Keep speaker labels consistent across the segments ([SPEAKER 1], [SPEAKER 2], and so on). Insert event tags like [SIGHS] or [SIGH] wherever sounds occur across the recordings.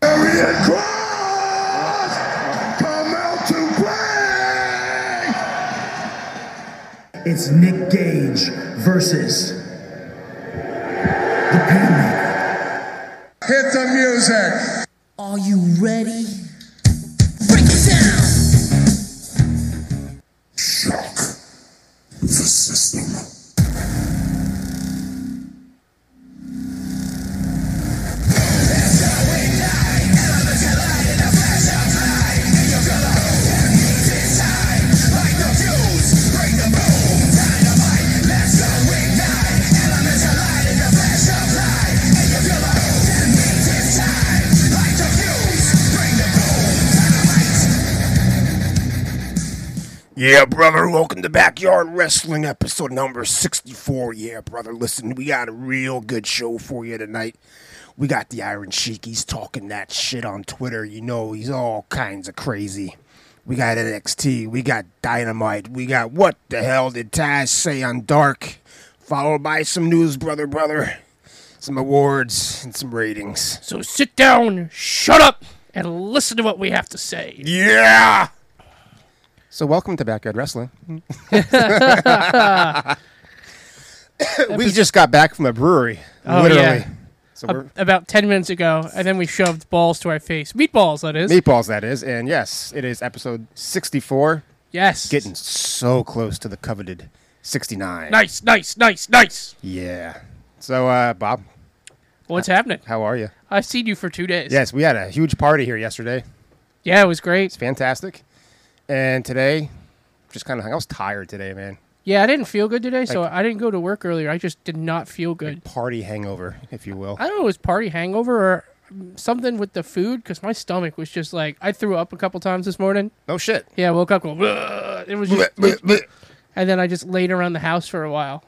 [SPEAKER 1] The cross come out to play.
[SPEAKER 2] It's Nick Gage versus the Painmaker.
[SPEAKER 1] Hit the music.
[SPEAKER 3] Are you ready? Break it down!
[SPEAKER 1] Shock the system.
[SPEAKER 4] Yeah, brother. Welcome to Backyard Wrestling, episode number 64. Yeah, brother. Listen, we got a real good show for you tonight. We got the Iron Sheik. He's talking that shit on Twitter. You know, he's all kinds of crazy. We got NXT. We got Dynamite. We got what the hell did Taz say on Dark? Followed by some news, brother, brother. Some awards and some ratings.
[SPEAKER 5] So sit down, shut up, and listen to what we have to [LAUGHS] say.
[SPEAKER 4] Yeah! So, welcome to Backyard Wrestling. [LAUGHS] [COUGHS] we just got back from a brewery,
[SPEAKER 5] Oh,
[SPEAKER 4] literally.
[SPEAKER 5] yeah.
[SPEAKER 4] So,
[SPEAKER 5] A-
[SPEAKER 4] we're
[SPEAKER 5] about 10 minutes ago, and then we shoved balls to our face. Meatballs, that is.
[SPEAKER 4] meatballs, that is. And yes, it is episode 64,
[SPEAKER 5] yes.
[SPEAKER 4] getting so close to the coveted 69.
[SPEAKER 5] Nice, nice, nice, nice.
[SPEAKER 4] Yeah. So, uh, Bob,
[SPEAKER 5] What's happening?
[SPEAKER 4] how are you?
[SPEAKER 5] I've seen you for two days.
[SPEAKER 4] Yes, we had a huge party here yesterday.
[SPEAKER 5] Yeah, it was great.
[SPEAKER 4] Fantastic. And today, just kind of, I was tired today, man.
[SPEAKER 5] Yeah, I didn't feel good today, so I didn't go to work earlier. I just did not feel good.
[SPEAKER 4] Party hangover, if you will.
[SPEAKER 5] I don't know, it was party hangover or something with the food, because my stomach was just like, I threw up a couple times this morning.
[SPEAKER 4] No shit.
[SPEAKER 5] Yeah, I woke up going, "Ugh." it was just, and then I just laid around the house for a while.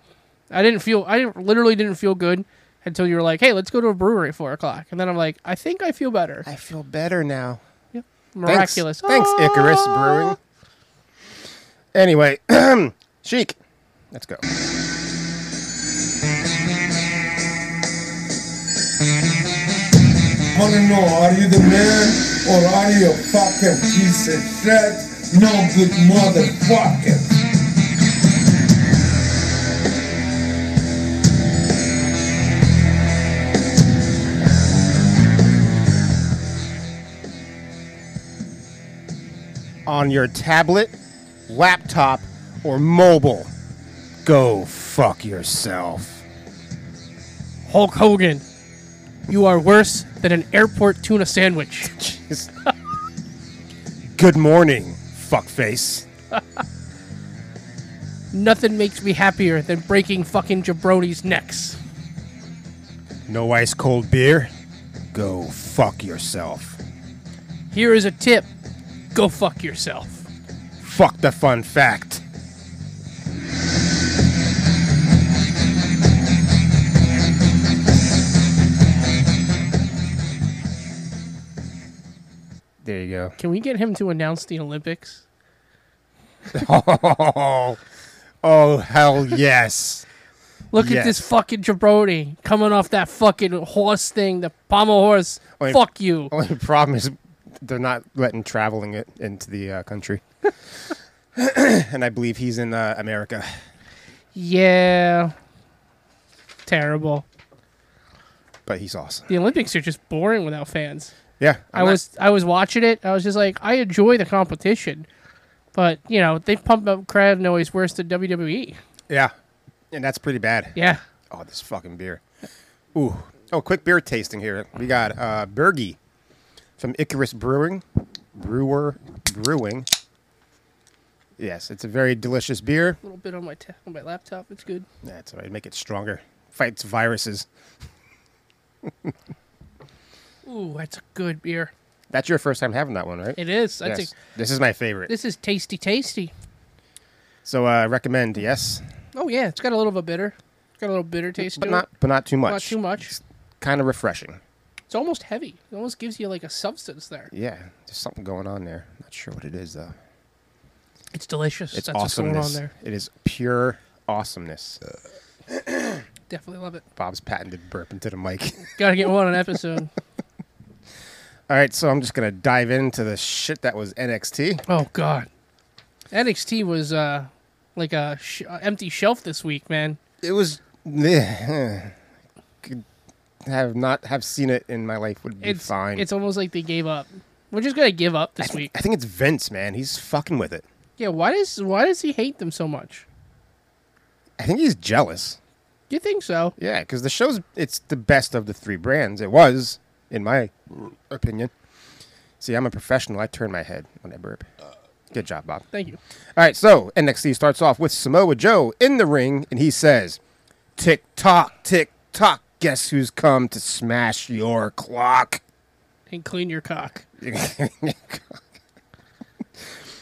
[SPEAKER 5] I didn't feel, I didn't- literally didn't feel good until you were like, "Hey, let's go to a brewery at four o'clock," and then I'm like, "I think I feel better."
[SPEAKER 4] I feel better now. Thanks-
[SPEAKER 5] Miraculous.
[SPEAKER 4] Thanks,
[SPEAKER 5] Ah!
[SPEAKER 4] Icarus Brewing. Anyway, [CLEARS THROAT] Sheik, let's go.
[SPEAKER 6] wanna know, are you the man or are you a fucking piece of shit? No good motherfucker.
[SPEAKER 4] On your tablet, laptop, or mobile, go fuck yourself.
[SPEAKER 5] Hulk Hogan. You are worse than an airport tuna
[SPEAKER 4] [LAUGHS]
[SPEAKER 5] sandwich.
[SPEAKER 4] It's-
[SPEAKER 5] [LAUGHS]
[SPEAKER 4] Good morning, fuckface.
[SPEAKER 5] Nothing makes me happier than breaking fucking jabronis' necks.
[SPEAKER 4] No ice cold beer? Go fuck yourself.
[SPEAKER 5] Here is a tip: go fuck yourself.
[SPEAKER 4] Fuck the fun fact. There you go.
[SPEAKER 5] Can we get him to announce the Olympics?
[SPEAKER 4] Oh, [LAUGHS] oh hell yes.
[SPEAKER 5] Look
[SPEAKER 4] Yes.
[SPEAKER 5] at this fucking jabroni coming off that fucking horse thing, the pommel horse.
[SPEAKER 4] Wait.
[SPEAKER 5] Fuck you.
[SPEAKER 4] [LAUGHS] Only problem is they're not letting traveling it into the
[SPEAKER 5] [COUGHS]
[SPEAKER 4] uh, country. and I believe he's in uh, America.
[SPEAKER 5] Yeah. Terrible.
[SPEAKER 4] But he's awesome.
[SPEAKER 5] The Olympics are just boring without fans.
[SPEAKER 4] Yeah.
[SPEAKER 5] i
[SPEAKER 4] I'm not-
[SPEAKER 5] was I was watching it. I was just like, I enjoy the competition, but you know they pump up crowd noise worse than WWE.
[SPEAKER 4] Yeah. And that's pretty bad.
[SPEAKER 5] Yeah.
[SPEAKER 4] Oh, this fucking beer. Ooh. Oh, quick beer tasting here. We got uh Bergie from Icarus Brewing. Brewer Brewing. Yes, it's a very delicious beer.
[SPEAKER 5] A little bit on my ta- on my laptop. It's good.
[SPEAKER 4] That's all right. Make it stronger. Fights viruses. [LAUGHS]
[SPEAKER 5] Ooh, that's a good beer.
[SPEAKER 4] That's your first time having that one, right?
[SPEAKER 5] It is. That's
[SPEAKER 4] Yes.
[SPEAKER 5] a,
[SPEAKER 4] This is my favorite.
[SPEAKER 5] this is tasty, tasty.
[SPEAKER 4] so uh recommend, yes.
[SPEAKER 5] Oh yeah, it's got a little bit bitter. It's got a little bitter taste
[SPEAKER 4] But
[SPEAKER 5] to
[SPEAKER 4] not but not too
[SPEAKER 5] it.
[SPEAKER 4] much.
[SPEAKER 5] Not too much.
[SPEAKER 4] Kind of refreshing.
[SPEAKER 5] It's almost heavy. It almost gives you like a substance there.
[SPEAKER 4] Yeah. There's something going on there. Not sure what it is though.
[SPEAKER 5] It's delicious.
[SPEAKER 4] It's
[SPEAKER 5] That's what's going
[SPEAKER 4] awesomeness.
[SPEAKER 5] on there.
[SPEAKER 4] It is pure awesomeness.
[SPEAKER 5] Definitely love it.
[SPEAKER 4] Bob's patented burp into the mic. [LAUGHS]
[SPEAKER 5] Got to get one on episode.
[SPEAKER 4] All right, so I'm just gonna dive into the shit that was NXT.
[SPEAKER 5] Oh God, NXT was uh like a sh- uh, empty shelf this week, man.
[SPEAKER 4] It was. Yeah, [LAUGHS] could have not have seen it in my life would be
[SPEAKER 5] It's
[SPEAKER 4] fine.
[SPEAKER 5] It's almost like they gave up. We're just gonna give up
[SPEAKER 4] I
[SPEAKER 5] this
[SPEAKER 4] think-
[SPEAKER 5] week.
[SPEAKER 4] I think it's Vince, man. He's fucking with it.
[SPEAKER 5] Yeah, why does why does he hate them so much?
[SPEAKER 4] I think he's jealous.
[SPEAKER 5] You think so?
[SPEAKER 4] Yeah, because the show's it's the best of the three brands. It was, in my opinion. See, I'm a professional. I turn my head when I burp. Good job, Bob.
[SPEAKER 5] Thank you.
[SPEAKER 4] All right, so NXT starts off with Samoa Joe in the ring, and he says, "Tick tock, tick tock. Guess who's come to smash your clock?"
[SPEAKER 5] And clean your
[SPEAKER 4] [LAUGHS]
[SPEAKER 5] cock.
[SPEAKER 4] [LAUGHS]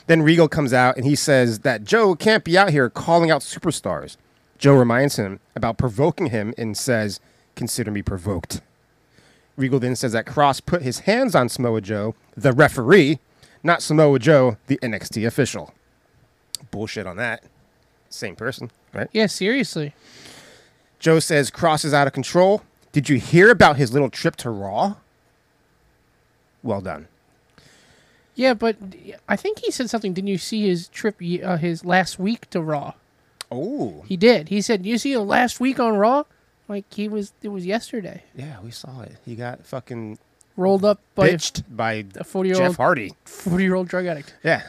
[SPEAKER 4] Then Regal comes out and he says that Joe can't be out here calling out superstars. Joe reminds him about provoking him and says, Consider me provoked. Regal then says that Cross put his hands on Samoa Joe, the referee, not Samoa Joe, the NXT official. Bullshit on that. Same person, right?
[SPEAKER 5] Yeah, seriously.
[SPEAKER 4] Joe says Cross is out of control. Did you hear about his little trip to Raw? Well done.
[SPEAKER 5] Yeah, but I think he said something. Didn't you see his trip? ye- Uh, his last week to Raw.
[SPEAKER 4] Oh,
[SPEAKER 5] He did. He said, "You see him last week on Raw." Like he was. It was yesterday.
[SPEAKER 4] yeah, we saw it. He got fucking
[SPEAKER 5] Rolled up by a
[SPEAKER 4] bitched by
[SPEAKER 5] a 40-year-old
[SPEAKER 4] Jeff Hardy.
[SPEAKER 5] forty-year-old drug addict.
[SPEAKER 4] Yeah.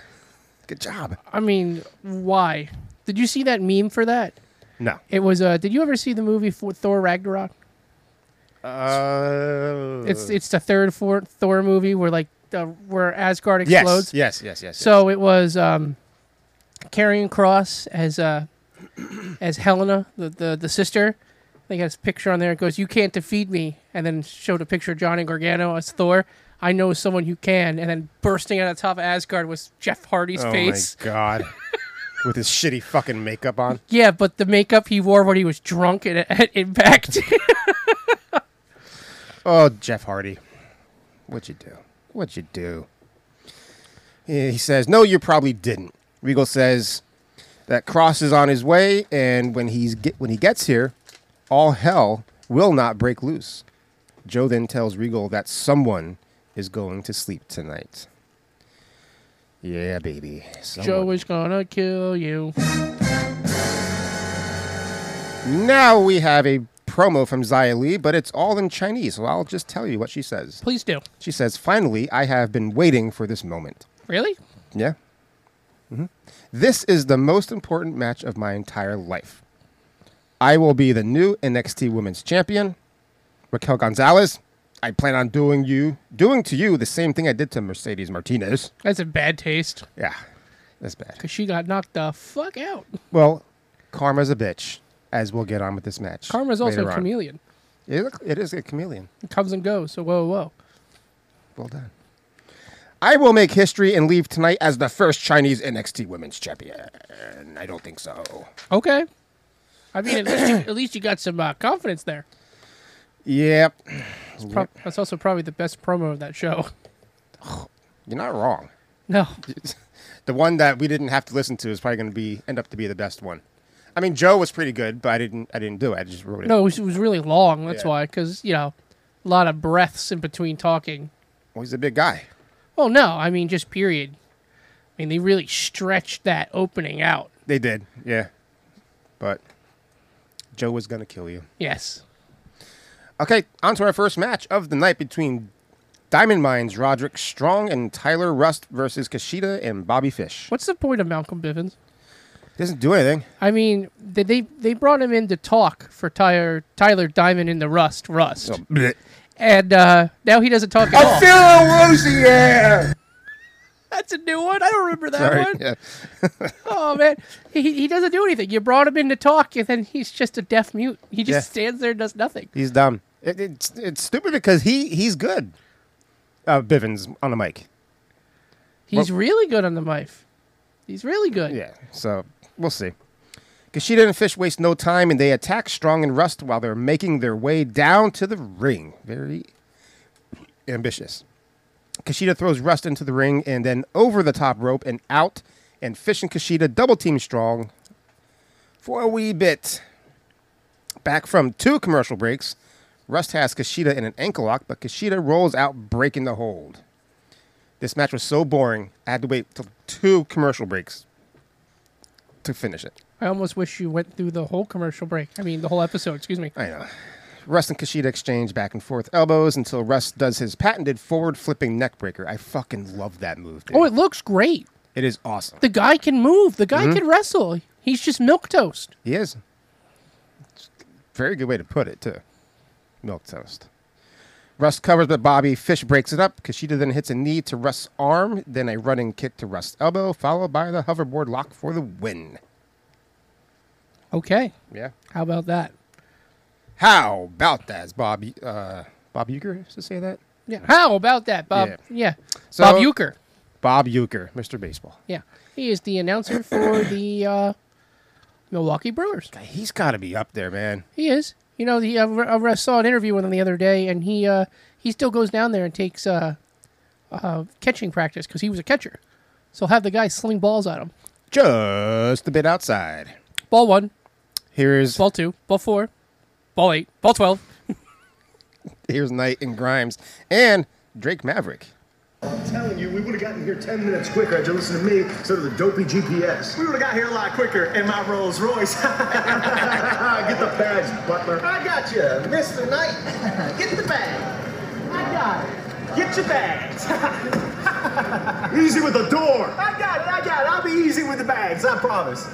[SPEAKER 4] Good job.
[SPEAKER 5] I mean, why? Did you see that meme for that?
[SPEAKER 4] No.
[SPEAKER 5] It was. Uh, did you ever see the movie for Thor Ragnarok?
[SPEAKER 4] Uh,
[SPEAKER 5] It's it's the third for Thor movie where like uh, where Asgard
[SPEAKER 4] yes,
[SPEAKER 5] explodes.
[SPEAKER 4] yes, yes, yes.
[SPEAKER 5] So it was um, Carrion Cross as uh, [CLEARS THROAT] as Helena, the, the the sister. They got his picture on there. It goes, "You can't defeat me," and then showed a picture of Johnny Gargano as Thor. I know someone who can. And then bursting out of top of Asgard was Jeff Hardy's
[SPEAKER 4] yes.
[SPEAKER 5] face.
[SPEAKER 4] Oh my
[SPEAKER 5] [LAUGHS]
[SPEAKER 4] god. With his shitty fucking makeup on.
[SPEAKER 5] Yeah, but the makeup he wore when he was drunk [LAUGHS] at, at
[SPEAKER 4] [LAUGHS]
[SPEAKER 5] Impact.
[SPEAKER 4] Oh, Jeff Hardy. What'd you do? What'd you do? Yeah, He says, "No, you probably didn't." Regal says that Cross is on his way, and when he's get, when he gets here, all hell will not break loose. Joe then tells Regal that someone is going to sleep tonight. Yeah, baby.
[SPEAKER 5] Joe
[SPEAKER 4] Someone.
[SPEAKER 5] is gonna kill you.
[SPEAKER 4] Now we have a promo from Xia Li, but it's all in Chinese, so I'll just tell you what she says.
[SPEAKER 5] Please do.
[SPEAKER 4] She says, Finally, I have been waiting for this moment.
[SPEAKER 5] Really?
[SPEAKER 4] Yeah. hmm This is the most important match of my entire life. I will be the new NXT Women's Champion, Raquel Gonzalez. I plan on doing you, doing to you the same thing I did to Mercedes Martinez.
[SPEAKER 5] That's a bad taste.
[SPEAKER 4] Yeah, that's bad.
[SPEAKER 5] Cause she got knocked the fuck out.
[SPEAKER 4] Well, karma's a bitch, as we'll get on with this match.
[SPEAKER 5] Karma's also
[SPEAKER 4] later
[SPEAKER 5] a
[SPEAKER 4] on.
[SPEAKER 5] chameleon.
[SPEAKER 4] It it is a chameleon.
[SPEAKER 5] It comes and goes. So whoa, whoa.
[SPEAKER 4] Well done. I will make history and leave tonight as the first Chinese NXT Women's Champion. I don't think so.
[SPEAKER 5] Okay. I mean, at least you, at least you got some uh, confidence there.
[SPEAKER 4] Yep.
[SPEAKER 5] Pro- That's also probably the best promo of that show.
[SPEAKER 4] You're not wrong.
[SPEAKER 5] No,
[SPEAKER 4] [LAUGHS] The one that we didn't have to listen to is probably going to be end up to be the best one. I mean, Joe was pretty good, but I didn't. I didn't do it. I just wrote it.
[SPEAKER 5] no, it was, it was really long. That's
[SPEAKER 4] Yeah.
[SPEAKER 5] why, because you know, a lot of breaths in between talking.
[SPEAKER 4] Well, he's a big guy.
[SPEAKER 5] Well, no, I mean just period. I mean, they really stretched that opening out.
[SPEAKER 4] They did. Yeah, but Joe was going to kill you.
[SPEAKER 5] Yes.
[SPEAKER 4] Okay, on to our first match of the night between Diamond Mines, Roderick Strong, and Tyler Rust versus Kushida and Bobby Fish.
[SPEAKER 5] What's the point of Malcolm Bivens?
[SPEAKER 4] Doesn't do anything.
[SPEAKER 5] I mean, they they, they brought him in to talk for Tyler Tyler Diamond in the Rust Rust,
[SPEAKER 4] Oh,
[SPEAKER 5] and uh, now he doesn't talk at all.
[SPEAKER 7] Feel woozy air.
[SPEAKER 5] That's a new one. I don't remember that
[SPEAKER 4] Sorry.
[SPEAKER 5] one.
[SPEAKER 4] Yeah. [LAUGHS]
[SPEAKER 5] Oh man, he, he doesn't do anything. You brought him in to talk, and then he's just a deaf mute. He just
[SPEAKER 4] Yeah.
[SPEAKER 5] stands there and does nothing.
[SPEAKER 4] He's dumb. It, it's it's stupid because he he's good. Uh, Bivens on the mic.
[SPEAKER 5] He's really good on the mic. He's really good.
[SPEAKER 4] Yeah, so we'll see. Kushida and Fish waste no time and they attack Strong and Rust while they're making their way down to the ring. Very ambitious. Kushida throws Rust into the ring and then over the top rope and out, and Fish and Kushida double team Strong for a wee bit. Back from two commercial breaks, Rust has Kushida in an ankle lock, but Kushida rolls out, breaking the hold. This match was so boring, I had to wait till two commercial breaks to finish it.
[SPEAKER 5] I almost wish you went through the whole commercial break. I mean, the whole episode, excuse me.
[SPEAKER 4] I know. Rust and Kushida exchange back and forth elbows until Rust does his patented forward flipping neck breaker. I fucking love that move, dude.
[SPEAKER 5] Oh, it looks great.
[SPEAKER 4] it is awesome.
[SPEAKER 5] The guy can move. The
[SPEAKER 4] Mm-hmm.
[SPEAKER 5] guy can wrestle. He's just milk toast.
[SPEAKER 4] He is. It's a very good way to put it, too. Milk toast. Rust covers, but Bobby Fish breaks it up. Kushida then hits a knee to Rust's arm, then a running kick to Rust's elbow, followed by the hoverboard lock for the win.
[SPEAKER 5] Okay.
[SPEAKER 4] Yeah.
[SPEAKER 5] How about that?
[SPEAKER 4] How about that? Is Bob, uh, Bob Euchre used to say that?
[SPEAKER 5] Yeah. How about that, Bob?
[SPEAKER 4] Yeah.
[SPEAKER 5] Yeah.
[SPEAKER 4] So-
[SPEAKER 5] Bob Euchre.
[SPEAKER 4] Bob Euchre, Mr. Baseball.
[SPEAKER 5] Yeah. He is the announcer for the uh, Milwaukee Brewers.
[SPEAKER 4] He's got to be up there, man.
[SPEAKER 5] He is. You know, the, I re- I re- saw an interview with him the other day, and he uh, he still goes down there and takes uh, uh, catching practice because he was a catcher. So have the guy sling balls at him.
[SPEAKER 4] Just a bit outside.
[SPEAKER 5] Ball one,
[SPEAKER 4] Here's
[SPEAKER 5] ball two, ball four, ball eight, ball twelve.
[SPEAKER 4] [LAUGHS] here's Knight and Grimes and Drake Maverick.
[SPEAKER 2] I'm telling you, we would have gotten here 10 minutes quicker had you listened to me instead of the dopey GPS.
[SPEAKER 8] We would have got here a lot quicker in my Rolls [LAUGHS] Royce.
[SPEAKER 2] Ah, get the bags, butler.
[SPEAKER 8] I got you, Mr.
[SPEAKER 2] [LAUGHS]
[SPEAKER 8] Knight. Get the bag. I got it. Get your bags. [LAUGHS]
[SPEAKER 2] Easy with the door.
[SPEAKER 8] I got it. I got it. I'll be easy with the bags. I promise.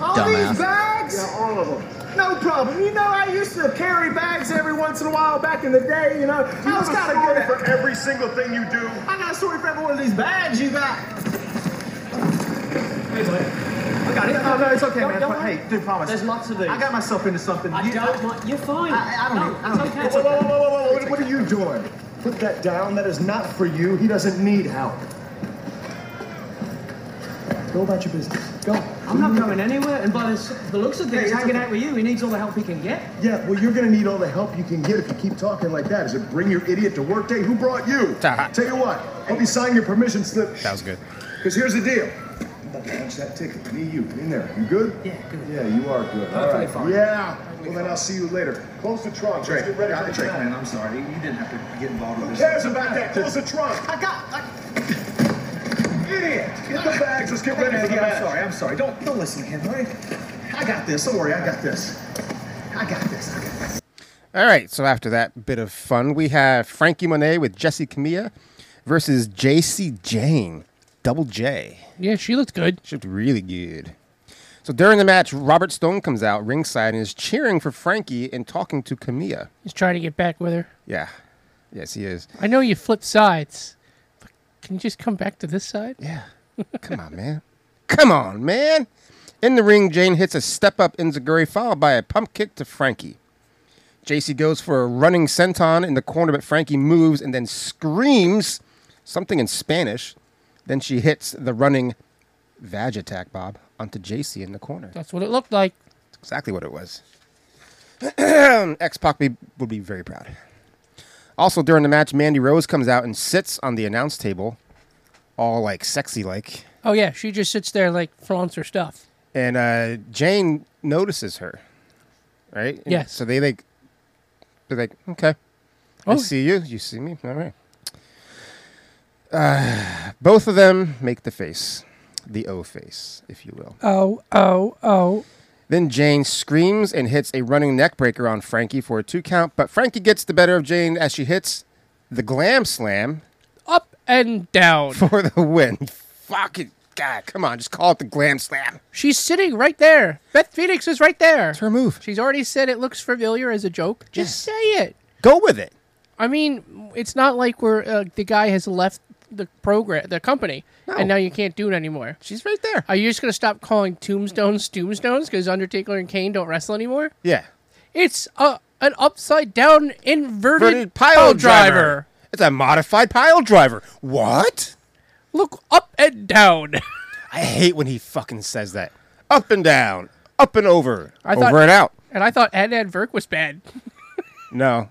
[SPEAKER 8] All
[SPEAKER 6] Dumbass.
[SPEAKER 8] these bags?
[SPEAKER 2] Yeah, all of them.
[SPEAKER 8] No problem. You know, I used to carry bags every once in a while back in the day. You know,
[SPEAKER 2] You
[SPEAKER 8] I was
[SPEAKER 2] have a
[SPEAKER 8] kind of
[SPEAKER 2] story
[SPEAKER 8] good at.
[SPEAKER 2] for every single thing you do.
[SPEAKER 8] I got a story for every one of these bags you got. Hey, buddy. I got it.
[SPEAKER 2] Oh,
[SPEAKER 8] No, no, it's okay, man. But hey, dude, promise.
[SPEAKER 1] There's lots of these.
[SPEAKER 8] I got myself into something.
[SPEAKER 1] I
[SPEAKER 8] You-
[SPEAKER 1] don't want. You're fine.
[SPEAKER 8] I, I don't
[SPEAKER 1] no,
[SPEAKER 8] need. I don't
[SPEAKER 1] it's
[SPEAKER 8] need-
[SPEAKER 1] okay.
[SPEAKER 2] Whoa, whoa, whoa, whoa, whoa, whoa, What, what are you doing? Put that down. That is not for you. He doesn't need help. Go about your business. Go.
[SPEAKER 1] I'm not going anywhere, and by the, the looks of
[SPEAKER 2] Hey,
[SPEAKER 1] things,
[SPEAKER 2] it's
[SPEAKER 1] hanging
[SPEAKER 2] okay.
[SPEAKER 1] out with you, he needs all the help he can get.
[SPEAKER 2] Yeah, well, you're gonna need all the help you can get if you keep talking like that. Is it bring your idiot to work day? Who brought you? Tell you what, hope you sign your permission slip.
[SPEAKER 4] That was good.
[SPEAKER 2] Because here's the deal. I'm about to punch that ticket. Me, you, in there. You good?
[SPEAKER 1] Yeah, good.
[SPEAKER 2] Yeah, you are good. All right. Yeah. Well, then I'll see you later. Close the trunk. Let's get ready for the trunk.
[SPEAKER 8] I'm sorry. You didn't have to get involved
[SPEAKER 2] Who cares about that? Close the trunk.
[SPEAKER 8] I got. I,
[SPEAKER 2] Idiot. Get the bags. Let's get ready for the
[SPEAKER 8] I'm
[SPEAKER 2] match.
[SPEAKER 8] sorry. I'm sorry. Don't don't listen to him. All right? I got this. Don't worry. I got this. I got this. I got this.
[SPEAKER 4] All right, so after that bit of fun, we have Frankie Monet with Jesse Camilla versus JC Jane, double J.
[SPEAKER 5] Yeah, she looked good.
[SPEAKER 4] She looked really good. So during the match, Robert Stone comes out ringside and is cheering for Frankie and talking to Camilla.
[SPEAKER 5] He's trying to get back with her.
[SPEAKER 4] Yeah. Yes, he is.
[SPEAKER 5] I know you flipped sides, but can you just come back to this side?
[SPEAKER 4] Yeah. Come on, man. Come on, man. In the ring, Jane hits a step up Inzaguri, followed by a pump kick to Frankie. JC goes for a running senton in the corner, but Frankie moves and then screams something in Spanish. Then she hits the running vag attack, Bob, onto JC in the corner. That's
[SPEAKER 5] That's what it looked like.
[SPEAKER 4] exactly what it was. [CLEARS THROAT] X Pac be, would be very proud. Also, during the match, Mandy Rose comes out and sits on the announce table, all like sexy like.
[SPEAKER 5] Oh yeah, she just sits there like flaunts her stuff.
[SPEAKER 4] and uh, Jane notices her, right? And
[SPEAKER 5] Yes.
[SPEAKER 4] So they like, they're like, okay, I
[SPEAKER 5] Oh.
[SPEAKER 4] see you, you see me, all right. Uh, both of them make the face, the O face, if you will.
[SPEAKER 5] Oh
[SPEAKER 4] uh,
[SPEAKER 5] oh oh.
[SPEAKER 4] Then Jane screams and hits a running neck breaker on Frankie for a two count, but Frankie gets the better of Jane as she hits the glam slam
[SPEAKER 5] Up and down.
[SPEAKER 4] [LAUGHS] for the win. Fucking God, come on, just call it the glam slam.
[SPEAKER 5] She's sitting right there. Beth Phoenix is right there.
[SPEAKER 4] Her move.
[SPEAKER 5] She's already said it looks familiar as a joke. Just say it.
[SPEAKER 4] Go with it.
[SPEAKER 5] I mean, it's not like we're uh, the guy has left the program, the company, and now you can't do it anymore.
[SPEAKER 4] She's right there.
[SPEAKER 5] Are you just gonna stop calling tombstones tombstones because Undertaker and Kane don't wrestle anymore?
[SPEAKER 4] Yeah.
[SPEAKER 5] It's a an upside down inverted,
[SPEAKER 4] inverted pile, driver. It's a modified pile driver. What?
[SPEAKER 5] Look up and down. [LAUGHS]
[SPEAKER 4] I hate when he fucking says that. Up and down, up and over,
[SPEAKER 5] I
[SPEAKER 4] over
[SPEAKER 5] thought-
[SPEAKER 4] and out.
[SPEAKER 5] and I thought Ed Ed Verk was bad.
[SPEAKER 4] No,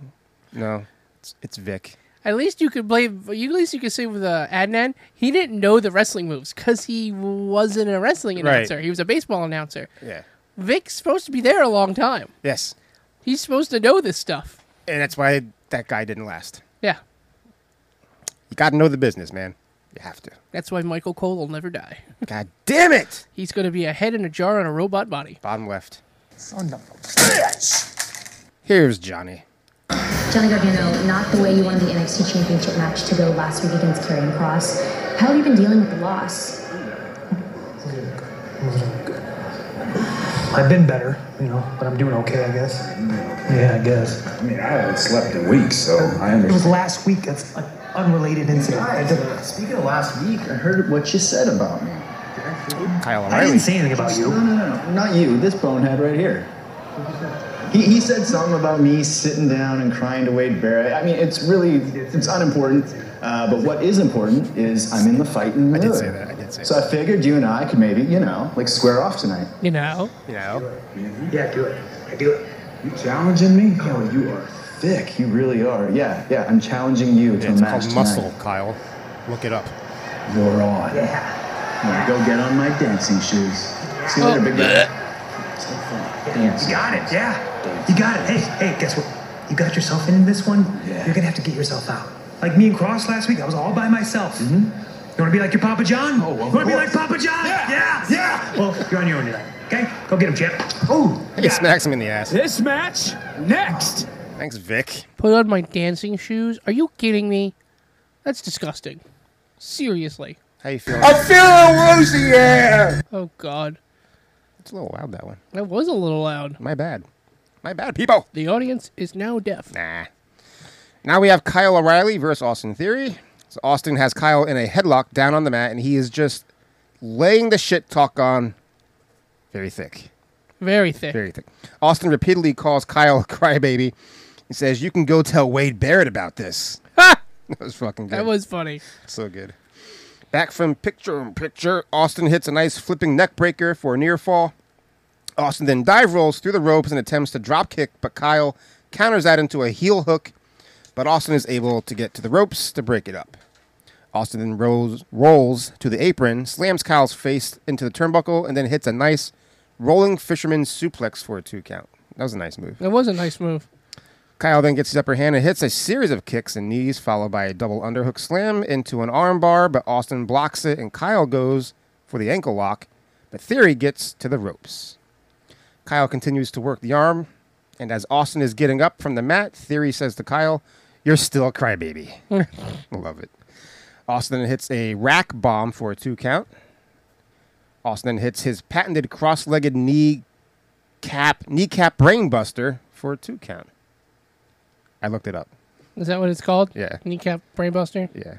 [SPEAKER 4] no, it's, it's Vic.
[SPEAKER 5] At least you could blame. You at least you could say with uh, Adnan, he didn't know the wrestling moves because he wasn't a wrestling
[SPEAKER 4] Right.
[SPEAKER 5] announcer. He was a baseball announcer.
[SPEAKER 4] Yeah.
[SPEAKER 5] Vic's supposed to be there a long time.
[SPEAKER 4] Yes.
[SPEAKER 5] He's supposed to know this stuff.
[SPEAKER 4] and that's why that guy didn't last.
[SPEAKER 5] Yeah.
[SPEAKER 4] You got to know the business, man. You have to.
[SPEAKER 5] That's why Michael Cole will never die.
[SPEAKER 4] God damn it!
[SPEAKER 5] He's going to be a head in a jar on a robot body.
[SPEAKER 4] Bottom left.
[SPEAKER 1] Son of a bitch!
[SPEAKER 4] Here's Johnny.
[SPEAKER 9] Johnny Gargano, not the way you wanted the NXT Championship match to go last week against Karrion Cross. How have you been dealing with the loss?
[SPEAKER 10] I've been better, you know, but I'm doing okay, I guess. Yeah, I guess.
[SPEAKER 11] I mean, I haven't slept in weeks, so I understand.
[SPEAKER 10] It was last week. That's an unrelated incident.
[SPEAKER 11] Guys, uh, speaking of last week, I heard what you said about me.
[SPEAKER 4] Kyle O'Reilly.
[SPEAKER 10] I didn't say anything about you.
[SPEAKER 11] No, no, no, not you. This bonehead right here. He, he said something about me sitting down and crying to Wade Barrett. I mean, it's really it's unimportant. Uh, but what is important is I'm in the fighting mood.
[SPEAKER 4] I did say that. I did say
[SPEAKER 11] so
[SPEAKER 4] that.
[SPEAKER 11] I figured you and I could maybe, you know, like square off tonight.
[SPEAKER 5] You know.
[SPEAKER 4] You know.
[SPEAKER 10] Yeah, do it. I do it.
[SPEAKER 11] Mm-hmm. You challenging me? Oh, you are thick. You really are. Yeah, yeah. I'm challenging you to
[SPEAKER 4] Yeah, it's
[SPEAKER 11] a match
[SPEAKER 4] called muscle,
[SPEAKER 11] tonight.
[SPEAKER 4] Kyle. Look it up.
[SPEAKER 11] You're on.
[SPEAKER 10] Yeah.
[SPEAKER 11] I'm gonna go get on my dancing shoes. See you later, big guy. Dance.
[SPEAKER 10] You got it. Yeah. You got it. Hey, hey, guess what? You got yourself in this one.
[SPEAKER 11] Yeah.
[SPEAKER 10] You're gonna have to get yourself out. Like me and Cross last week, I was all by myself. You wanna be like your Papa John?
[SPEAKER 11] Mm-hmm. Oh, of
[SPEAKER 10] you wanna be like
[SPEAKER 11] course.
[SPEAKER 10] Papa John?
[SPEAKER 11] Yeah.
[SPEAKER 10] Yeah.
[SPEAKER 11] Yeah.
[SPEAKER 10] Well, you're on your own tonight. Okay. Go get him, Chip. Oh.
[SPEAKER 4] He smacks him in the ass.
[SPEAKER 12] This match next.
[SPEAKER 4] Thanks, Vic.
[SPEAKER 5] Put on my dancing shoes. Are you kidding me? That's disgusting. Seriously.
[SPEAKER 4] How you feeling?
[SPEAKER 7] I'm feeling woozy here.
[SPEAKER 5] Oh God.
[SPEAKER 4] It's a little loud that one.
[SPEAKER 5] That was a little loud.
[SPEAKER 4] My bad. My bad, people.
[SPEAKER 5] The audience is now deaf.
[SPEAKER 4] Nah. Now we have Kyle O'Reilly versus Austin Theory. So Austin has Kyle in a headlock down on the mat, and he is just laying the shit talk on very thick.
[SPEAKER 5] Very thick.
[SPEAKER 4] Very thick. Austin repeatedly calls Kyle a crybaby. He says, You can go tell Wade Barrett about this.
[SPEAKER 5] Ha!
[SPEAKER 4] [LAUGHS] That was fucking good.
[SPEAKER 5] That was
[SPEAKER 4] [LAUGHS]
[SPEAKER 5] funny.
[SPEAKER 4] so good. Back from picture in picture, Austin hits a nice flipping neck breaker for a near fall. Austin then dive rolls through the ropes and attempts to drop kick, but Kyle counters that into a heel hook. But Austin is able to get to the ropes to break it up. Austin then rolls, rolls to the apron, slams Kyle's face into the turnbuckle, and then hits a nice rolling fisherman suplex for a two count. That was a nice move.
[SPEAKER 5] That was a nice move.
[SPEAKER 4] Kyle then gets his upper hand and hits a series of kicks and knees, followed by a double underhook slam into an armbar, but Austin blocks it and Kyle goes for the ankle lock, but Theory gets to the ropes. Kyle continues to work the arm, and as Austin is getting up from the mat, Theory says to Kyle, You're still a crybaby. Love it. Austin hits a rack bomb for a two count. Austin hits his patented cross-legged knee cap kneecap brainbuster for a two count. I looked it up.
[SPEAKER 5] Is that what it's called?
[SPEAKER 4] Yeah.
[SPEAKER 5] Kneecap brainbuster.
[SPEAKER 4] Yeah.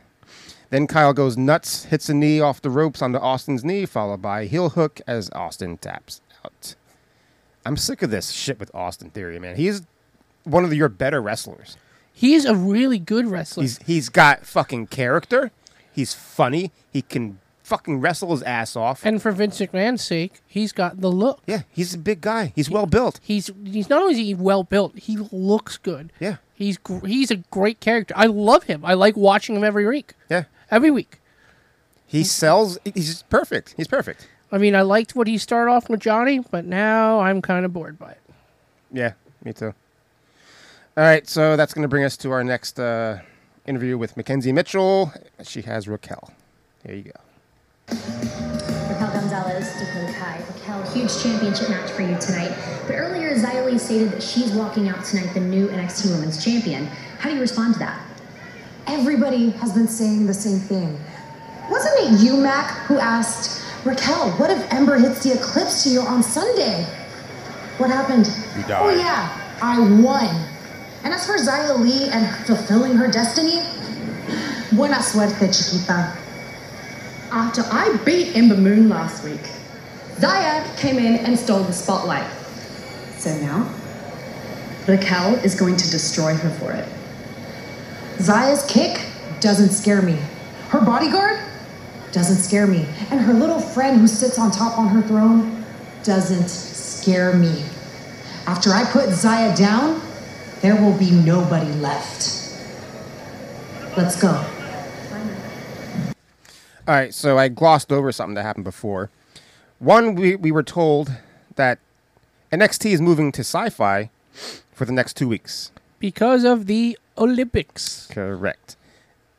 [SPEAKER 4] Then Kyle goes nuts, hits a knee off the ropes onto Austin's knee, followed by a heel hook as Austin taps out. I'm sick of this shit with Austin Theory, man. He's one of your better wrestlers.
[SPEAKER 5] He's a really good wrestler.
[SPEAKER 4] He's he's got fucking character. He's funny. He can fucking wrestle his ass off.
[SPEAKER 5] and for Vince McMahon's sake, he's got the look.
[SPEAKER 4] yeah, he's a big guy. He's well built.
[SPEAKER 5] He's he's not only is he well built, he looks good.
[SPEAKER 4] Yeah.
[SPEAKER 5] He's gr- he's a great character. I love him. I like watching him every week.
[SPEAKER 4] Yeah.
[SPEAKER 5] Every week.
[SPEAKER 4] He sells. He's perfect. He's perfect.
[SPEAKER 5] I mean, I liked what he started off with Johnny, but now I'm kind of bored by it.
[SPEAKER 4] Yeah, me too. All right, so that's going to bring us to our next uh, interview with Mackenzie Mitchell. She has Raquel. There you go.
[SPEAKER 9] Raquel Gonzalez, Declan Kai. Raquel, huge championship match for you tonight. But earlier, Xylee stated that she's walking out tonight the new NXT Women's Champion. How do you respond to that?
[SPEAKER 13] Everybody has been saying the same thing. Wasn't it you, Mac, who asked, Raquel, what if Ember hits the eclipse to you on Sunday? What happened?
[SPEAKER 4] You died.
[SPEAKER 13] Oh, yeah, I won. And as for Zaya Lee and fulfilling her destiny, buena suerte, chiquita.
[SPEAKER 14] After I beat Ember Moon last week, Zaya came in and stole the spotlight. So now, Raquel is going to destroy her for it.
[SPEAKER 13] Zaya's kick doesn't scare me. Her bodyguard doesn't scare me. And her little friend who sits on top on her throne doesn't scare me. After I put Zaya down, there will be nobody left. Let's go.
[SPEAKER 4] All right, so I glossed over something that happened before. One, we, we were told that NXT is moving to sci fi for the next two weeks.
[SPEAKER 5] Because of the Olympics.
[SPEAKER 4] Correct.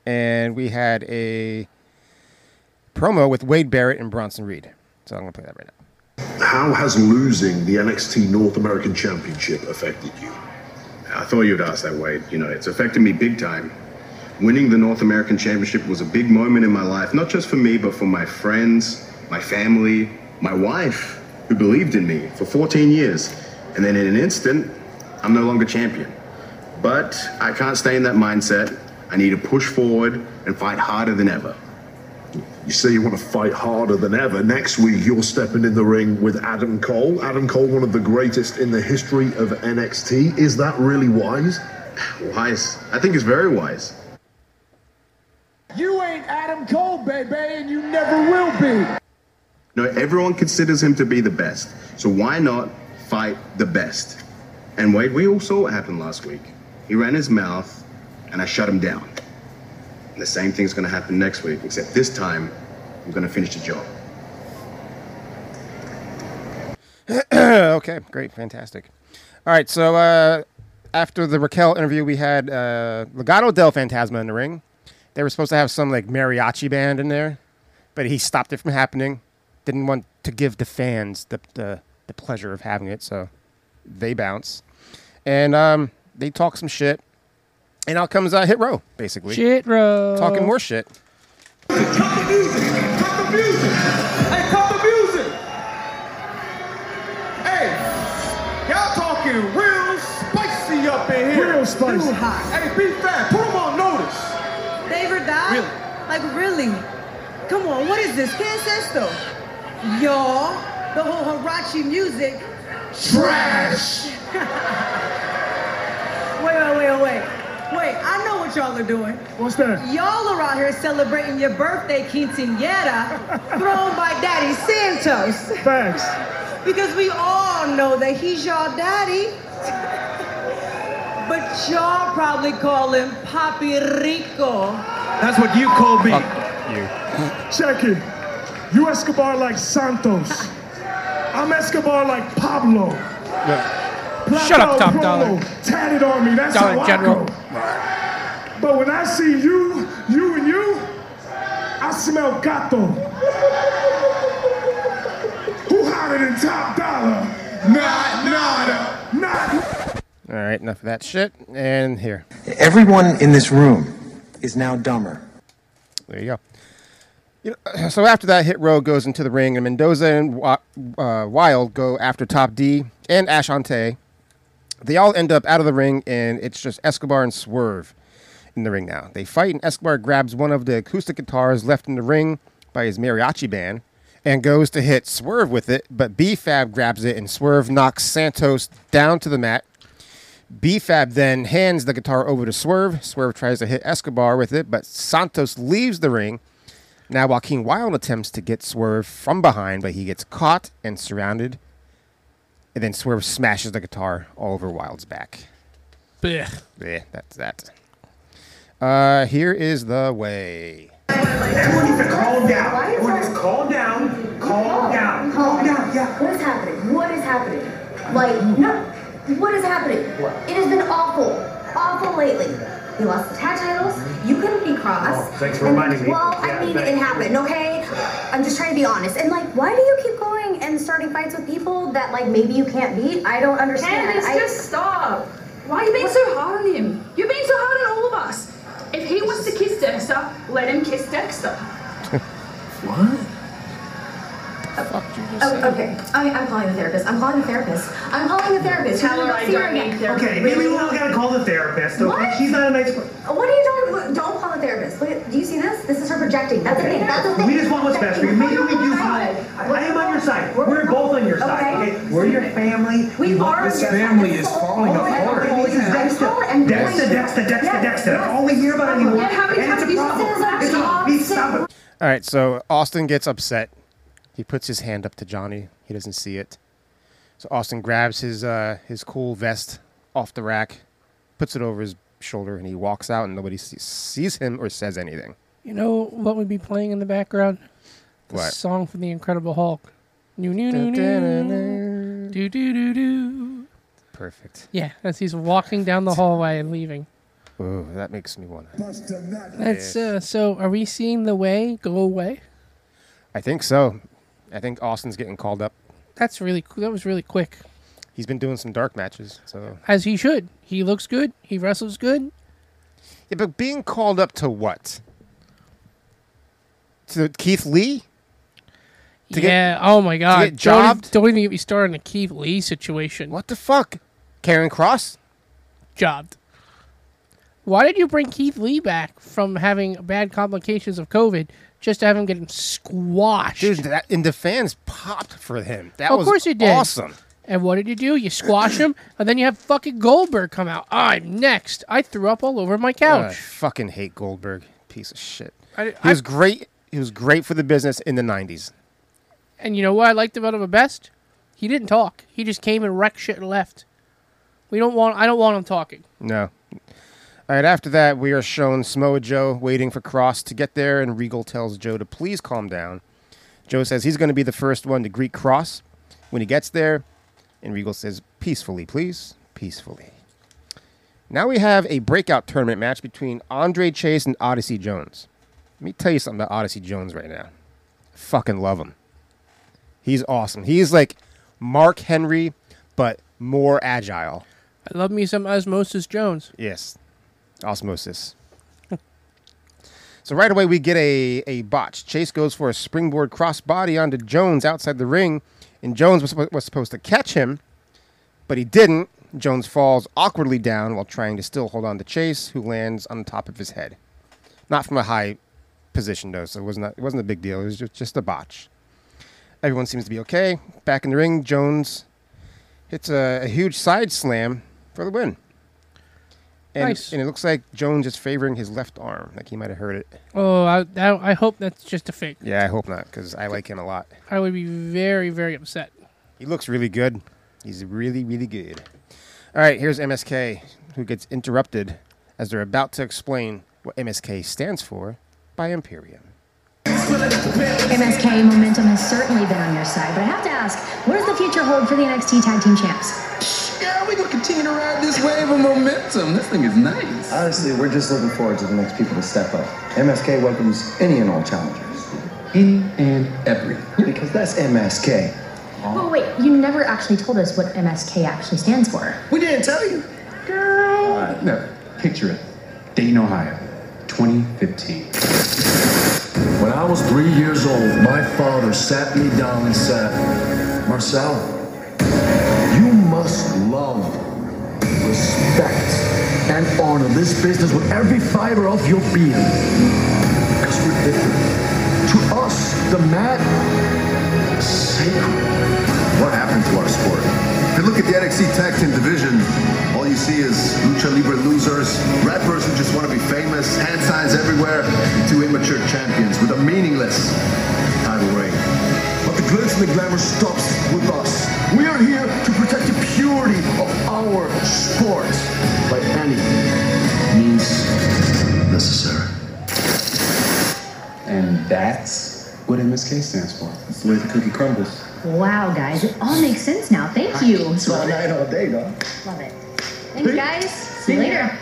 [SPEAKER 4] And we had a promo with Wade Barrett and Bronson Reed. So I'm going to play that right now.
[SPEAKER 15] How has losing the NXT North American Championship affected you?
[SPEAKER 16] I thought you'd ask that, Wade. You know, it's affected me big time. Winning the North American Championship was a big moment in my life, not just for me, but for my friends, my family, my wife, who believed in me for 14 years. And then in an instant, I'm no longer champion. But I can't stay in that mindset. I need to push forward and fight harder than ever.
[SPEAKER 15] You say you want to fight harder than ever. Next week, you're stepping in the ring with Adam Cole. Adam Cole, one of the greatest in the history of NXT. Is that really wise?
[SPEAKER 16] Wise. I think it's very wise.
[SPEAKER 1] You ain't Adam Cole, baby, and you never will be.
[SPEAKER 16] No, everyone considers him to be the best. So why not fight the best? And Wade, we all saw what happened last week. He ran his mouth, and I shut him down. And the same thing's going to happen next week, except this time, I'm going to finish the job.
[SPEAKER 4] [CLEARS THROAT] okay, great, fantastic. All right, so uh, after the Raquel interview, we had uh, Legado del Fantasma in the ring. They were supposed to have some like mariachi band in there, but he stopped it from happening. Didn't want to give the fans the the, the pleasure of having it, so they bounce, and um, they talk some shit. And out comes uh, Hit Row, basically.
[SPEAKER 5] Shit row.
[SPEAKER 4] Talking more shit.
[SPEAKER 1] Cut the music! Cut the music! Hey, cut the music! Hey, y'all talking real spicy up in here.
[SPEAKER 17] Real spicy.
[SPEAKER 1] Too hot. Hey, be fat. Put them on notice.
[SPEAKER 18] Favorite dog?
[SPEAKER 1] Really?
[SPEAKER 18] Like really? Come on, what is this? ¿Qué es esto? Y'all, the whole Harachi music.
[SPEAKER 1] Trash.
[SPEAKER 18] [LAUGHS] Wait, wait, wait, wait. Wait, I know what y'all are doing.
[SPEAKER 1] What's that?
[SPEAKER 18] Y'all are out here celebrating your birthday quinceanera
[SPEAKER 1] [LAUGHS]
[SPEAKER 18] thrown by Daddy Santos.
[SPEAKER 1] Thanks.
[SPEAKER 18] Because we all know that he's y'all daddy. But y'all probably call him Papi Rico.
[SPEAKER 2] That's what you call me.
[SPEAKER 4] You.
[SPEAKER 1] Check it. You Escobar like Santos. I'm Escobar like Pablo.
[SPEAKER 5] Shut up, Top
[SPEAKER 1] Promo,
[SPEAKER 5] Dollar.
[SPEAKER 1] Tatted on me. That's
[SPEAKER 5] Dollar
[SPEAKER 1] how
[SPEAKER 5] General.
[SPEAKER 1] I go. But when I see you, you and you, I smell gato. Who hotter than Top Dollar? Not nada. Not.
[SPEAKER 4] All right, enough of that shit. And here,
[SPEAKER 19] Everyone in this room is now dumber.
[SPEAKER 4] there you go. You know, [CLEARS THROAT] so after that, Hit Row goes into the ring, and Mendoza and Wa- uh, Wild go after Top D and Ashante. They all end up out of the ring, and it's just Escobar and Swerve in the ring now. They fight, and Escobar grabs one of the acoustic guitars left in the ring by his mariachi band and goes to hit Swerve with it, but B Fab grabs it, and Swerve knocks Santos down to the mat. B Fab then hands the guitar over to Swerve. Swerve tries to hit Escobar with it, but Santos leaves the ring. Now Joaquin Wild attempts to get Swerve from behind, but he gets caught and surrounded. And then Swerve smashes the guitar all over Wild's back.
[SPEAKER 5] Blech.
[SPEAKER 4] Yeah, that's that. Uh, here is the way.
[SPEAKER 2] Everyone needs to calm down. Everyone just calm down.
[SPEAKER 18] Oh.
[SPEAKER 2] Calm down. Calm down. Yeah.
[SPEAKER 20] What is happening? What is happening? Like, no, what is happening? It has been awful, awful lately. We lost the tag titles. You couldn't be cross.
[SPEAKER 2] Mm-hmm. Oh, thanks for reminding me.
[SPEAKER 20] Well,
[SPEAKER 2] Yeah,
[SPEAKER 20] I mean,
[SPEAKER 2] thanks.
[SPEAKER 20] it happened, okay? I'm just trying to be honest. And like, why do you keep going and starting fights with people that like maybe you can't beat? I don't understand.
[SPEAKER 10] Candace,
[SPEAKER 20] I-
[SPEAKER 10] just stop. Why are you being so hard on him? You're being so hard on all of us. If he wants to kiss Dexter, let him kiss Dexter.
[SPEAKER 20] Oh, okay. I, I'm calling the therapist. I'm calling the therapist. I'm calling the therapist.
[SPEAKER 10] Tell her I don't need therapy.
[SPEAKER 20] Okay,
[SPEAKER 2] Okay, maybe we all gotta call the therapist. Okay?
[SPEAKER 20] What?
[SPEAKER 2] She's not a nice person.
[SPEAKER 20] What are you doing? Look, Don't call a therapist. Look, at- do you see this? This is her projecting. That's the thing. That's the thing.
[SPEAKER 2] We just want what's best for you. Maybe we do find it. I I am on your side. We're both on your side.
[SPEAKER 20] Okay.
[SPEAKER 2] Okay, we're your family.
[SPEAKER 20] We are
[SPEAKER 2] this
[SPEAKER 20] your
[SPEAKER 2] family
[SPEAKER 20] family.
[SPEAKER 2] is falling
[SPEAKER 20] Oh my
[SPEAKER 2] apart.
[SPEAKER 20] God.
[SPEAKER 2] This is Dexter.
[SPEAKER 20] Power and
[SPEAKER 2] Dexter,
[SPEAKER 20] blame.
[SPEAKER 2] Dexter, Dexter,
[SPEAKER 20] Yes,
[SPEAKER 2] Dexter.
[SPEAKER 20] yes.
[SPEAKER 2] That's all we hear about anymore.
[SPEAKER 20] Yeah, how many
[SPEAKER 2] and
[SPEAKER 20] times have
[SPEAKER 2] it's
[SPEAKER 20] you
[SPEAKER 2] a problem.
[SPEAKER 20] said that?
[SPEAKER 2] It's a- we stop it.
[SPEAKER 4] All right, so Austin gets upset. He puts his hand up to Johnny. He doesn't see it. So Austin grabs his uh, his cool vest off the rack, puts it over his shoulder, and he walks out, and nobody see- sees him or says anything.
[SPEAKER 5] You know what would be playing in the background? The
[SPEAKER 4] What?
[SPEAKER 5] song from The Incredible Hulk. New, new, new,
[SPEAKER 4] Dun, dun, dun,
[SPEAKER 5] new. Do, do, do, do.
[SPEAKER 4] perfect.
[SPEAKER 5] Yeah, as he's walking down the hallway and leaving.
[SPEAKER 4] Ooh, that makes me want to.
[SPEAKER 5] That's uh, so. Are we seeing the way go away?
[SPEAKER 4] I think so. I think Austin's getting called up.
[SPEAKER 5] That's really cool. That was really quick,
[SPEAKER 4] He's been doing some dark matches, so
[SPEAKER 5] as he should. He looks good. He wrestles good.
[SPEAKER 4] Yeah, but being called up to what? To Keith Lee? To get-
[SPEAKER 5] yeah. oh my God.
[SPEAKER 4] get
[SPEAKER 5] Don't,
[SPEAKER 4] jobbed?
[SPEAKER 5] even- don't even get me started on the Keith Lee situation. What
[SPEAKER 4] the fuck? Karen Cross
[SPEAKER 5] jobbed. Why did you bring Keith Lee back from having bad complications of COVID just to have him getting squashed?
[SPEAKER 4] Dude, that, and the fans popped for him. That
[SPEAKER 5] of
[SPEAKER 4] was
[SPEAKER 5] course you did.
[SPEAKER 4] awesome.
[SPEAKER 5] And what did you do? You squash him, and then you have fucking Goldberg come out. I'm next. I threw up all over my
[SPEAKER 4] Uh, I
[SPEAKER 5] couch.
[SPEAKER 4] fucking hate Goldberg. Piece of shit.
[SPEAKER 5] I-
[SPEAKER 4] he
[SPEAKER 5] I-
[SPEAKER 4] was great. He was great for the business in the '90s.
[SPEAKER 5] and you know what I liked about him the best? He didn't talk. He just came and wrecked shit and left. We don't want. I don't want him talking.
[SPEAKER 4] No. All right. After that, we are shown Samoa Joe waiting for Cross to get there, and Regal tells Joe to please calm down. Joe says he's going to be the first one to greet Cross when he gets there, and Regal says peacefully, please, peacefully. Now we have a breakout tournament match between Andre Chase and Odyssey Jones. Let me tell you something about Odyssey Jones right now. Fucking love him. He's awesome. He's like Mark Henry, but more agile.
[SPEAKER 5] I love me some Osmosis Jones.
[SPEAKER 4] Yes. Osmosis. so right away we get a, a botch. Chase goes for a springboard crossbody onto Jones outside the ring, and Jones was, suppo- was supposed to catch him, but he didn't. Jones falls awkwardly down while trying to still hold on to Chase, who lands on the top of his head. Not from a high position though, so it wasn't it wasn't a big deal. It was just, just a botch. Everyone seems to be okay. Back in the ring, Jones hits a, a huge side slam for the win. And,
[SPEAKER 5] Nice.
[SPEAKER 4] and it looks like Jones is favoring his left arm, like he might have hurt it.
[SPEAKER 5] Oh, I, that, I hope that's just a fake.
[SPEAKER 4] Yeah, I hope not, because I like him a lot.
[SPEAKER 5] I would be very, very upset.
[SPEAKER 4] He looks really good. He's really, really good. All right, here's MSK, who gets interrupted as they're about to explain what MSK stands for by Imperium.
[SPEAKER 9] MSK momentum has certainly been on your side, but I have to ask, what does the future hold for the NXT Tag Team Champs?
[SPEAKER 21] Yeah, we gonna continue to ride this wave of momentum. This thing is nice.
[SPEAKER 8] Honestly, we're just looking forward to the next people to step up. MSK welcomes any and all challengers. Any and every. Because that's MSK.
[SPEAKER 9] Oh wait, you never actually told us what MSK actually stands for.
[SPEAKER 8] We didn't tell you.
[SPEAKER 9] Girl.
[SPEAKER 16] No, picture it. Dayton, Ohio, 2015.
[SPEAKER 2] When I was three years old, my father sat me down and said, Marcel, you must love, respect, and honor this business with every fiber of your being. Because we're different. To us, the mat is sacred.
[SPEAKER 15] What happened to our sport? If you look at the NXT Tag Team division, all you see is lucha libre losers, rappers who just want to be famous, hand signs everywhere, and two immature champions with a meaningless title reign.
[SPEAKER 2] But the glitz and the glamour stops with us. We are here to protect the purity of our sport by any means necessary.
[SPEAKER 16] And that's what MSK stands for. It's the way the cookie crumbles.
[SPEAKER 9] Wow, guys, it all makes sense now. Thank you.
[SPEAKER 16] It's all night, all day, dog.
[SPEAKER 9] Love it. Thanks, guys. See you later.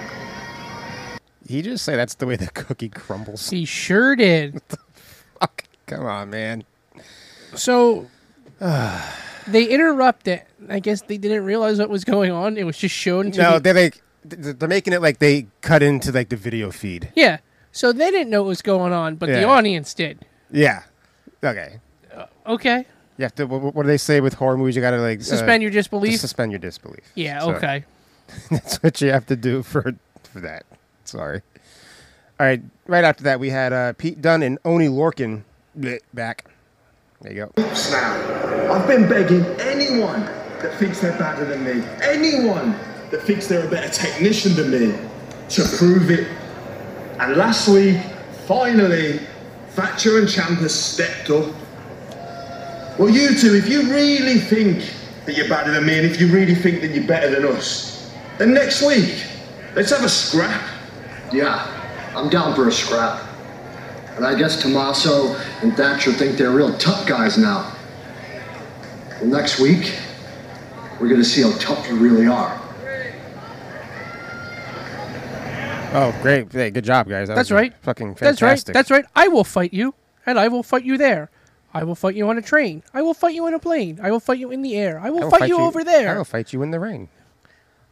[SPEAKER 4] He just say that's the way the cookie crumbles. [LAUGHS]
[SPEAKER 5] He sure did. [LAUGHS]
[SPEAKER 4] fuck? Come on, man.
[SPEAKER 5] So [SIGHS] they interrupt it. I guess they didn't realize what was going on. It was just shown to
[SPEAKER 4] No,
[SPEAKER 5] the-
[SPEAKER 4] they're like th- they're making it like they cut into like the video feed.
[SPEAKER 5] yeah. So they didn't know what was going on, but the
[SPEAKER 4] Yeah.
[SPEAKER 5] audience did.
[SPEAKER 4] Yeah. Okay.
[SPEAKER 5] Okay.
[SPEAKER 4] You have to. wh- wh- What do they say with horror movies? You got to like uh,
[SPEAKER 5] Suspend your disbelief?
[SPEAKER 4] just Suspend your disbelief.
[SPEAKER 5] Yeah,
[SPEAKER 4] So,
[SPEAKER 5] okay.
[SPEAKER 4] [LAUGHS] that's what you have to do for for that. Sorry. All right. Right after that, we had uh, Pete Dunn and Oni Lorkin bleh, back. There you go.
[SPEAKER 2] Now, I've been begging anyone that thinks they're better than me, anyone that thinks they're a better technician than me, to prove it. And last week, finally, Thatcher and Champ has stepped up. Well, you two, if you really think that you're better than me, and if you really think that you're better than us, then next week, let's have a scrap.
[SPEAKER 22] Yeah, I'm down for a scrap. And I guess Tommaso and Thatcher think they're real tough guys now. Well, next week,
[SPEAKER 23] We're gonna see how tough you really are.
[SPEAKER 4] Oh, great. Hey, good job, guys. That
[SPEAKER 5] That's
[SPEAKER 4] was
[SPEAKER 5] right.
[SPEAKER 4] Fucking
[SPEAKER 5] That's right.
[SPEAKER 4] fantastic.
[SPEAKER 5] That's right. I will fight you, and I will fight you there. I will fight you on a train. I will fight you on a plane. I will fight you in the air. I will,
[SPEAKER 4] I will
[SPEAKER 5] fight, you, over there.
[SPEAKER 4] I will fight you in the rain.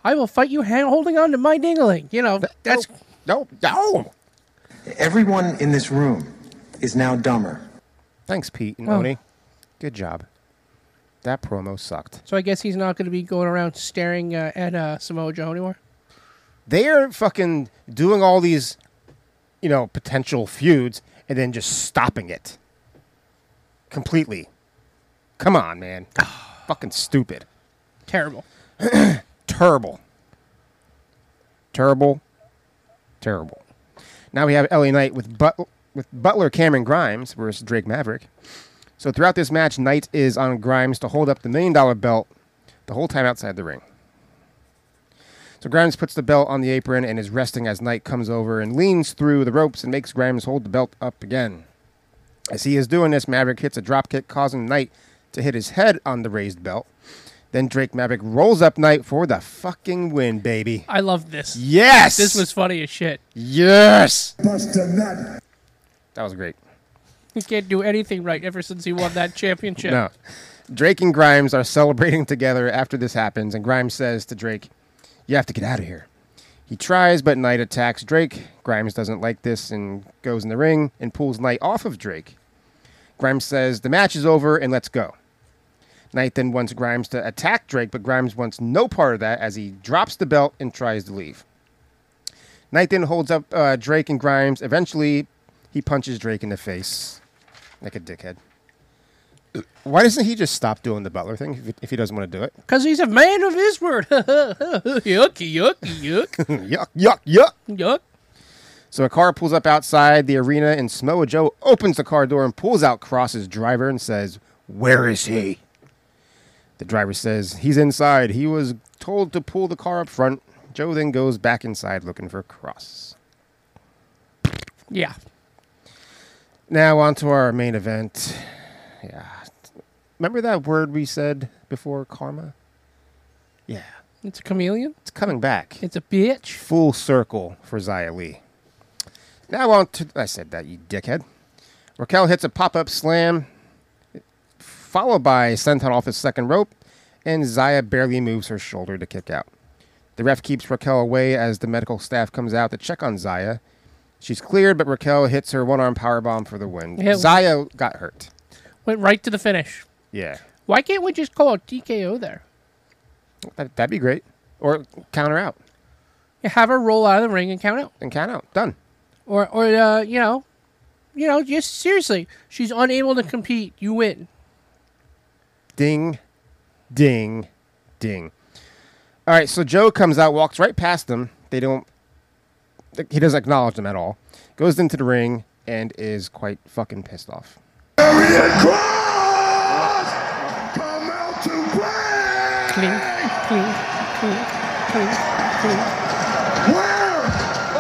[SPEAKER 5] I will fight you hang- holding on to my dingling. You know, that's.
[SPEAKER 4] oh, No, no.
[SPEAKER 24] Everyone in this room is now dumber.
[SPEAKER 4] Thanks, Pete and
[SPEAKER 5] Oh.
[SPEAKER 4] Oni. Good job. That promo sucked.
[SPEAKER 5] So I guess he's not going to be going around staring uh, at uh, Samoa Joe anymore.
[SPEAKER 4] They are fucking doing all these, you know, potential feuds and then just stopping it completely. Come on, man. [SIGHS] fucking stupid.
[SPEAKER 5] Terrible.
[SPEAKER 4] Terrible. Terrible. Terrible. Now we have LA Knight with but- with Butler Cameron Grimes versus Drake Maverick. So throughout this match, Knight is on Grimes to hold up the million dollar belt the whole time outside the ring. So Grimes puts the belt on the apron and is resting as Knight comes over and leans through the ropes and makes Grimes hold the belt up again. As he is doing this, Maverick hits a dropkick, causing Knight to hit his head on the raised belt. Then Drake Maverick rolls up Knight for the fucking win, baby.
[SPEAKER 5] I love this.
[SPEAKER 4] Yes!
[SPEAKER 5] This was funny as shit.
[SPEAKER 4] Yes!
[SPEAKER 2] Buster Nut.
[SPEAKER 4] That was great.
[SPEAKER 5] He can't do anything right ever since he won that championship.
[SPEAKER 4] No. Drake and Grimes are celebrating [LAUGHS] together after this happens, and Grimes says to Drake, You have to get out of here. He tries, but Knight attacks Drake. Grimes doesn't like this and goes in the ring and pulls Knight off of Drake. Grimes says, The match is over and let's go. Knight then wants Grimes to attack Drake, but Grimes wants no part of that as he drops the belt and tries to leave. Knight then holds up uh, Drake and Grimes. Eventually, he punches Drake in the face like a dickhead. Why doesn't he just stop doing the Butler thing if- if he doesn't want to do it?
[SPEAKER 5] Because he's a man of his word. [LAUGHS] yucky, yucky, yuck.
[SPEAKER 4] [LAUGHS] yuck, yuck, yuck.
[SPEAKER 5] Yuck.
[SPEAKER 4] So a car pulls up outside the arena, and Samoa Joe opens the car door and pulls out Cross's driver and says, Where is he? The driver says, He's inside. He was told to pull the car up front. Joe then goes back inside looking for Cross.
[SPEAKER 5] Yeah.
[SPEAKER 4] Now on to our main event. Yeah. Remember that word we said before, karma? Yeah.
[SPEAKER 5] It's a chameleon.
[SPEAKER 4] It's coming back.
[SPEAKER 5] It's a bitch.
[SPEAKER 4] Full circle for Zia Lee. Now on to I said that, you dickhead. Raquel hits a pop-up slam, followed by Senton off his second rope, and Zaya barely moves her shoulder to kick out. The ref keeps Raquel away as the medical staff comes out to check on Zaya. She's cleared, but Raquel hits her one-arm powerbomb for the win.
[SPEAKER 5] Yeah.
[SPEAKER 4] Mm. Zaya got hurt.
[SPEAKER 5] Went right to the finish.
[SPEAKER 4] Yeah.
[SPEAKER 5] Why can't we just call a TKO there?
[SPEAKER 4] That, that'd be great. Or counter out.
[SPEAKER 5] You have her roll out of the ring and count out.
[SPEAKER 4] And count out. Done.
[SPEAKER 5] Or, or uh, you know, you know, just seriously, she's unable to compete. You win.
[SPEAKER 4] Ding, ding, ding. All right, so Joe comes out, walks right past them. They don't. He doesn't acknowledge them at all. Goes into the ring and is quite fucking pissed off.
[SPEAKER 5] Clink, clink, clink, clink, clink.
[SPEAKER 7] Where?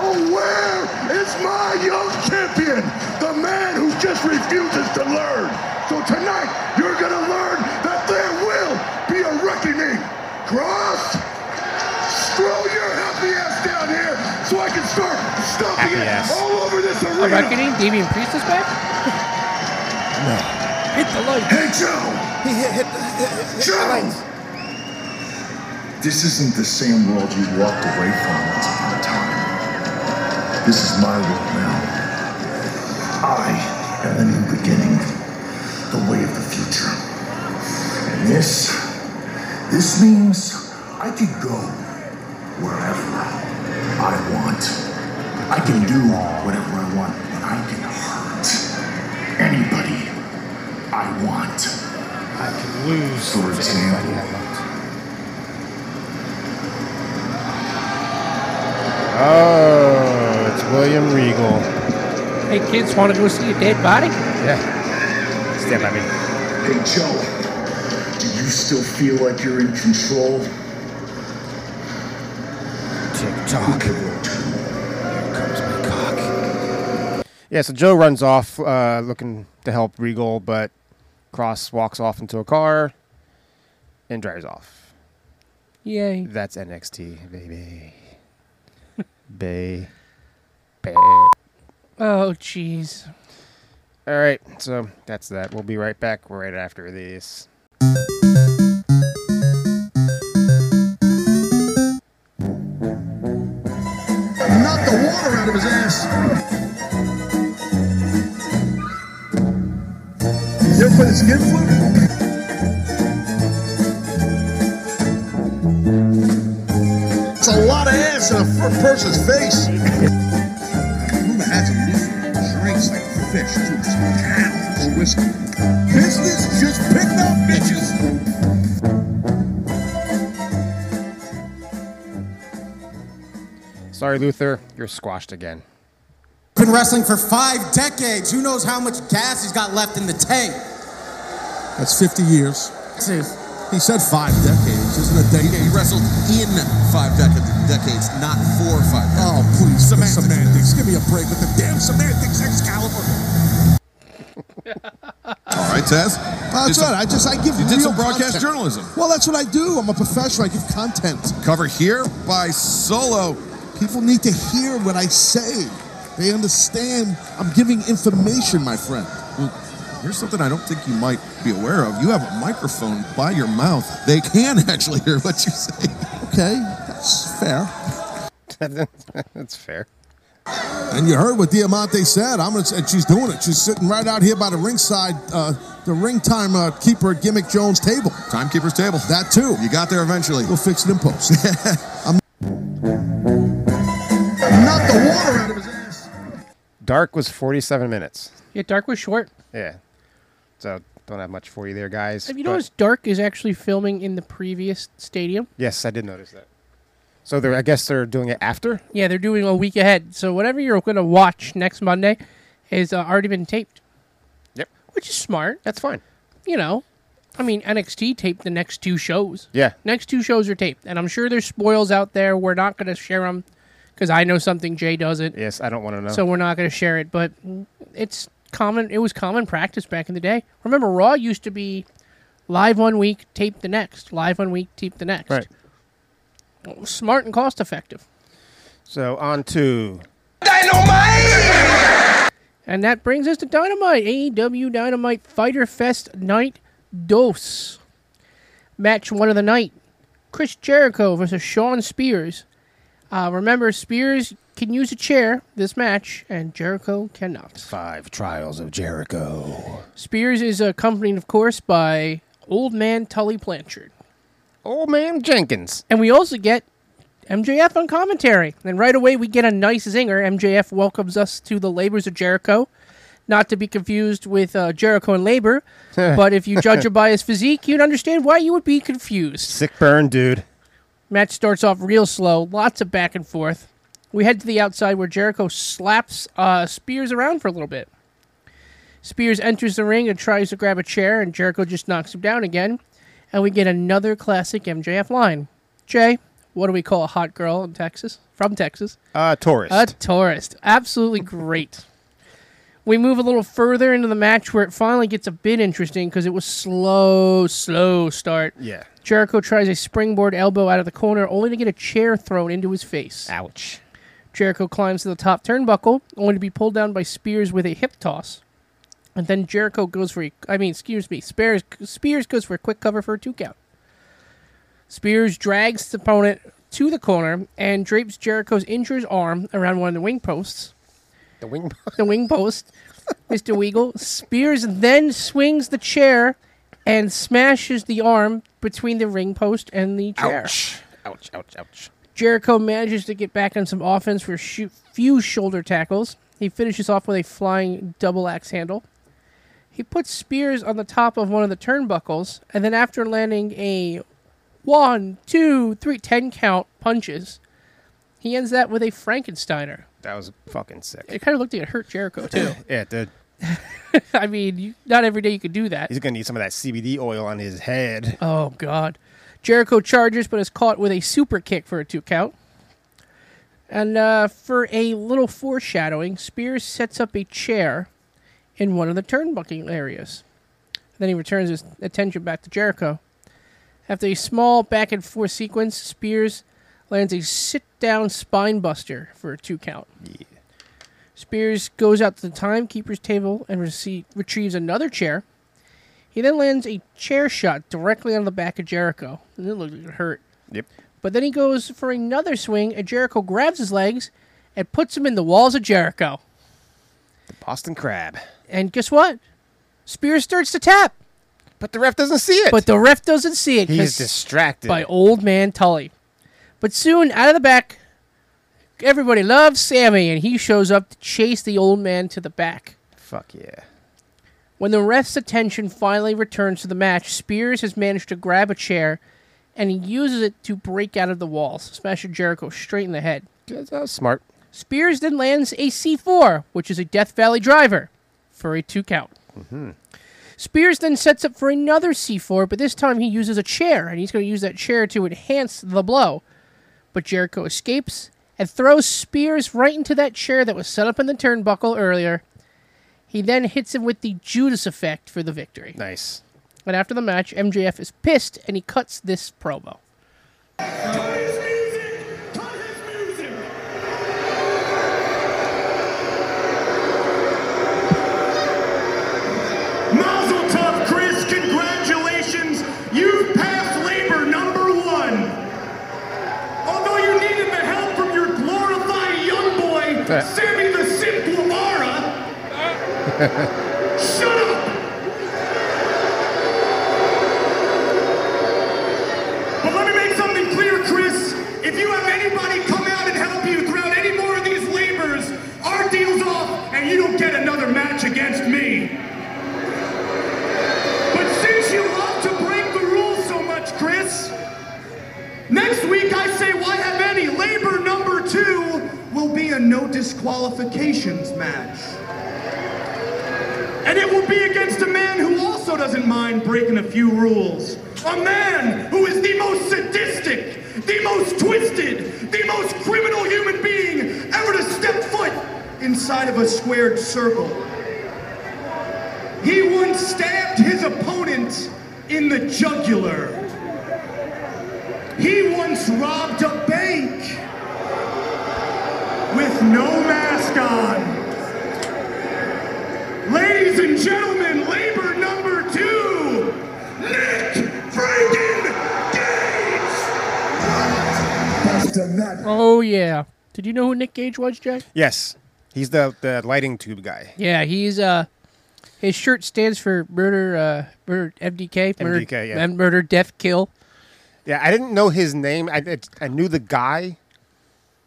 [SPEAKER 7] Oh, where is my young champion? The man who just refuses to learn. So tonight, you're going to learn that there will be a reckoning. Cross, throw your happy ass down here so I can start stomping
[SPEAKER 5] Happy
[SPEAKER 7] it
[SPEAKER 5] ass.
[SPEAKER 7] all over this
[SPEAKER 5] A
[SPEAKER 7] arena.
[SPEAKER 5] reckoning. Damian Priest is back. Hit the light.
[SPEAKER 7] Hey, Joe. He hit, hit, hit, Joe.
[SPEAKER 23] This isn't the same world you walked away from once upon a time. This is my world now.
[SPEAKER 7] I am the new beginning, the way of the future. And this, this means I can go wherever I want. I can do whatever I want, and I can hurt anybody I want. I can lose. For example,
[SPEAKER 4] Oh, it's William Regal.
[SPEAKER 5] Hey kids, want to go see a dead body?
[SPEAKER 4] Yeah. Stand by me.
[SPEAKER 23] Hey, Joe, do you still feel like you're in control?
[SPEAKER 4] Tick tock. Yeah, so Joe runs off uh, looking to help Regal, but Cross walks off into a car and drives off.
[SPEAKER 5] Yay.
[SPEAKER 4] That's NXT, [LAUGHS] baby. Bay. Bay.
[SPEAKER 5] Oh, jeez.
[SPEAKER 4] All right, so that's that. We'll be right back right after this.
[SPEAKER 23] Knock the water out of his ass. You ever play the skin flute? It's a lot of ass in a fr- person's face. Luna has a music drinks like fish to his pounds of whiskey. Business just picked up, bitches.
[SPEAKER 4] Sorry, Luther, you're squashed again.
[SPEAKER 25] Been wrestling for five decades. Who knows how much gas he's got left in the tank?
[SPEAKER 15] That's 50 years. He said five decades, isn't it? Decade? He wrestled in five decades, decades, not for five decades. Oh, please, semantics. semantics. Give me a break with the damn semantics, Excalibur.
[SPEAKER 26] All right, Taz.
[SPEAKER 15] Well, that's
[SPEAKER 26] Did some-
[SPEAKER 15] right. I just I give
[SPEAKER 26] You
[SPEAKER 15] real
[SPEAKER 26] did some broadcast
[SPEAKER 15] content.
[SPEAKER 26] journalism.
[SPEAKER 15] Well, that's what I do. I'm a professional. I give content.
[SPEAKER 26] Cover here by Solo.
[SPEAKER 15] People need to hear what I say. They understand. I'm giving information, my friend.
[SPEAKER 26] Here's something I don't think you might be aware of. You have a microphone by your mouth. They can [LAUGHS] actually hear what you say.
[SPEAKER 15] Okay, that's fair.
[SPEAKER 4] [LAUGHS] that's fair.
[SPEAKER 15] And you heard what Diamante said. I'm gonna, and she's doing it. She's sitting right out here by the ringside, uh, the ring time uh, keeper at Gimmick Jones table.
[SPEAKER 26] Timekeeper's table.
[SPEAKER 15] That too.
[SPEAKER 26] You got there eventually.
[SPEAKER 15] We'll fix it in post.
[SPEAKER 26] [LAUGHS]
[SPEAKER 15] I'm-
[SPEAKER 23] Knock the water out of his ass.
[SPEAKER 4] Dark was 47 minutes.
[SPEAKER 5] Yeah, Dark was short.
[SPEAKER 4] Yeah. So don't have much for you there, guys.
[SPEAKER 5] Have you
[SPEAKER 4] but-
[SPEAKER 5] noticed Dark is actually filming in the previous stadium?
[SPEAKER 4] Yes, I did notice that. So they're, I guess they're doing it after.
[SPEAKER 5] Yeah, they're doing a week ahead. So whatever you're going to watch next Monday has uh, already been taped.
[SPEAKER 4] Yep.
[SPEAKER 5] Which is smart.
[SPEAKER 4] That's fine.
[SPEAKER 5] You know, I mean, NXT taped the next two shows.
[SPEAKER 4] Yeah.
[SPEAKER 5] Next two shows are taped. And I'm sure there's spoils out there. We're not going to share them because I know something. Jay doesn't.
[SPEAKER 4] Yes, I don't want to know.
[SPEAKER 5] So we're not going to share it. But it's common. It was common practice back in the day. Remember, Raw used to be live one week, tape the next. Live one week, tape the next.
[SPEAKER 4] Right.
[SPEAKER 5] It was smart and cost effective.
[SPEAKER 4] So on to
[SPEAKER 5] And that brings us to Dynamite, AEW Dynamite Fighter Fest Night Dos. Match one of the night Chris Jericho versus Sean Spears. Uh, remember, Spears can use a chair this match, and Jericho cannot.
[SPEAKER 4] Five Trials of Jericho.
[SPEAKER 5] Spears is accompanied, of course, by Old Man Tully Blanchard.
[SPEAKER 4] Old Man Jenkins.
[SPEAKER 5] And we also get MJF on commentary. And right away, we get a nice zinger. MJF welcomes us to the labors of Jericho. Not to be confused with uh, Jericho and
[SPEAKER 4] [LAUGHS]
[SPEAKER 5] labor, but if you judge him by his physique, you'd understand why you would be confused.
[SPEAKER 4] Sick burn, dude.
[SPEAKER 5] Match starts off real slow, lots of back and forth. We head to the outside where Jericho slaps uh, Spears around for a little bit. Spears enters the ring and tries to grab a chair, and Jericho just knocks him down again. And we get another classic MJF line. Jay, what do we call a hot girl in Texas? From Texas?
[SPEAKER 4] Uh, Taurus.
[SPEAKER 5] A tourist. Absolutely great. We move a little further into the match where it finally gets a bit interesting because it was slow, slow start.
[SPEAKER 4] Yeah.
[SPEAKER 5] Jericho tries a springboard elbow out of the corner only to get a chair thrown into his face.
[SPEAKER 4] Ouch.
[SPEAKER 5] Jericho climbs to the top turnbuckle only to be pulled down by Spears with a hip toss. And then Jericho goes for a, I mean, excuse me, Spears, Spears goes for a quick cover for a two count. Spears drags the opponent to the corner and drapes Jericho's injured arm around one of the wing posts.
[SPEAKER 4] The wing
[SPEAKER 5] the wing
[SPEAKER 4] [LAUGHS]
[SPEAKER 5] post. Mr. Weagle. Spears then swings the chair and smashes the arm between the ring post and the chair.
[SPEAKER 4] Ouch. Ouch. Ouch. Ouch.
[SPEAKER 5] Jericho manages to get back on some offense for a shoo- few shoulder tackles. He finishes off with a flying double axe handle. He puts Spears on the top of one of the turnbuckles, and then after landing a one, two, three, ten count punches, he ends that with a Frankensteiner.
[SPEAKER 4] That was fucking sick.
[SPEAKER 5] It kind of looked like it hurt Jericho too.
[SPEAKER 4] Yeah, dude.
[SPEAKER 5] [LAUGHS] I mean, you, not every day you could do that.
[SPEAKER 4] He's gonna need some of that CBD oil on his head.
[SPEAKER 5] Oh God! Jericho charges, but is caught with a super kick for a two count. And uh, for a little foreshadowing, Spears sets up a chair in one of the turnbuckle areas. Then he returns his attention back to Jericho. After a small back and forth sequence, Spears lands a sit down spine buster for a two count. Yeah. Spears goes out to the timekeeper's table and receive, retrieves another chair. He then lands a chair shot directly on the back of Jericho. And it looked like it hurt.
[SPEAKER 4] Yep.
[SPEAKER 5] But then he goes for another swing, and Jericho grabs his legs and puts him in the walls of Jericho.
[SPEAKER 4] The Boston Crab.
[SPEAKER 5] And guess what? Spears starts to tap.
[SPEAKER 4] But the ref doesn't see it.
[SPEAKER 5] But the ref doesn't see it. 'cause-
[SPEAKER 4] He's distracted.
[SPEAKER 5] By old man Tully. But soon, out of the back, everybody loves Sammy, and he shows up to chase the old man to the back.
[SPEAKER 4] Fuck yeah.
[SPEAKER 5] When the ref's attention finally returns to the match, Spears has managed to grab a chair and he uses it to break out of the walls, smashing Jericho straight in the head.
[SPEAKER 4] That was smart.
[SPEAKER 5] Spears then lands a C4, which is a Death Valley driver, for a two count.
[SPEAKER 4] Mm-hmm. [LAUGHS]
[SPEAKER 5] Spears then sets up for another C4, but this time he uses a chair, and he's going to use that chair to enhance the blow. But Jericho escapes and throws Spears right into that chair that was set up in the turnbuckle earlier. He then hits him with the Judas effect for the victory.
[SPEAKER 4] Nice.
[SPEAKER 5] And after the match, MJF is pissed and he cuts this promo.
[SPEAKER 1] Mazel tov, Chris. Congratulations. You've passed labor number one. Although you needed the help from your glorified young boy,
[SPEAKER 4] Uh.
[SPEAKER 1] Sammy the Simp Guevara, shut up. But let me make something clear, Chris. If you have anybody come out and help you throughout any more of these labors, our deal's off, and you don't get another match against me. But since you love to break the rules so much, Chris, next week I say why have any? Labor number two will be a no disqualifications match. And it will be against a man who also doesn't mind breaking a few rules. A man who is the most sadistic, the most twisted, the most criminal human being ever to step foot inside of a squared circle. He once stabbed his opponent in the jugular. He once robbed a bank with no mask on. Ladies and gentlemen, labor number two, Nick Friedman
[SPEAKER 5] Oh, yeah. Did you know who Nick Gage was, Jack?
[SPEAKER 4] Yes. He's the, the lighting tube guy.
[SPEAKER 5] Yeah, he's uh, his shirt stands for murder, uh, murder MDK, murder,
[SPEAKER 4] MDK, yeah.
[SPEAKER 5] and murder, death, kill.
[SPEAKER 4] Yeah, I didn't know his name. I, I, I knew the guy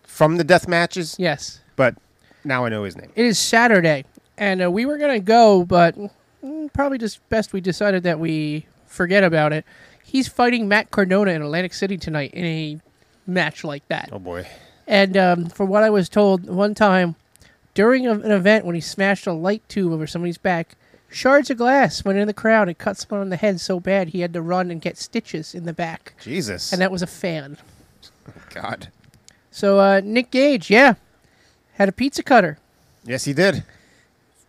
[SPEAKER 4] from the death matches.
[SPEAKER 5] Yes.
[SPEAKER 4] But now I know his name.
[SPEAKER 5] It is Saturday, and uh, we were gonna go, but mm, probably just best we decided that we forget about it. He's fighting Matt Cardona in Atlantic City tonight in a match like that.
[SPEAKER 4] Oh, boy.
[SPEAKER 5] And um, from what I was told, one time during a- an event when he smashed a light tube over somebody's back, shards of glass went in the crowd and cut someone on the head so bad he had to run and get stitches in the back.
[SPEAKER 4] Jesus.
[SPEAKER 5] And that was a fan.
[SPEAKER 4] God.
[SPEAKER 5] So uh, Nick Gage, yeah, had a pizza cutter.
[SPEAKER 4] Yes, he did.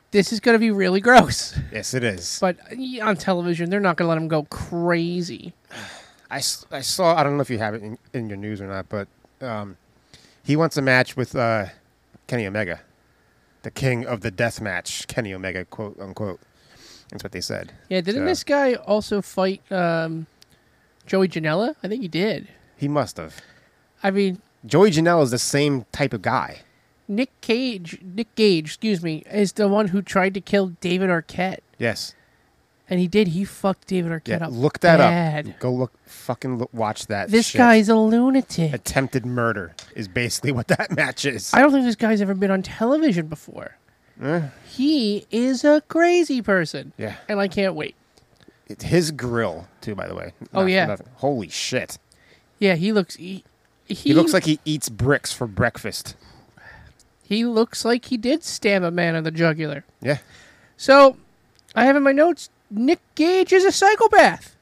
[SPEAKER 5] This is going to be really gross.
[SPEAKER 4] Yes, it is.
[SPEAKER 5] But uh, on television, they're not going to let him go crazy.
[SPEAKER 4] I, s- I saw, I don't know if you have it in, in your news or not, but um, he wants a match with uh, Kenny Omega, the king of the death match, Kenny Omega, quote unquote. That's what they said.
[SPEAKER 5] Yeah, didn't
[SPEAKER 4] So,
[SPEAKER 5] this guy also fight um, Joey Janela? I think he did.
[SPEAKER 4] He must have.
[SPEAKER 5] I mean,
[SPEAKER 4] Joey Janela is the same type of guy.
[SPEAKER 5] Nick Cage, Nick Gage, excuse me, is the one who tried to kill David Arquette,
[SPEAKER 4] Yes.
[SPEAKER 5] and he did. He fucked David Arquette
[SPEAKER 4] Yeah,
[SPEAKER 5] up.
[SPEAKER 4] look that
[SPEAKER 5] bad.
[SPEAKER 4] up. Go look, fucking look, watch that.
[SPEAKER 5] This
[SPEAKER 4] shit.
[SPEAKER 5] guy's a lunatic.
[SPEAKER 4] attempted murder is basically what that [LAUGHS] match is.
[SPEAKER 5] I don't think this guy's ever been on television before.
[SPEAKER 4] Eh,
[SPEAKER 5] He is a crazy person.
[SPEAKER 4] Yeah.
[SPEAKER 5] and I can't wait.
[SPEAKER 4] it's his grill too, by the way.
[SPEAKER 5] Oh,
[SPEAKER 4] Not for
[SPEAKER 5] yeah.
[SPEAKER 4] nothing. holy shit!
[SPEAKER 5] Yeah, he looks. He, he,
[SPEAKER 4] He, looks like he eats bricks for breakfast.
[SPEAKER 5] he looks like he did stab a man in the jugular.
[SPEAKER 4] Yeah.
[SPEAKER 5] So, I have in my notes Nick Gage is a psychopath.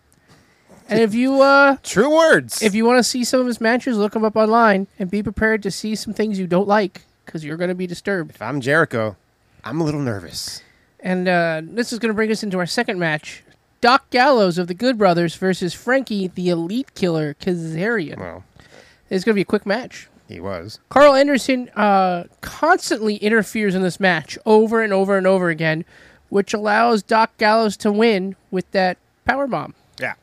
[SPEAKER 5] And if you uh
[SPEAKER 4] [LAUGHS] True words.
[SPEAKER 5] If you want to see some of his matches, look him up online and be prepared to see some things you don't like cuz you're going to be disturbed.
[SPEAKER 4] If I'm Jericho, I'm a little nervous.
[SPEAKER 5] And uh, this is going to bring us into our second match, Doc Gallows of the Good Brothers versus Frankie the Elite Killer Kazarian. Wow. It's going to be a quick match.
[SPEAKER 4] He was.
[SPEAKER 5] Carl Anderson uh, constantly interferes in this match over and over and over again, which allows Doc Gallows to win with that power bomb.
[SPEAKER 4] Yeah.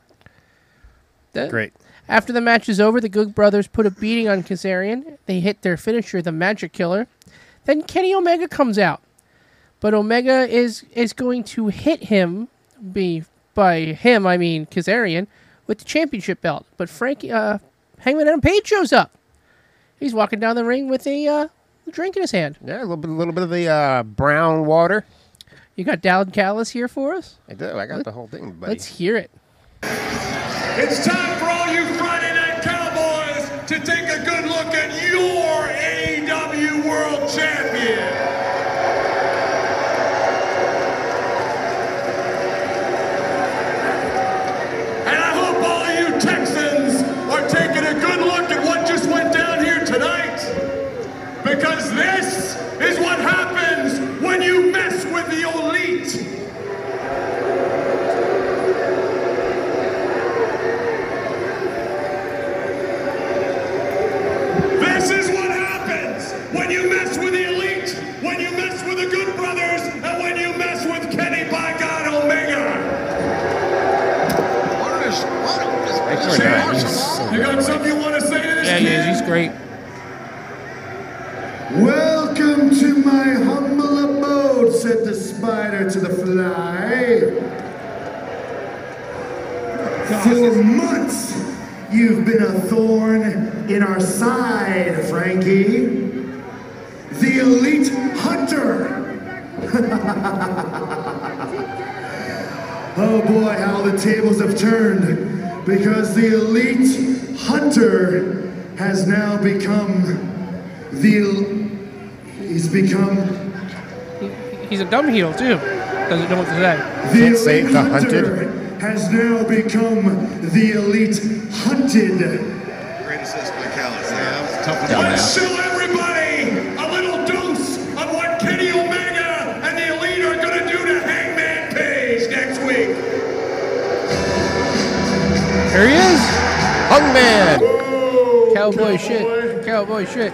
[SPEAKER 5] That-
[SPEAKER 4] Great.
[SPEAKER 5] After the match is over, the Good Brothers put a beating on Kazarian. They hit their finisher, the Magic Killer. Then Kenny Omega comes out, but Omega is is going to hit him. Be by him, I mean Kazarian, with the championship belt. But Frankie, uh, Hangman Adam Page shows up. He's walking down the ring with a uh, drink in his hand.
[SPEAKER 4] Yeah, a little bit, little bit of the uh, brown water.
[SPEAKER 5] You got Dallin Callis here for us.
[SPEAKER 4] I do. I got the whole thing, buddy.
[SPEAKER 5] Let's hear it.
[SPEAKER 18] It's time for all you Friday Night Cowboys to take a good look at your AEW World Champion. And I hope all you Texans are taking a good look at what just went down here tonight. Because this is what happens when you mess with the elite. This is what happens when you mess with the elite, when you mess with the Good Brothers, and when you mess with Kenny by God Omega. You got something you want to say to this
[SPEAKER 5] Yeah, he
[SPEAKER 18] kid?
[SPEAKER 5] is. He's great.
[SPEAKER 2] Welcome to my humble abode, said the spider to the fly. For months, you've been a thorn in our side, Frankie. The elite hunter. [LAUGHS] oh boy, how the tables have turned because the elite hunter has now become the. He's become
[SPEAKER 5] He's a dumb heel too. Doesn't know what to say.
[SPEAKER 2] the elite hunter has now become the elite hunted.
[SPEAKER 18] Great assist by Callis.
[SPEAKER 2] Yeah, man.
[SPEAKER 18] Let's show everybody a little dose of what Kenny Omega and the Elite are going to do to Hangman Page next week.
[SPEAKER 5] There he is.
[SPEAKER 4] Hungman.
[SPEAKER 5] Cowboy shit. Cowboy shit.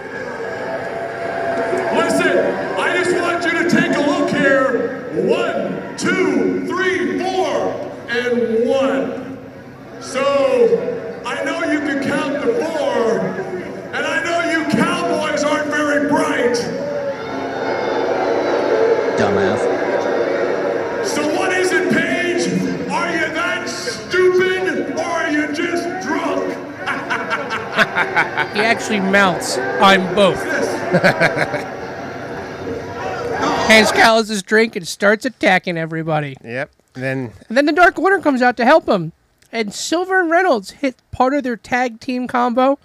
[SPEAKER 18] Listen, I just want you to take a look here. One, two, three, four, and one. So, I know you can count the four, and I know you cowboys aren't very bright.
[SPEAKER 8] Dumbass.
[SPEAKER 18] So what is it, Paige? Are you that stupid or are you just drunk?
[SPEAKER 5] He actually mounts. I'm both. Hands Callis his drink and starts attacking everybody.
[SPEAKER 4] Yep. And then
[SPEAKER 5] And then the Dark Order comes out to help him. And Silver and Reynolds hit part of their tag team combo.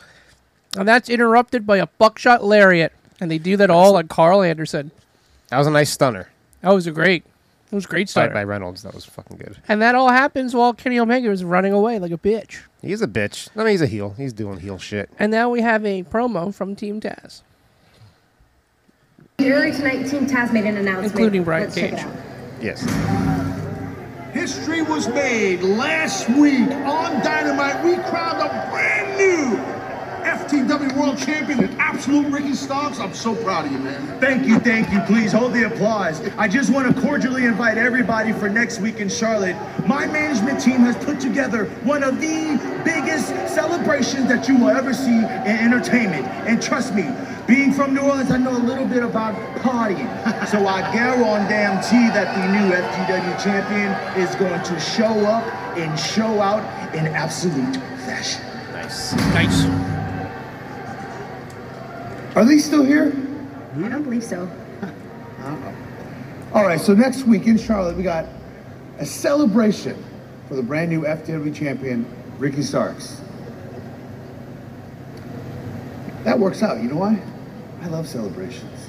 [SPEAKER 5] And that's interrupted by a buckshot lariat. And they do that all on Carl Anderson.
[SPEAKER 4] that was a nice stunner.
[SPEAKER 5] That was a great. It was a great
[SPEAKER 4] Fight
[SPEAKER 5] start.
[SPEAKER 4] by Reynolds. That was fucking good.
[SPEAKER 5] And that all happens while Kenny Omega is running away like a bitch.
[SPEAKER 4] He's a bitch. I mean, he's a heel. He's doing heel shit.
[SPEAKER 5] And now we have a promo from Team Taz.
[SPEAKER 27] Earlier tonight, Team Taz made an announcement.
[SPEAKER 5] Including Brian
[SPEAKER 27] Let's check it
[SPEAKER 5] Cage.
[SPEAKER 27] out.
[SPEAKER 4] Yes.
[SPEAKER 28] History was made last week on Dynamite. We crowned a brand new FTW World Champion and absolute Ricky Starks. I'm so proud of you, man.
[SPEAKER 29] Thank you, thank you. Please hold the applause. I just want to cordially invite everybody for next week in Charlotte. My management team has put together one of the biggest celebrations that you will ever see in entertainment. And trust me, being from New Orleans, I know a little bit about partying. [LAUGHS] so I guarantee that the new FTW champion is going to show up and show out in absolute fashion.
[SPEAKER 5] Nice. Nice.
[SPEAKER 28] Are they still here?
[SPEAKER 27] I don't believe so.
[SPEAKER 28] All right, so next week in Charlotte, we got a celebration for the brand new FTW champion, Ricky Starks. That works out. You know why? I love celebrations.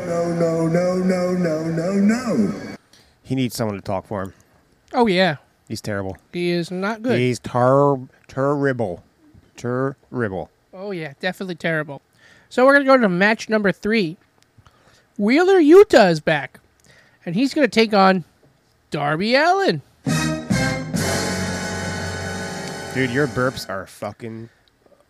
[SPEAKER 30] No, no, no, no, no, no, no.
[SPEAKER 4] He needs someone to talk for him.
[SPEAKER 5] Oh, yeah.
[SPEAKER 4] He's terrible.
[SPEAKER 5] He is not good.
[SPEAKER 4] He's ter terrible. Terrible.
[SPEAKER 5] Oh yeah, definitely terrible. So we're gonna go to match number three. Wheeler Utah is back, and he's gonna take on Darby Allen.
[SPEAKER 4] Dude, your burps are fucking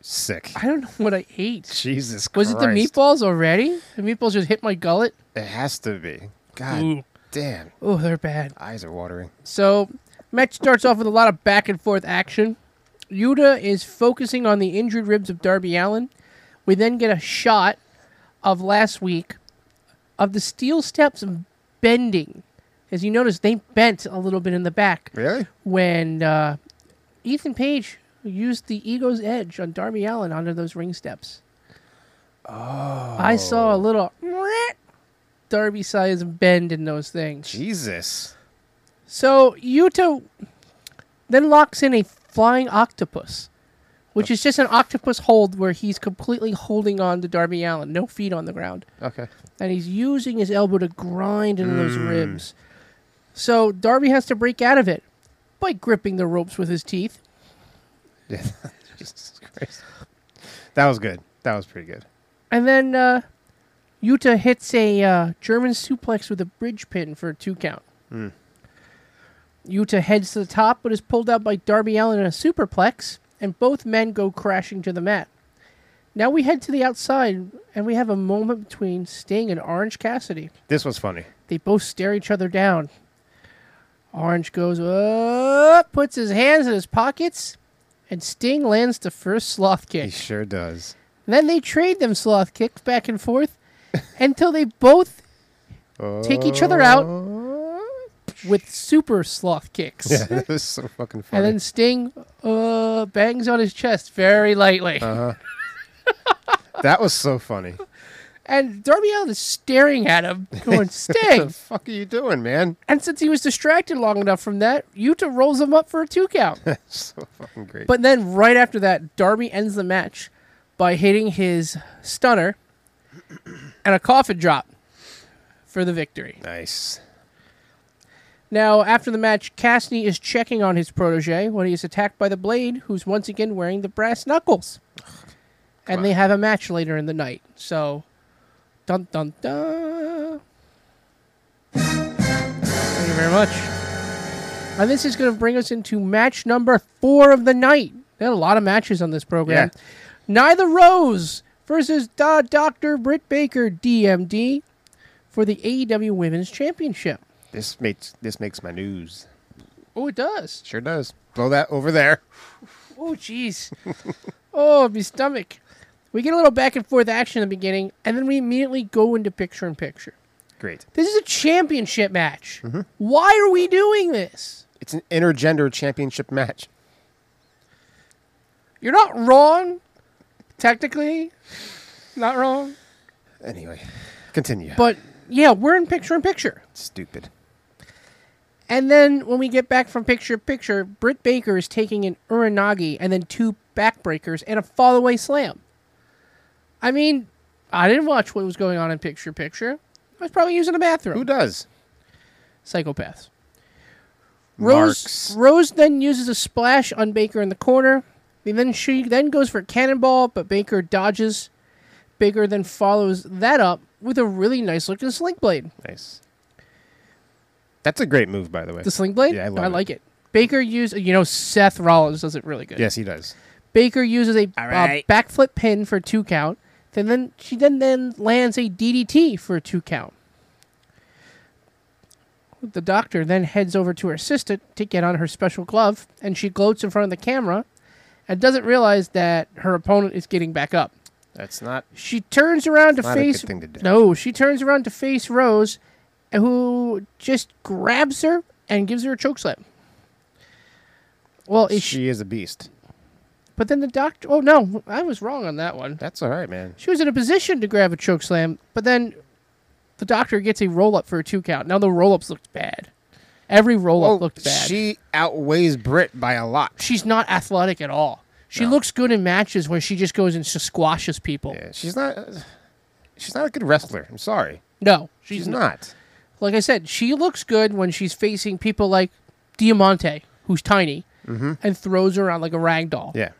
[SPEAKER 4] sick.
[SPEAKER 5] I don't know what I ate.
[SPEAKER 4] Jesus
[SPEAKER 5] Was it the
[SPEAKER 4] Christ.
[SPEAKER 5] meatballs already? The meatballs just hit my gullet.
[SPEAKER 4] It has to be. God
[SPEAKER 5] Ooh.
[SPEAKER 4] damn.
[SPEAKER 5] Oh, they're bad.
[SPEAKER 4] Eyes are watering.
[SPEAKER 5] So, match starts off with a lot of back and forth action. Yuta is focusing on the injured ribs of Darby Allen. We then get a shot of last week of the steel steps bending. As you notice, they bent a little bit in the back.
[SPEAKER 4] Really?
[SPEAKER 5] When uh, Ethan Page used the ego's edge on Darby Allen onto those ring steps. Oh. I saw a little [LAUGHS] Darby size bend in those things.
[SPEAKER 4] Jesus.
[SPEAKER 5] So Yuta then locks in a flying octopus, which is just an octopus hold where he's completely holding on to Darby Allen, no feet on the ground.
[SPEAKER 4] Okay.
[SPEAKER 5] And he's using his elbow to grind into those
[SPEAKER 4] Mm.
[SPEAKER 5] ribs. So Darby has to break out of it by gripping the ropes with his teeth.
[SPEAKER 4] Yeah. [LAUGHS] Jesus Christ. That was good. That was pretty good.
[SPEAKER 5] And then uh, Yuta hits a uh, German suplex with a bridge pin for a two count.
[SPEAKER 4] Mm.
[SPEAKER 5] Yuta heads to the top, but is pulled out by Darby Allen in a superplex, and both men go crashing to the mat. Now we head to the outside, and we have a moment between Sting and Orange Cassidy.
[SPEAKER 4] This was funny.
[SPEAKER 5] They both stare each other down. Orange goes up, puts his hands in his pockets, and Sting lands the first sloth kick. He
[SPEAKER 4] sure does.
[SPEAKER 5] Then they trade them sloth kicks back and forth [LAUGHS] until they both take each other out with super sloth kicks.
[SPEAKER 4] [LAUGHS] Yeah, that was so fucking funny.
[SPEAKER 5] [LAUGHS] And then Sting uh, bangs on his chest very lightly.
[SPEAKER 4] Uh. Uh-huh.
[SPEAKER 5] [LAUGHS]
[SPEAKER 4] that was so funny.
[SPEAKER 5] And Darby Allen is staring at
[SPEAKER 4] [LAUGHS]
[SPEAKER 5] him, going, Sting!
[SPEAKER 4] the fuck are you doing, man?
[SPEAKER 5] And since he was distracted long enough from that, Utah rolls him up for a two count.
[SPEAKER 4] [LAUGHS] so fucking great.
[SPEAKER 5] but then right after that, Darby ends the match by hitting his stunner and a coffin drop for the victory.
[SPEAKER 4] Nice.
[SPEAKER 5] Now, after the match, Cassidy is checking on his protege when he is attacked by the Blade, who's once again wearing the brass knuckles. and they have a match later in the night. So, dun dun dun. Thank you very much. And this is going to bring us into match number four of the night. They had a lot of matches on this program.
[SPEAKER 4] Yeah.
[SPEAKER 5] Neither Rose versus da Dr. Britt Baker, DMD, for the AEW Women's Championship.
[SPEAKER 4] This makes this makes my news.
[SPEAKER 5] Oh, it does.
[SPEAKER 4] Sure does. Blow that over there. [LAUGHS]
[SPEAKER 5] Oh, jeez. oh, my stomach. We get a little back and forth action in the beginning, and then we immediately go into picture in picture.
[SPEAKER 4] Great.
[SPEAKER 5] This is a championship match. Why are we doing this?
[SPEAKER 4] It's an intergender championship match.
[SPEAKER 5] You're not wrong, technically. Not wrong.
[SPEAKER 4] Anyway, continue.
[SPEAKER 5] But yeah, we're in picture in picture.
[SPEAKER 4] Stupid.
[SPEAKER 5] And then when we get back from picture in picture, Britt Baker is taking an Uranagi and then two backbreakers and a fallaway slam. I mean, I didn't watch what was going on in picture in picture. I was probably using a bathroom. Who
[SPEAKER 4] does?
[SPEAKER 5] Psychopaths. Rose Rose then uses a splash on Baker in the corner. And then she then goes for a cannonball, but Baker dodges. Baker then follows that up with a really nice looking sling blade.
[SPEAKER 4] Nice. That's a great move, by the way.
[SPEAKER 5] The sling blade?
[SPEAKER 4] Yeah, I love
[SPEAKER 5] like it. Baker used, you know, Seth Rollins does it really good.
[SPEAKER 4] Yes, he does.
[SPEAKER 5] Baker uses a uh,
[SPEAKER 4] right.
[SPEAKER 5] backflip pin for a two count. Then, then she then then lands a DDT for a two count. The doctor then heads over to her assistant to get on her special glove, and she gloats in front of the camera, and doesn't realize that her opponent is getting back up.
[SPEAKER 4] That's not.
[SPEAKER 5] She turns around to
[SPEAKER 4] Not a good
[SPEAKER 5] face.
[SPEAKER 4] thing to do.
[SPEAKER 5] No, she turns around to face Rose, who just grabs her and gives her a choke slam. Well,
[SPEAKER 4] She, is a beast.
[SPEAKER 5] But then the doctor. Oh no, I was wrong on that one.
[SPEAKER 4] That's all right, man.
[SPEAKER 5] She was in a position to grab a choke slam, but then the doctor gets a roll up for a two count. Now the roll ups looked bad. Every roll up
[SPEAKER 4] Well,
[SPEAKER 5] looked bad.
[SPEAKER 4] She outweighs Britt by a lot.
[SPEAKER 5] She's not athletic at all. She looks good in matches where she just goes and just squashes people. Yeah,
[SPEAKER 4] she's not. She's not a good wrestler. I'm sorry.
[SPEAKER 5] No,
[SPEAKER 4] She's
[SPEAKER 5] she's,
[SPEAKER 4] not.
[SPEAKER 5] Like I said, she looks good when she's facing people like Diamante, who's tiny,
[SPEAKER 4] Mhm.
[SPEAKER 5] and throws her around like a rag doll.
[SPEAKER 4] Yeah.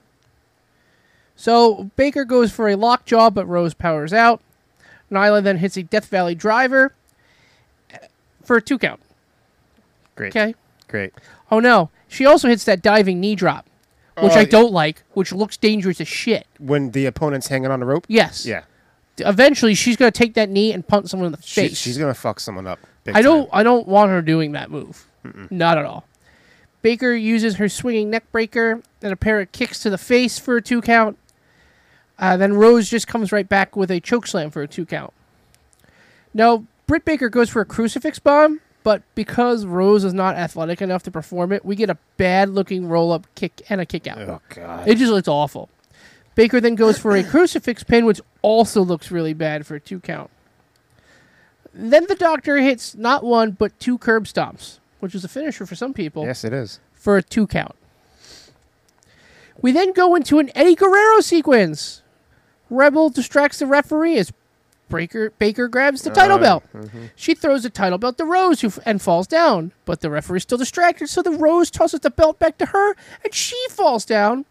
[SPEAKER 5] So Baker goes for a lockjaw, but Rose powers out. Nyla then hits a Death Valley driver for a two count.
[SPEAKER 4] Great.
[SPEAKER 5] Okay.
[SPEAKER 4] Great.
[SPEAKER 5] Oh no, she also hits that diving knee drop, which
[SPEAKER 4] Oh,
[SPEAKER 5] I
[SPEAKER 4] yeah.
[SPEAKER 5] don't like, which looks dangerous as shit.
[SPEAKER 4] When the opponent's hanging on the rope?
[SPEAKER 5] Yes.
[SPEAKER 4] Yeah.
[SPEAKER 5] Eventually, she's gonna take that knee and punt someone in the
[SPEAKER 4] She,
[SPEAKER 5] face.
[SPEAKER 4] she's going to fuck someone up. big
[SPEAKER 5] I don't. I don't want her doing that move. Mm-hmm. Not at all. Baker uses her swinging neck breaker and a pair of kicks to the face for a two count. Uh, then Rose just comes right back with a choke slam for a two count. Now Britt Baker goes for a crucifix bomb, but because Rose is not athletic enough to perform it, we get a bad looking roll up kick and a kick out.
[SPEAKER 4] Oh god.
[SPEAKER 5] It just looks awful. Baker then goes for a crucifix pin, which also looks really bad for a two count. Then the doctor hits not one but two curb stomps, which is a finisher for some people.
[SPEAKER 4] Yes, it is.
[SPEAKER 5] For a two count. We then go into an Eddie Guerrero sequence. Rebel distracts the referee as Baker Baker grabs the title
[SPEAKER 4] Uh,
[SPEAKER 5] belt.
[SPEAKER 4] mhm.
[SPEAKER 5] She throws the title belt to Rose who, f- and falls down, but the referee's still distracted, so the Rose tosses the belt back to her and she falls down.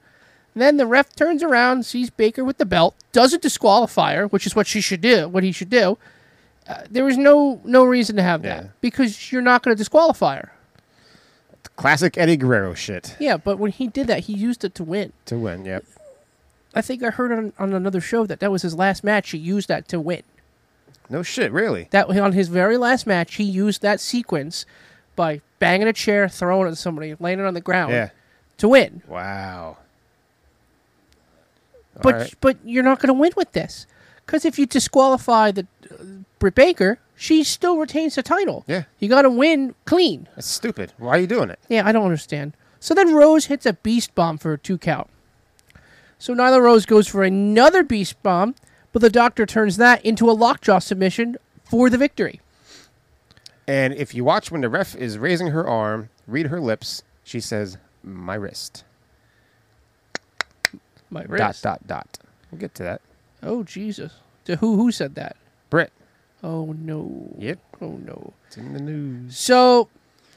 [SPEAKER 5] Then the ref turns around, sees Baker with the belt, doesn't disqualify her, which is what she should do, what he should do. Uh, there is no no reason to have that because you're not going to disqualify her.
[SPEAKER 4] Classic Eddie Guerrero shit
[SPEAKER 5] Yeah, but when he did that, he used it to win.
[SPEAKER 4] to win. Yep.
[SPEAKER 5] I think I heard on, on another show that that was his last match. He used that to win.
[SPEAKER 4] No shit, really.
[SPEAKER 5] That on his very last match, he used that sequence by banging a chair, throwing it at somebody, laying it on the ground
[SPEAKER 4] Yeah.
[SPEAKER 5] to win.
[SPEAKER 4] Wow.
[SPEAKER 5] But
[SPEAKER 4] Alright.
[SPEAKER 5] but you're not going to win with this because if you disqualify the uh, Britt Baker, she still retains the title.
[SPEAKER 4] Yeah.
[SPEAKER 5] you got to win clean.
[SPEAKER 4] That's stupid. Why are you doing it?
[SPEAKER 5] Yeah, I don't understand. So then Rose hits a beast bomb for a two count. So Nyla Rose goes for another beast bomb, but the doctor turns that into a lockjaw submission for the victory.
[SPEAKER 4] And if you watch when the ref is raising her arm, read her lips, she says, My wrist.
[SPEAKER 5] My
[SPEAKER 4] Dot,
[SPEAKER 5] wrist.
[SPEAKER 4] dot, dot. We'll get to that.
[SPEAKER 5] Oh Jesus! To who who said that?
[SPEAKER 4] Britt.
[SPEAKER 5] Oh no.
[SPEAKER 4] Yep.
[SPEAKER 5] Oh no.
[SPEAKER 4] It's in the news.
[SPEAKER 5] So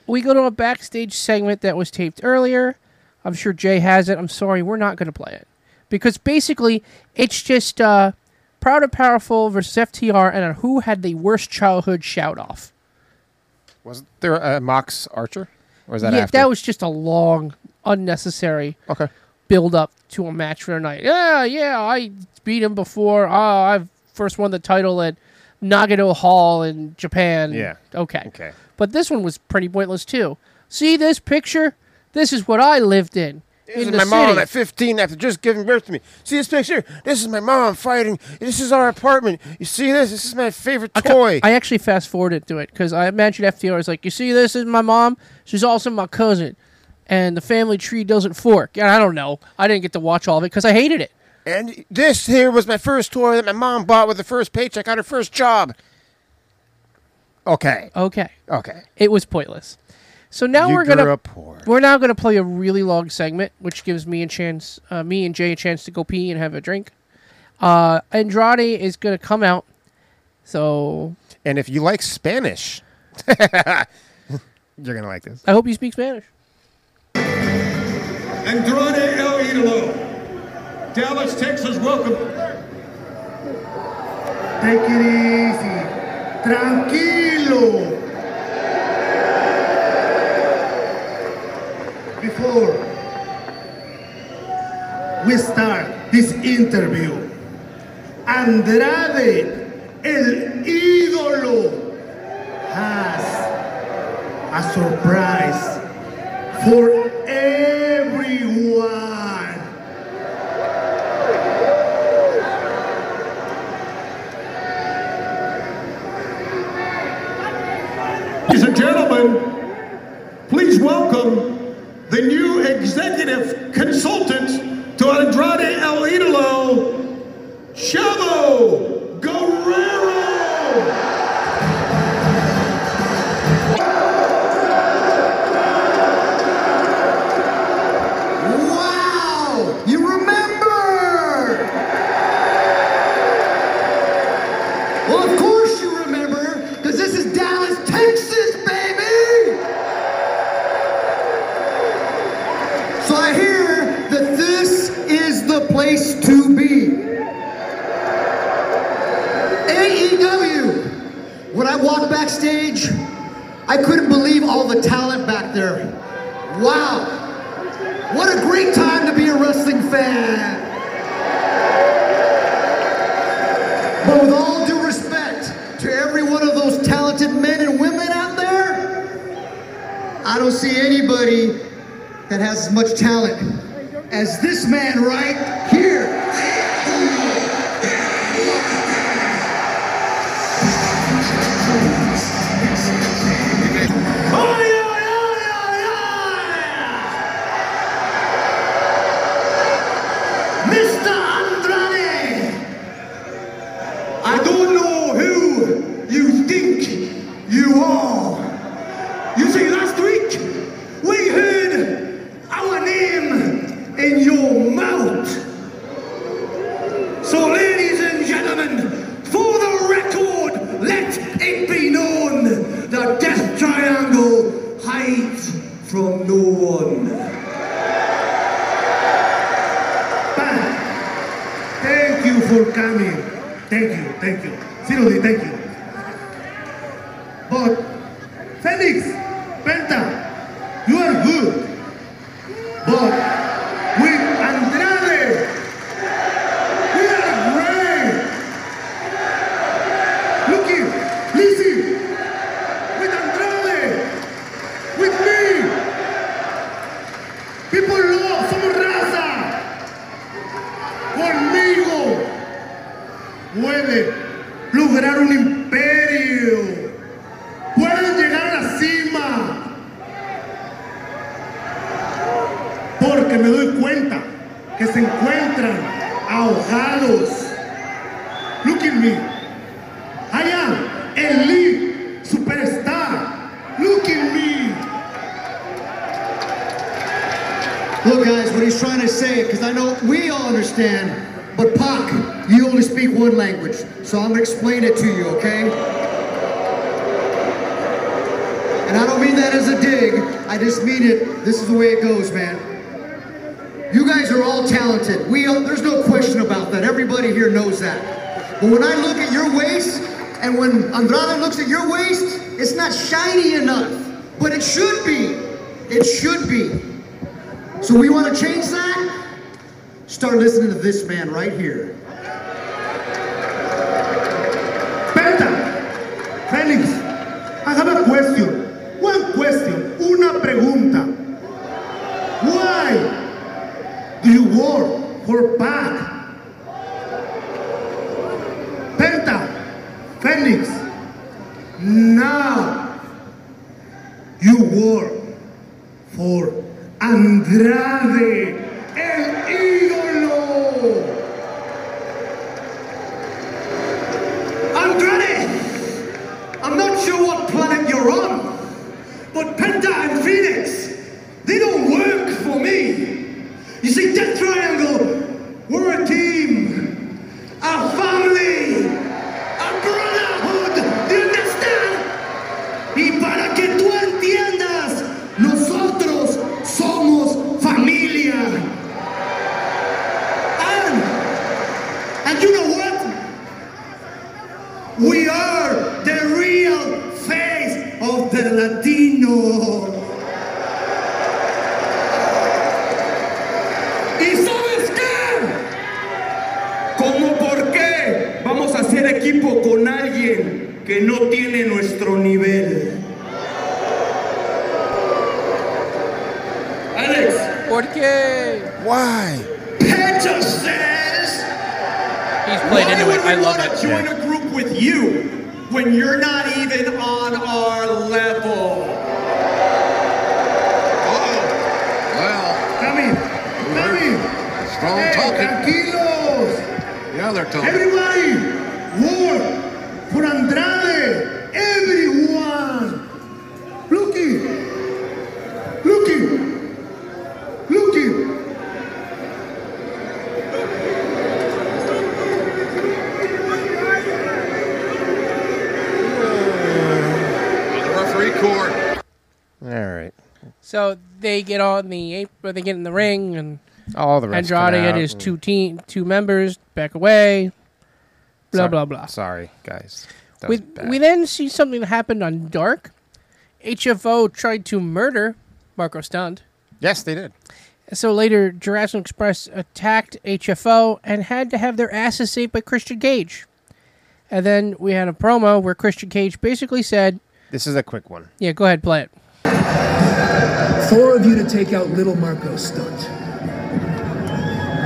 [SPEAKER 5] we go to a backstage segment that was taped earlier. I'm sure Jay has it. I'm sorry, we're not going to play it because basically it's just uh, Proud and Powerful versus FTR and on who had the worst childhood shout off.
[SPEAKER 4] Was there a Mox Archer? Or was that
[SPEAKER 5] yeah,
[SPEAKER 4] after?
[SPEAKER 5] that was just a long, unnecessary
[SPEAKER 4] okay.
[SPEAKER 5] build up to a match for the night. Yeah, yeah, I beat him before. Ah, I first won the title at Nagano Hall in Japan.
[SPEAKER 4] Yeah.
[SPEAKER 5] Okay.
[SPEAKER 4] Okay.
[SPEAKER 5] But this one was pretty pointless too. See this picture? This is what I lived in.
[SPEAKER 4] This
[SPEAKER 5] in
[SPEAKER 4] is
[SPEAKER 5] the
[SPEAKER 4] my mom
[SPEAKER 5] city.
[SPEAKER 4] at 15 after just giving birth to me. See this picture? This is my mom fighting. This is our apartment. You see this? This is my favorite toy.
[SPEAKER 5] I actually fast forwarded to it because I imagine FTR is like, you see, this is my mom. She's also my cousin, and the family tree doesn't fork. And I don't know. I didn't get to watch all of it because I hated it.
[SPEAKER 4] and this here was my first toy that my mom bought with her first paycheck on her first job. Okay.
[SPEAKER 5] Okay.
[SPEAKER 4] Okay.
[SPEAKER 5] It was pointless. So now
[SPEAKER 4] You
[SPEAKER 5] we're
[SPEAKER 4] grew
[SPEAKER 5] gonna
[SPEAKER 4] up poor.
[SPEAKER 5] we're now gonna play a really long segment, which gives me a chance, uh, me and Jay a chance to go pee and have a drink. Uh, Andrade is gonna come out. So
[SPEAKER 4] And if you
[SPEAKER 5] [LAUGHS]
[SPEAKER 4] like Spanish, you're gonna like this.
[SPEAKER 5] I hope you speak Spanish.
[SPEAKER 1] Andrade El Idolo. Dallas, Texas, welcome.
[SPEAKER 6] Take it easy. Tranquilo. Before we start this interview, Andrade, el ídolo, has a surprise for everyone.
[SPEAKER 1] Ladies and gentlemen, please welcome the new executive consultant to Andrade El Idolo, Chavo Guerrero.
[SPEAKER 6] Wow! You remember! Well, of course you remember, because this is Dallas, Texas, baby! So I hear that this is the place to be.
[SPEAKER 8] E
[SPEAKER 6] AEW! When I walk backstage,
[SPEAKER 8] I couldn't believe all the talent back there. Wow. What a great time to be a wrestling fan. But with all due respect to every one of those talented men and women out there, I don't see anybody that has as much talent as this man right here.
[SPEAKER 1] Mr. Andrade! I don't know who you think you are. You see, last week we heard our name in your mouth. So, ladies and gentlemen, for the record, let it be known the Death Triangle hides from no one. Thank you for coming. Thank you, thank you. Seriously, thank you. But Felix, Penta, you are good. But with Andrade, we are great. Look here, listen. With Andrade, with me, people love some raza conmigo puede lograr un imperio, pueden llegar a la cima, porque me doy cuenta que se encuentran ahogados. Look at me, I am elite superstar. Look at me.
[SPEAKER 8] Look, guys, what he's trying to say, because I know we all understand, but Pac, you only speak one language, so I'm gonna explain it to you, okay? And I don't mean that as a dig, I just mean it. This is the way it goes, man. You guys are all talented. We, all- there's no question about that. Everybody here knows that. But when I look at your waist, and when Andrade looks at your waist, it's not shiny enough. But it should be. It should be. So we want to change that? Start listening to this man right here.
[SPEAKER 1] Félix, I have a question. One question. Una pregunta. Why do you work for PAC? Penta, Félix, now you work for Andrade, el ídolo. Andrade! I'm not sure what planet you're on, but Penta and Phoenix, they don't work for me. You see, Death Triangle, we're a team, a family, a brotherhood. Do you understand? Y para que tú entiendas, nosotros somos familia. And, and you know what? We are the real face of the Latino. ¿Y sabes qué? ¿Cómo por qué vamos a hacer equipo con alguien que no tiene nuestro nivel? Alex.
[SPEAKER 5] ¿Por qué?
[SPEAKER 1] Why? Penta says. He's
[SPEAKER 5] played
[SPEAKER 1] Why
[SPEAKER 5] into
[SPEAKER 1] would
[SPEAKER 5] it.
[SPEAKER 1] we
[SPEAKER 5] I love
[SPEAKER 1] wanna
[SPEAKER 5] it.
[SPEAKER 1] join
[SPEAKER 5] Yeah.
[SPEAKER 1] a group with you when you're not even on our level?
[SPEAKER 18] Oh,
[SPEAKER 23] Well,
[SPEAKER 1] come in, come in.
[SPEAKER 23] Strong
[SPEAKER 1] hey,
[SPEAKER 23] talking.
[SPEAKER 1] Tranquilos.
[SPEAKER 23] Yeah, they're talking.
[SPEAKER 1] Everybody, war for Andrade. Everyone, looking, looking, looking.
[SPEAKER 23] The referee court.
[SPEAKER 4] All right.
[SPEAKER 5] So they get on the ape, or they get in the ring, and
[SPEAKER 4] All the rest Mm.
[SPEAKER 5] Andrade
[SPEAKER 4] come out
[SPEAKER 5] and his
[SPEAKER 4] and-
[SPEAKER 5] two team, two members back away. Blah
[SPEAKER 4] Sorry-
[SPEAKER 5] blah blah.
[SPEAKER 4] Sorry, guys. That
[SPEAKER 5] We
[SPEAKER 4] was bad.
[SPEAKER 5] we then see something that happened on Dark, HFO tried to murder Marco Stunt.
[SPEAKER 4] Yes, they did.
[SPEAKER 5] So later, Jurassic Express attacked HFO and had to have their asses saved by Christian Cage. And then we had a promo where Christian Cage basically said,
[SPEAKER 4] This is a quick one.
[SPEAKER 5] Yeah, go ahead, play it.
[SPEAKER 11] Four of you to take out little Marco's stunt.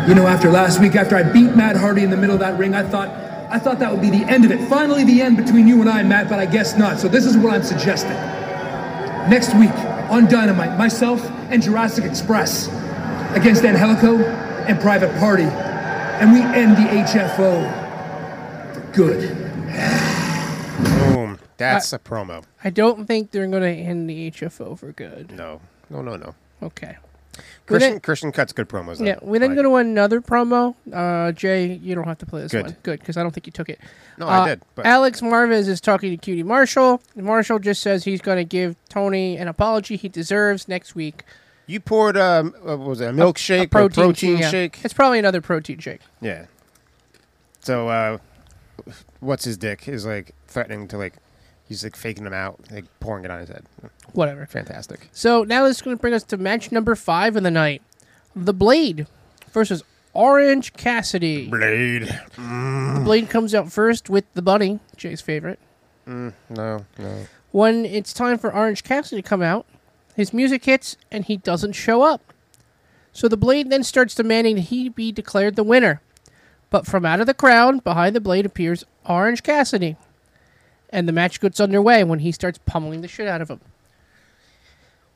[SPEAKER 11] You know, after last week, after I beat Matt Hardy in the middle of that ring, I thought I thought that would be the end of it. Finally the end between you and I, Matt, but I guess not. So this is what I'm suggesting. Next week on Dynamite, myself and Jurassic Express against Angelico and Private Party. And we end the HFO for good.
[SPEAKER 4] Boom.
[SPEAKER 5] Uh,
[SPEAKER 4] That's a promo.
[SPEAKER 5] I don't think they're going to end the HFO for good.
[SPEAKER 4] No. No, no, no.
[SPEAKER 5] Okay. We
[SPEAKER 4] Christian,
[SPEAKER 5] didn't-
[SPEAKER 4] Christian cuts good promos. Though.
[SPEAKER 5] Yeah, we then go to another promo. Uh, Jay, you don't have to play this
[SPEAKER 4] Good.
[SPEAKER 5] one. Good, because I don't think you took it.
[SPEAKER 4] No, I
[SPEAKER 5] Uh,
[SPEAKER 4] did, but-
[SPEAKER 5] Alex Marvez is talking to Cutie Marshall. and Marshall just says he's going to give Tony an apology he deserves next week.
[SPEAKER 4] You poured um, what was it, a milkshake, or
[SPEAKER 5] protein,
[SPEAKER 4] protein
[SPEAKER 5] yeah.
[SPEAKER 4] shake?
[SPEAKER 5] It's probably another protein shake.
[SPEAKER 4] Yeah. So, uh, what's his dick is like threatening to like, he's like faking him out, like pouring it on his head.
[SPEAKER 5] Whatever.
[SPEAKER 4] Fantastic.
[SPEAKER 5] So now this is going to bring us to match number five of the night: The Blade versus Orange Cassidy.
[SPEAKER 4] Blade.
[SPEAKER 5] The Blade comes out first with the bunny, Jay's favorite.
[SPEAKER 4] Mm, no, no.
[SPEAKER 5] When it's time for Orange Cassidy to come out, his music hits and he doesn't show up. So the Blade then starts demanding that he be declared the winner. But from out of the crowd, behind the Blade appears Orange Cassidy. And the match gets underway when he starts pummeling the shit out of him.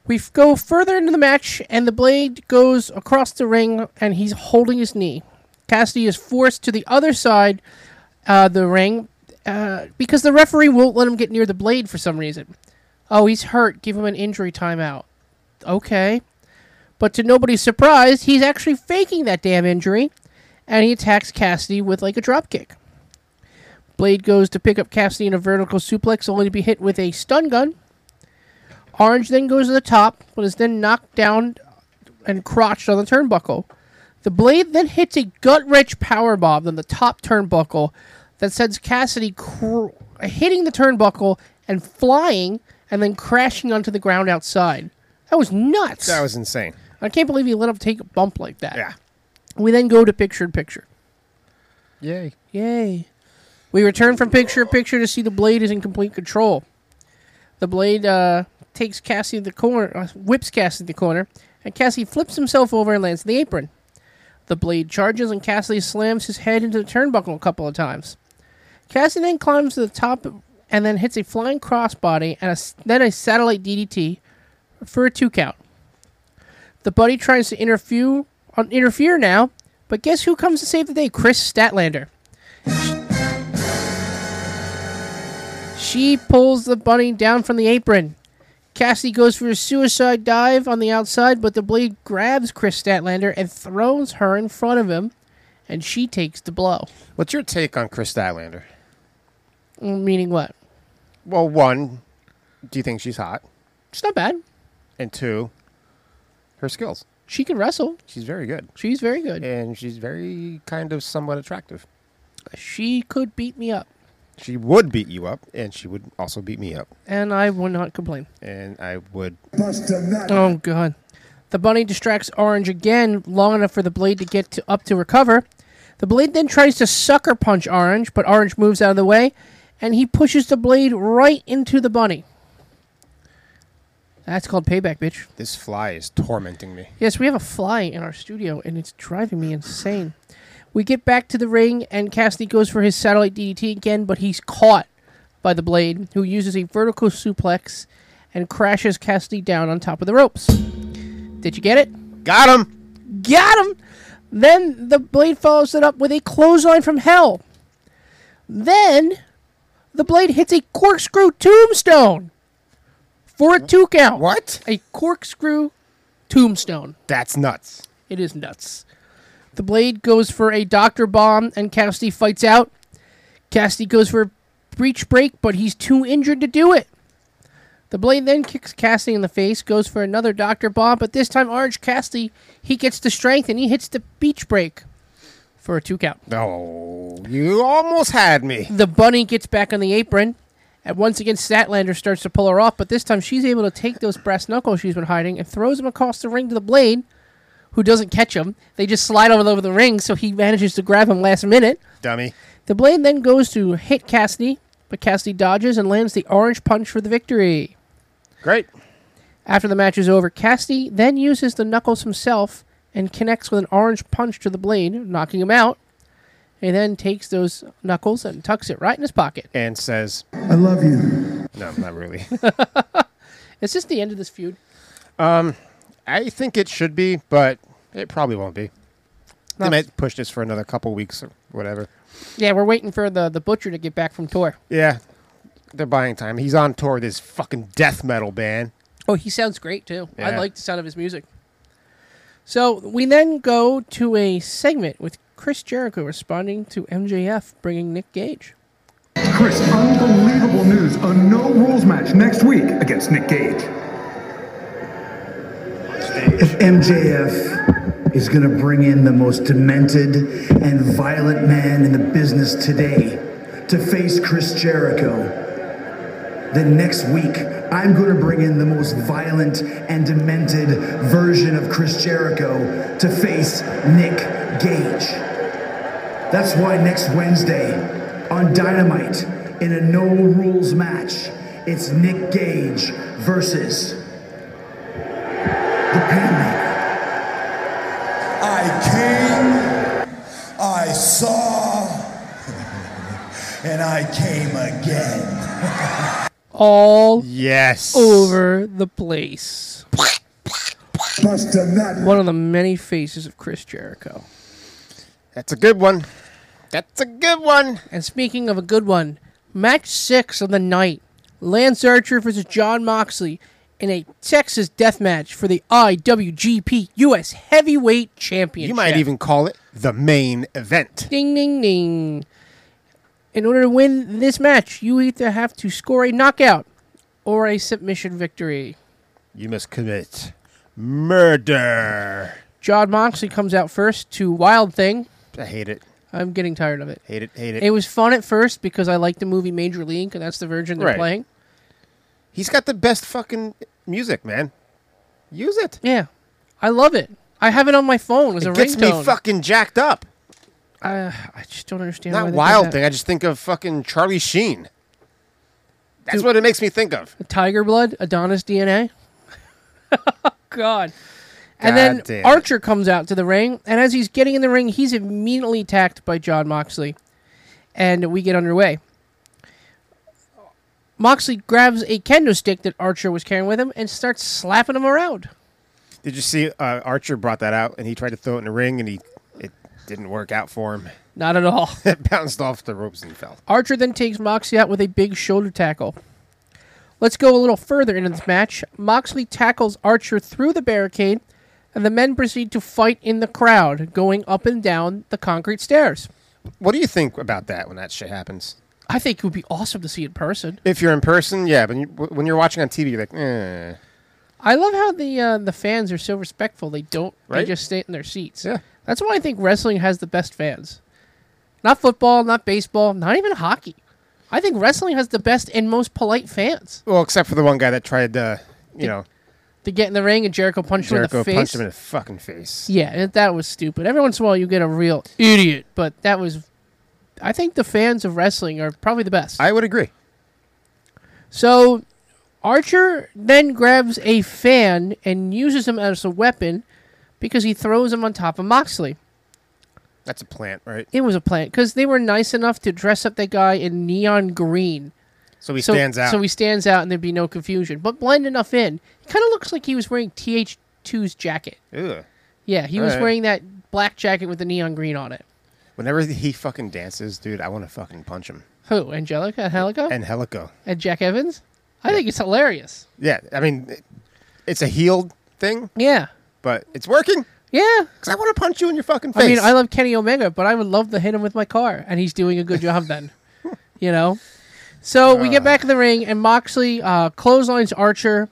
[SPEAKER 5] We f- go further into the match, and the blade goes across the ring, and he's holding his knee. Cassidy is forced to the other side uh, the ring uh, because the referee won't let him get near the blade for some reason. Oh, he's hurt. Give him an injury timeout. Okay. But to nobody's surprise, he's actually faking that damn injury, and he attacks Cassidy with like a dropkick. Blade goes to pick up Cassidy in a vertical suplex, only to be hit with a stun gun. Orange then goes to the top, but is then knocked down and crotched on the turnbuckle. The blade then hits a gut-wrench powerbomb on the top turnbuckle that sends Cassidy cr- hitting the turnbuckle and flying and then crashing onto the ground outside. That was nuts.
[SPEAKER 4] That was insane.
[SPEAKER 5] I can't believe he let him take a bump like that. Yeah. We then go to picture in picture.
[SPEAKER 4] Yay.
[SPEAKER 5] Yay. We return from picture in picture to see the blade is in complete control. The blade uh, takes Cassie to the corner, uh, whips Cassie to the corner, and Cassie flips himself over and lands on the apron. The blade charges and Cassie slams his head into the turnbuckle a couple of times. Cassie then climbs to the top and then hits a flying crossbody and a s then a satellite DDT for a two count. The buddy tries to interfere, uh, interfere now, but guess who comes to save the day? Chris Statlander. She pulls the bunny down from the apron. Cassidy goes for a suicide dive on the outside, but the blade grabs Chris Statlander and throws her in front of him, and she takes the blow.
[SPEAKER 4] What's your take on Chris Statlander?
[SPEAKER 5] Mm, Meaning what?
[SPEAKER 4] Well, one, do you think she's hot?
[SPEAKER 5] She's not bad.
[SPEAKER 4] And two, her skills.
[SPEAKER 5] She can wrestle.
[SPEAKER 4] She's very good.
[SPEAKER 5] She's very good.
[SPEAKER 4] And she's very kind of somewhat attractive.
[SPEAKER 5] She could beat me up,
[SPEAKER 4] She would beat you up, and she would also beat me up.
[SPEAKER 5] and I would not complain.
[SPEAKER 4] And I would.
[SPEAKER 5] Oh god. The bunny distracts Orange again long enough for the blade to get to, up to recover. The blade then tries to sucker punch Orange, but Orange moves out of the way and he pushes the blade right into the bunny. That's called payback, bitch.
[SPEAKER 4] This fly is tormenting me.
[SPEAKER 5] Yes, we have a fly in our studio and it's driving me insane. We get back to the ring and Cassidy goes for his satellite DDT again, but he's caught by the blade, who uses a vertical suplex and crashes Cassidy down on top of the ropes. Did you get it?
[SPEAKER 4] Got
[SPEAKER 5] him! Got him! Then the blade follows it up with a clothesline from hell. Then the blade hits a corkscrew tombstone for a two count.
[SPEAKER 4] What?
[SPEAKER 5] A corkscrew tombstone.
[SPEAKER 4] That's nuts.
[SPEAKER 5] It is nuts. The blade goes for a doctor bomb, and Cassidy fights out. Cassidy goes for a breach break, but he's too injured to do it. The blade then kicks Cassidy in the face, goes for another doctor bomb, but this time Orange Cassidy he gets the strength and he hits the beach break for a two count.
[SPEAKER 4] Oh, you almost had me.
[SPEAKER 5] The bunny gets back on the apron, And once again, Statlander starts to pull her off, but this time she's able to take those brass knuckles she's been hiding and throws them across the ring to the blade, who doesn't catch him. They just slide all over the ring, so he manages to grab him last minute.
[SPEAKER 4] Dummy.
[SPEAKER 5] The blade then goes to hit Cassidy, but Cassidy dodges and lands the orange punch for the victory.
[SPEAKER 4] Great.
[SPEAKER 5] After the match is over, Cassidy then uses the knuckles himself and connects with an orange punch to the blade, knocking him out. He then takes those knuckles and tucks it right in his pocket.
[SPEAKER 4] And says,
[SPEAKER 5] I love you.
[SPEAKER 4] No,
[SPEAKER 5] [LAUGHS]
[SPEAKER 4] not really.
[SPEAKER 5] Is this the end of this feud?
[SPEAKER 4] um, I think it should be, but it probably won't be. They
[SPEAKER 5] Not-
[SPEAKER 4] might push this for another couple weeks or whatever.
[SPEAKER 5] Yeah, we're waiting for the, the butcher to get back from tour.
[SPEAKER 4] Yeah, they're buying time. He's on tour with his fucking death metal band.
[SPEAKER 5] Oh, he sounds great too. I
[SPEAKER 4] Yeah.
[SPEAKER 5] like the sound of his music. So we then go to a segment with Chris Jericho responding to MJF bringing Nick Gage.
[SPEAKER 13] Chris, unbelievable news. A no rules match next week against Nick Gage.
[SPEAKER 14] If MJF is going to bring in the most demented and violent man in the business today to face Chris Jericho, then next week I'm going to bring in the most violent and demented version of Chris Jericho to face Nick Gage. That's why next Wednesday on Dynamite in a no rules match, it's Nick Gage versus
[SPEAKER 23] I came, I saw, [LAUGHS] and I came again.
[SPEAKER 5] All
[SPEAKER 4] yes
[SPEAKER 5] over the place.
[SPEAKER 23] Buster Nut.
[SPEAKER 5] One of the many faces of Chris Jericho.
[SPEAKER 4] That's a good one. That's a good one.
[SPEAKER 5] And speaking of a good one, match six of the night: Lance Archer versus John Moxley in a Texas death match for the IWGP U.S. Heavyweight Championship.
[SPEAKER 4] You might even call it the main event.
[SPEAKER 5] Ding, ding, ding. In order to win this match, you either have to score a knockout or a submission victory.
[SPEAKER 4] You must commit murder.
[SPEAKER 5] John Moxley comes out first to Wild Thing.
[SPEAKER 4] I hate it.
[SPEAKER 5] I'm getting tired of it.
[SPEAKER 4] Hate it. Hate it.
[SPEAKER 5] It was fun at first because I liked the movie Major League, and that's the version they're
[SPEAKER 4] Right.
[SPEAKER 5] playing.
[SPEAKER 4] He's got the best fucking music, man. Use it.
[SPEAKER 5] Yeah, I love it. I have it on my phone as
[SPEAKER 4] It
[SPEAKER 5] a
[SPEAKER 4] gets me
[SPEAKER 5] ringtone.
[SPEAKER 4] fucking jacked up.
[SPEAKER 5] Uh, I just don't understand. why
[SPEAKER 4] Not
[SPEAKER 5] they did
[SPEAKER 4] wild
[SPEAKER 5] that.
[SPEAKER 4] thing. I just think of fucking Charlie Sheen. That's what it makes me think of.
[SPEAKER 5] Tiger blood, Adonis [LAUGHS] DNA. Oh, God. And
[SPEAKER 4] God
[SPEAKER 5] then
[SPEAKER 4] damn it.
[SPEAKER 5] Archer comes out to the ring, and as he's getting in the ring, he's immediately attacked by John Moxley, and we get underway. Moxley grabs a kendo stick that Archer was carrying with him and starts slapping him around.
[SPEAKER 4] Did you see uh, Archer brought that out and he tried to throw it in the ring and he it didn't work out for him. [LAUGHS]
[SPEAKER 5] Not at all.
[SPEAKER 4] it bounced off the ropes and fell.
[SPEAKER 5] Archer then takes Moxley out with a big shoulder tackle. Let's go a little further into this match. Moxley tackles Archer through the barricade, and the men proceed to fight in the crowd, going up and down the concrete stairs.
[SPEAKER 4] What do you think about that when that shit happens?
[SPEAKER 5] I think it would be awesome to see in person.
[SPEAKER 4] If you're in person, yeah, but you, when you're watching on TV, you're like, eh.
[SPEAKER 5] I love how the uh, the fans are so respectful. They don't. They
[SPEAKER 4] Right?
[SPEAKER 5] just stay in their seats. Yeah. That's why I think wrestling has the best fans. Not football, not baseball, not even hockey. I think wrestling has the best and most polite fans.
[SPEAKER 4] Well, except for the one guy that tried to, you know,
[SPEAKER 5] To get in the ring and Jericho punch him
[SPEAKER 4] Jericho
[SPEAKER 5] in the face.
[SPEAKER 4] punched him in the fucking face.
[SPEAKER 5] Yeah, and that was stupid. Every once in a while, you get a real idiot, but that was. I think the fans of wrestling are probably the best.
[SPEAKER 4] I would agree.
[SPEAKER 5] So, Archer then grabs a fan and uses him as a weapon because he throws him on top of Moxley.
[SPEAKER 4] That's a plant, right?
[SPEAKER 5] It was a plan because they were nice enough to dress up that guy in neon green.
[SPEAKER 4] So he stands out.
[SPEAKER 5] So he stands out, and there'd be no confusion. But blend enough in, it kind of looks like he was wearing TH2's jacket.
[SPEAKER 4] Ugh.
[SPEAKER 5] Yeah, he was
[SPEAKER 4] Alright.
[SPEAKER 5] wearing that black jacket with the neon green on it.
[SPEAKER 4] Whenever he fucking dances, dude, I want to fucking punch him.
[SPEAKER 5] Who? Angelica and Helico?
[SPEAKER 4] And Helico.
[SPEAKER 5] and Jack Evans. I think it's hilarious.
[SPEAKER 4] Yeah, I mean, it- it's a healed thing.
[SPEAKER 5] Yeah.
[SPEAKER 4] But it's working.
[SPEAKER 5] Yeah.
[SPEAKER 4] Because I want to punch you in your fucking face.
[SPEAKER 5] I mean, I love Kenny Omega, but I would love to hit him with my car, and he's doing a good job
[SPEAKER 4] [LAUGHS]
[SPEAKER 5] then. you know? So we get back in the ring, and Moxley uh, clotheslines Archer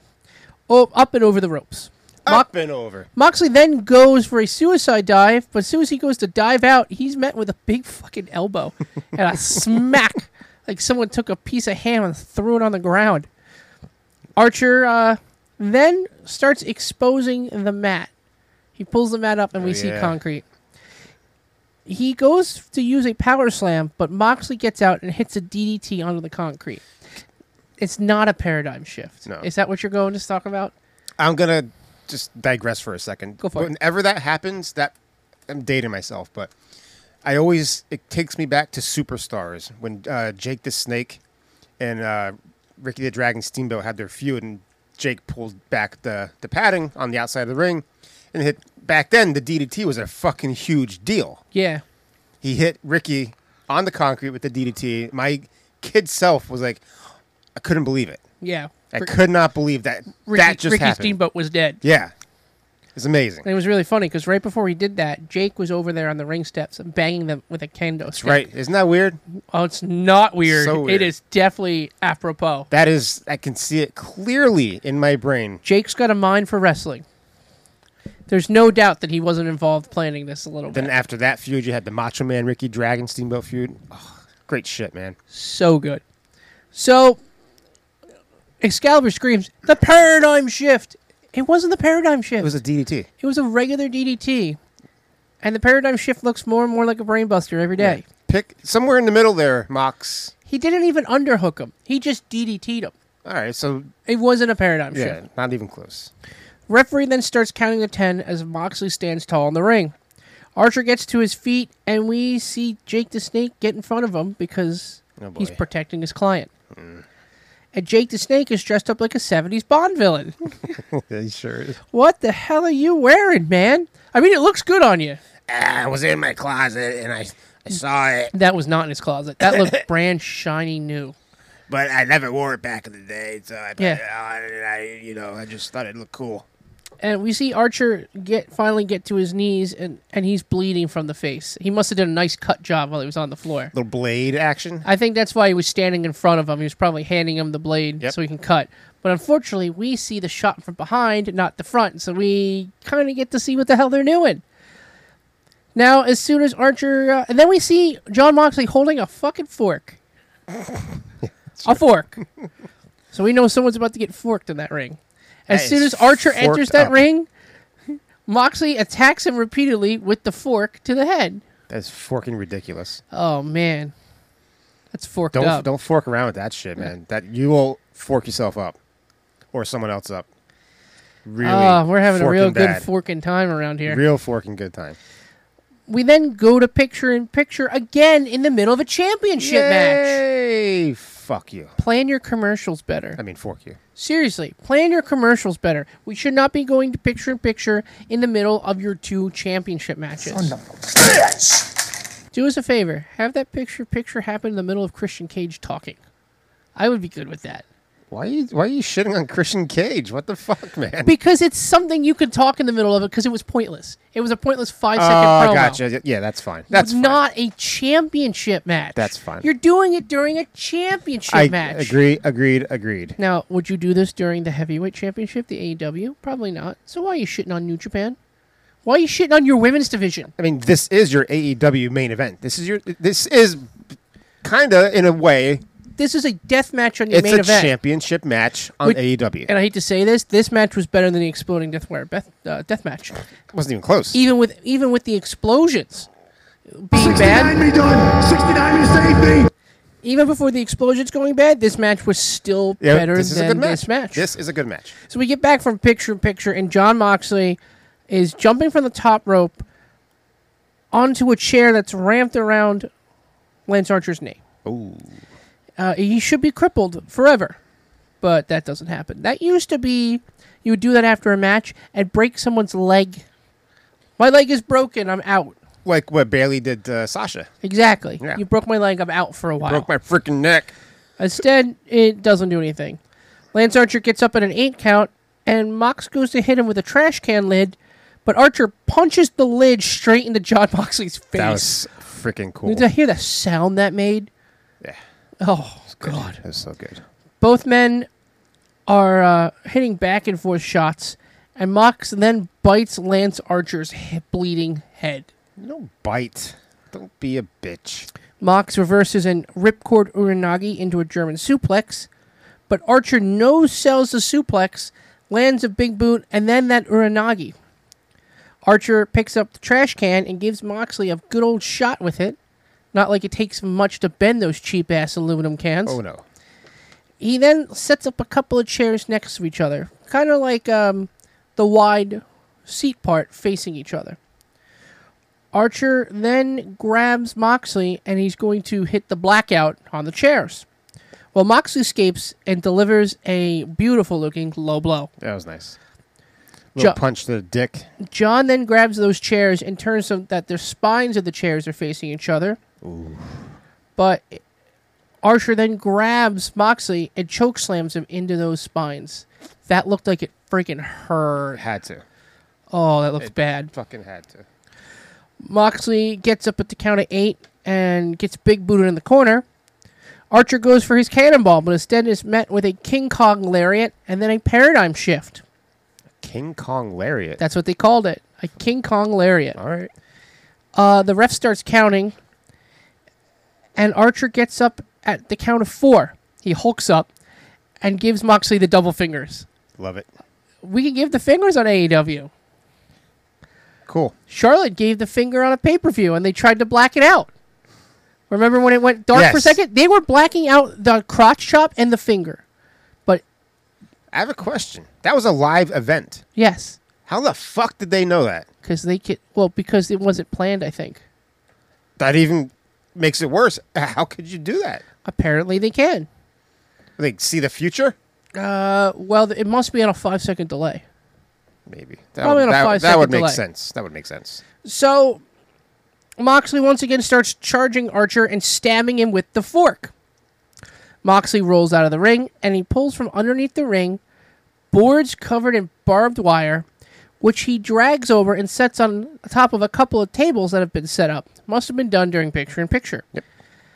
[SPEAKER 5] oh, up and over the ropes.
[SPEAKER 4] Up and over.
[SPEAKER 5] Moxley then goes for a suicide dive,
[SPEAKER 10] [LAUGHS]
[SPEAKER 5] but as soon as he goes to dive out, he's met with a big fucking elbow and a smack like someone took a piece of ham and threw it on the ground. Archer uh, then starts exposing the mat. He pulls the mat up, and we
[SPEAKER 10] Oh,
[SPEAKER 5] see
[SPEAKER 10] yeah.
[SPEAKER 5] concrete. He goes to use a power slam, but Moxley gets out and hits a DDT onto the concrete. It's not a paradigm shift.
[SPEAKER 4] No.
[SPEAKER 5] Is that what you're going to talk about?
[SPEAKER 4] I'm gonna just digress for a second.
[SPEAKER 5] Go for it.
[SPEAKER 4] Whenever that happens, that I'm dating myself, but I always it takes me back to superstars when uh, Jake the Snake and uh, Ricky the Dragon Steamboat had their feud, and Jake pulled back the the padding on the outside of the ring, and hit. Back then, the DDT was a fucking huge deal.
[SPEAKER 5] Yeah.
[SPEAKER 4] He hit Ricky on the concrete with the DDT. My kid self was like, I couldn't believe it.
[SPEAKER 5] Yeah.
[SPEAKER 4] I
[SPEAKER 5] Rick-
[SPEAKER 4] could not believe that
[SPEAKER 5] Ricky,
[SPEAKER 4] that just
[SPEAKER 5] Ricky
[SPEAKER 4] happened.
[SPEAKER 5] Steamboat was dead.
[SPEAKER 4] Yeah. It's amazing.
[SPEAKER 5] And it was really funny because right before he did that, Jake was over there on the ring steps and banging them with a kendo stick.
[SPEAKER 4] Right. Isn't that weird?
[SPEAKER 5] Oh, it's not weird.
[SPEAKER 4] So weird.
[SPEAKER 5] It is definitely apropos.
[SPEAKER 4] That is, I can see it clearly in my brain.
[SPEAKER 5] Jake's got a mind for wrestling. There's no doubt that he wasn't involved planning this a little bit.
[SPEAKER 4] Then after that feud, you had the Macho Man Ricky Dragon Steamboat feud. Oh, great shit, man.
[SPEAKER 5] So good. So Excalibur screams, "The paradigm shift!" It wasn't the paradigm shift. It was
[SPEAKER 4] a DDT.
[SPEAKER 5] It was a regular DDT, and the paradigm shift looks more and more like a brainbuster every day.
[SPEAKER 4] Pick somewhere in the middle there, Mox.
[SPEAKER 5] He didn't even underhook him. He just DDT'd him.
[SPEAKER 4] All right, so
[SPEAKER 5] it wasn't a paradigm
[SPEAKER 4] yeah,
[SPEAKER 5] shift.
[SPEAKER 4] not even close. [LAUGHS]
[SPEAKER 5] Referee then starts counting to 10 as Moxley stands tall in the ring. Archer gets to his feet, and we see Jake the Snake get in front of him because
[SPEAKER 4] Oh,
[SPEAKER 5] he's protecting his client. And Jake the Snake is dressed up like a 70s Bond villain.
[SPEAKER 4] he sure is.
[SPEAKER 5] what the hell are you wearing, man? I mean, it looks good on you.
[SPEAKER 4] I was in my closet and I, I saw it,
[SPEAKER 5] That was not in his closet. That looked brand shiny new.
[SPEAKER 4] but I never wore it back in the day, so I
[SPEAKER 5] put Yeah.
[SPEAKER 4] it on and I, you know, I just thought it looked cool.
[SPEAKER 5] And we see Archer get finally get to his knees, and, and he's bleeding from the face. He must have done a nice cut job while he was on the floor.
[SPEAKER 4] Little blade action.
[SPEAKER 5] I think that's why he was standing in front of him. He was probably handing him the blade so he can cut. But unfortunately, we see the shot from behind, not the front, so we kind of get to see what the hell they're doing. Now, as soon as Archer, uh, and then we see John Moxley holding a fucking
[SPEAKER 4] [LAUGHS]
[SPEAKER 5] fork, a fork. so we know someone's about to get forked in that ring. As
[SPEAKER 4] That
[SPEAKER 5] soon
[SPEAKER 4] is
[SPEAKER 5] as Archer
[SPEAKER 4] forked
[SPEAKER 5] enters that
[SPEAKER 4] up.
[SPEAKER 5] ring, [LAUGHS] Moxley attacks him repeatedly with the fork to the head.
[SPEAKER 4] That's fucking ridiculous.
[SPEAKER 5] Oh man, that's forked
[SPEAKER 4] Don't
[SPEAKER 5] up.
[SPEAKER 4] don't fork around with that shit, man. That you will fork yourself up, or someone else up. Really,
[SPEAKER 5] Ah, we're having a
[SPEAKER 4] forking
[SPEAKER 5] real
[SPEAKER 4] bad.
[SPEAKER 5] good forking time around here.
[SPEAKER 4] Real forking good time.
[SPEAKER 5] We then go to picture in picture again in the middle of a championship
[SPEAKER 4] match. Fuck you.
[SPEAKER 5] Plan your commercials better.
[SPEAKER 4] I mean, fork you.
[SPEAKER 5] Seriously, plan your commercials better. We should not be going to picture in picture in the middle of your two championship matches. Do us a favor, have that picture picture happen in the middle of Christian Cage talking. I would be good with that.
[SPEAKER 4] Why are you Why are you shitting on Christian Cage? What the fuck, [LAUGHS] man?
[SPEAKER 5] Because it's something you could talk in the middle of it because it was pointless. It was a pointless five second
[SPEAKER 4] oh,
[SPEAKER 5] promo.
[SPEAKER 4] gotcha. Yeah, that's fine. That's
[SPEAKER 5] It's not a championship match.
[SPEAKER 4] that's fine.
[SPEAKER 5] You're doing it during a championship
[SPEAKER 4] I
[SPEAKER 5] match.
[SPEAKER 4] agree. Agreed. Agreed.
[SPEAKER 5] Now, would you do this during the heavyweight championship, the AEW? Probably not. So why are you shitting on New Japan? Why are you shitting on your women's division?
[SPEAKER 4] I mean, this is your AEW main event. This is your. This is kind of in a way.
[SPEAKER 5] This is a death match on your
[SPEAKER 4] It's
[SPEAKER 5] main
[SPEAKER 4] a
[SPEAKER 5] event.
[SPEAKER 4] championship match on E
[SPEAKER 5] Which-
[SPEAKER 4] AEW.
[SPEAKER 5] And I hate to say this, this match was better than the exploding death wire beth, uh, death match.
[SPEAKER 4] Wasn't even close.
[SPEAKER 5] Even with even with the explosions being bad.
[SPEAKER 23] me done. 69 me save me.
[SPEAKER 5] Even before the explosions going bad, this match was still
[SPEAKER 4] Yeah,
[SPEAKER 5] better
[SPEAKER 4] this is
[SPEAKER 5] than
[SPEAKER 4] a good match.
[SPEAKER 5] this match.
[SPEAKER 4] This is a good match.
[SPEAKER 5] So we get back from picture in picture, and John Moxley is jumping from the top rope onto a chair that's ramped around Lance Archer's knee.
[SPEAKER 4] Oh,
[SPEAKER 5] Uh, he should be crippled forever, but that doesn't happen. That used to be you would do that after a match and break someone's leg. My leg is broken. I'm out.
[SPEAKER 4] like what Bailey did to Sasha.
[SPEAKER 5] Exactly.
[SPEAKER 4] Yeah.
[SPEAKER 5] You broke my leg. I'm out for a while.
[SPEAKER 4] Broke my freaking neck.
[SPEAKER 5] Instead, it doesn't do anything. Lance Archer gets up at an eight count, and Mox goes to hit him with a trash can lid, but Archer punches the lid straight into John [LAUGHS] Moxley's face.
[SPEAKER 4] That was freaking cool.
[SPEAKER 5] Did I hear the sound that made?
[SPEAKER 4] Yeah.
[SPEAKER 5] Oh,
[SPEAKER 4] God, that was so good.
[SPEAKER 5] both men are uh, hitting back and forth shots, and Mox then bites Lance Archer's he- bleeding head.
[SPEAKER 4] No bite. Don't be a bitch.
[SPEAKER 5] Mox reverses an ripcord Uranagi into a German suplex, but Archer no sells the suplex, lands a big boot, and then that Uranagi. Archer picks up the trash can and gives Moxley a good old shot with it. Not like it takes much to bend those cheap ass aluminum cans.
[SPEAKER 4] Oh, no.
[SPEAKER 5] He then sets up a couple of chairs next to each other, kind of like um, the wide seat part facing each other. Archer then grabs Moxley and he's going to hit the blackout on the chairs. Well, Moxley escapes and delivers a beautiful looking low blow.
[SPEAKER 4] That was nice. Little
[SPEAKER 5] Ju-
[SPEAKER 4] punch to the dick.
[SPEAKER 5] John then grabs those chairs and turns them that their spines of the chairs are facing each other.
[SPEAKER 4] Ooh.
[SPEAKER 5] But Archer then grabs Moxley and choke slams him into those spines. That looked like it freaking hurt.
[SPEAKER 4] Had to.
[SPEAKER 5] Oh, that looks
[SPEAKER 4] It
[SPEAKER 5] bad.
[SPEAKER 4] Fucking had to.
[SPEAKER 5] Moxley gets up at the count of eight and gets big booted in the corner. Archer goes for his cannonball, but instead is met with a King Kong lariat and then a paradigm shift.
[SPEAKER 4] King Kong lariat.
[SPEAKER 5] That's what they called it. A King Kong lariat.
[SPEAKER 4] All right.
[SPEAKER 5] Uh, the ref starts counting, and Archer gets up at the count of four. He hulks up and gives Moxley the double fingers.
[SPEAKER 4] Love it.
[SPEAKER 5] We can give the fingers on AEW.
[SPEAKER 4] Cool.
[SPEAKER 5] Charlotte gave the finger on a pay per view, and they tried to black it out. Remember when it went dark for a
[SPEAKER 4] Yes.
[SPEAKER 5] second? They were blacking out the crotch chop and the finger. But
[SPEAKER 4] I have a question. That was a live event.
[SPEAKER 5] yes,
[SPEAKER 4] How the fuck did they know that?
[SPEAKER 5] because they could. Well, because it wasn't planned, I think.
[SPEAKER 4] That even makes it worse. How could you do that?
[SPEAKER 5] Apparently, they can.
[SPEAKER 4] They see the future?
[SPEAKER 5] Uh, well, th- it must be on a five second delay.
[SPEAKER 4] Maybe. That
[SPEAKER 5] Probably on
[SPEAKER 4] would,
[SPEAKER 5] a
[SPEAKER 4] that,
[SPEAKER 5] five
[SPEAKER 4] that would
[SPEAKER 5] second
[SPEAKER 4] make
[SPEAKER 5] delay.
[SPEAKER 4] sense. That would make sense.
[SPEAKER 5] So Moxley once again starts charging Archer and stabbing him with the fork. Moxley rolls out of the ring and he pulls from underneath the ring boards covered in barbed wire, which he drags over and sets on top of a couple of tables that have been set up. Must have been done during picture in picture.
[SPEAKER 4] Yep.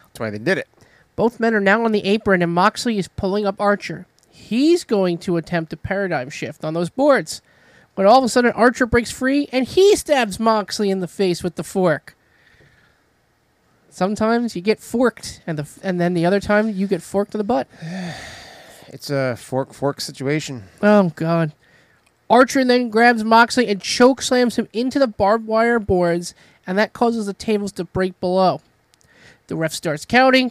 [SPEAKER 4] That's why they did it.
[SPEAKER 5] Both men are now on the apron, and Moxley is pulling up Archer. He's going to attempt a paradigm shift on those boards. When all of a sudden, Archer breaks free and he stabs Moxley in the face with the fork. Sometimes you get forked, and the and then the other time you get forked in the butt.
[SPEAKER 4] It's a fork fork situation.
[SPEAKER 5] Oh god. Archer then grabs Moxley and choke slams him into the barbed wire boards, and that causes the tables to break below. The ref starts counting.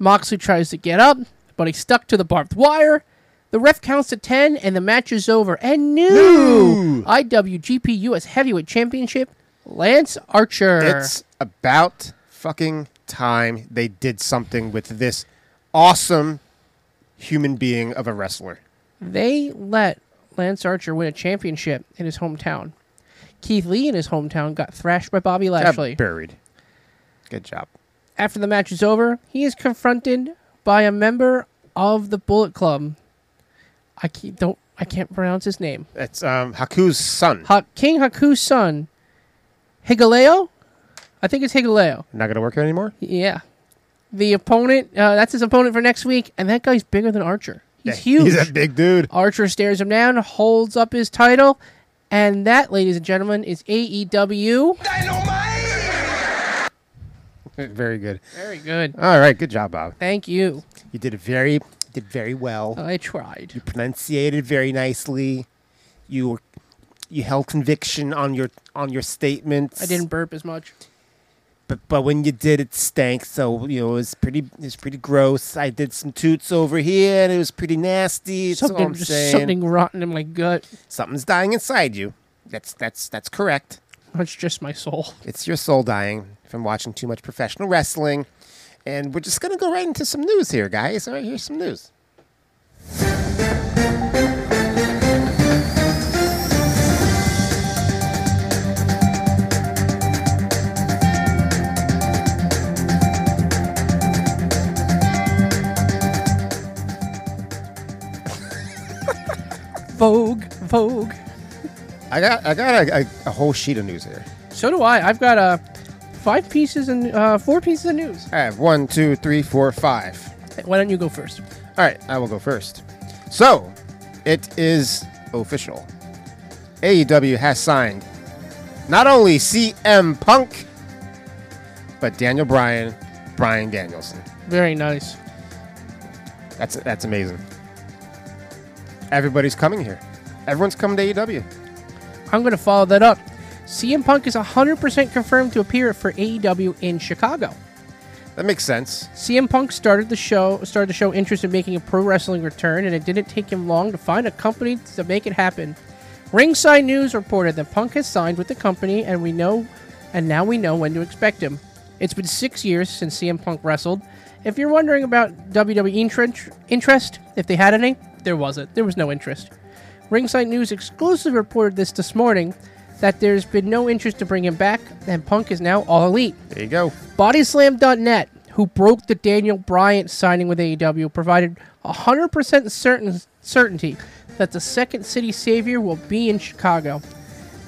[SPEAKER 5] Moxley tries to get up, but he's stuck to the barbed wire. The ref counts to 10, and the match is over. And new IWGP US Heavyweight Championship, Lance Archer.
[SPEAKER 4] It's about fucking time they did something with this awesome human being of a wrestler.
[SPEAKER 5] They let Lance Archer win a championship in his hometown. Keith Lee in his hometown got thrashed by Bobby
[SPEAKER 4] Got
[SPEAKER 5] Lashley.
[SPEAKER 4] buried. Good job.
[SPEAKER 5] After the match is over, he is confronted by a member of the Bullet Club. I keep, don't I can't pronounce his name.
[SPEAKER 4] That's um, Haku's son.
[SPEAKER 5] Ha- King Haku's son, Higaleo. I think it's Higaleo.
[SPEAKER 4] Not gonna work here anymore.
[SPEAKER 5] Yeah, the opponent. Uh, that's his opponent for next week, and that guy's bigger than Archer. He's huge.
[SPEAKER 4] He's a [LAUGHS] big dude.
[SPEAKER 5] Archer stares him down, holds up his title, and that, ladies and gentlemen, is E AEW.
[SPEAKER 4] [LAUGHS] very good.
[SPEAKER 5] Very good.
[SPEAKER 4] All right. Good job, Bob.
[SPEAKER 5] Thank you.
[SPEAKER 4] You did very did very well.
[SPEAKER 5] I tried.
[SPEAKER 4] You pronunciated very nicely. You were, you held conviction on your on your statements.
[SPEAKER 5] I didn't burp as much.
[SPEAKER 4] but but when you did, it stank. So you know it was pretty it was pretty gross. I did some toots over here, and it was pretty nasty. That's all
[SPEAKER 5] Something,
[SPEAKER 4] I'm
[SPEAKER 5] just
[SPEAKER 4] saying.
[SPEAKER 5] something rotten in my gut.
[SPEAKER 4] Something's dying inside you. That's that's that's correct.
[SPEAKER 5] That's just my soul.
[SPEAKER 4] It's your soul dying from watching too much professional wrestling. And we're just gonna go right into some news here, guys. All right, here's some news.
[SPEAKER 5] Vogue, Vogue.
[SPEAKER 4] I got I got a, a, a whole sheet of news here.
[SPEAKER 5] So do I. I've got uh, five pieces and uh, four pieces of news.
[SPEAKER 4] I have one, two, three, four, five.
[SPEAKER 5] Why don't you go first?
[SPEAKER 4] All right, I will go first. So, it is official. AEW has signed not only CM Punk, but Daniel Bryan Brian Danielson.
[SPEAKER 5] Very nice.
[SPEAKER 4] That's that's amazing. Everybody's coming here. Everyone's coming to E AEW.
[SPEAKER 5] I'm going to follow that up. CM Punk is 100% confirmed to appear for AEW in Chicago.
[SPEAKER 4] That makes sense.
[SPEAKER 5] CM Punk started the show started the show interest in making a pro wrestling return, and it didn't take him long to find a company to make it happen. Ringside News reported that Punk has signed with the company, and we know, and now we know when to expect him. It's been six years since CM Punk wrestled. If you're wondering about WWE intren- interest, if they had any, there wasn't. There was no interest. Ringside News exclusively reported this this morning that there's been no interest to bring him back, and Punk is now all elite.
[SPEAKER 4] There you go.
[SPEAKER 5] Bodyslam.net, who broke the Daniel Bryant signing with AEW, provided 100% certain certainty that the Second City Savior will be in Chicago.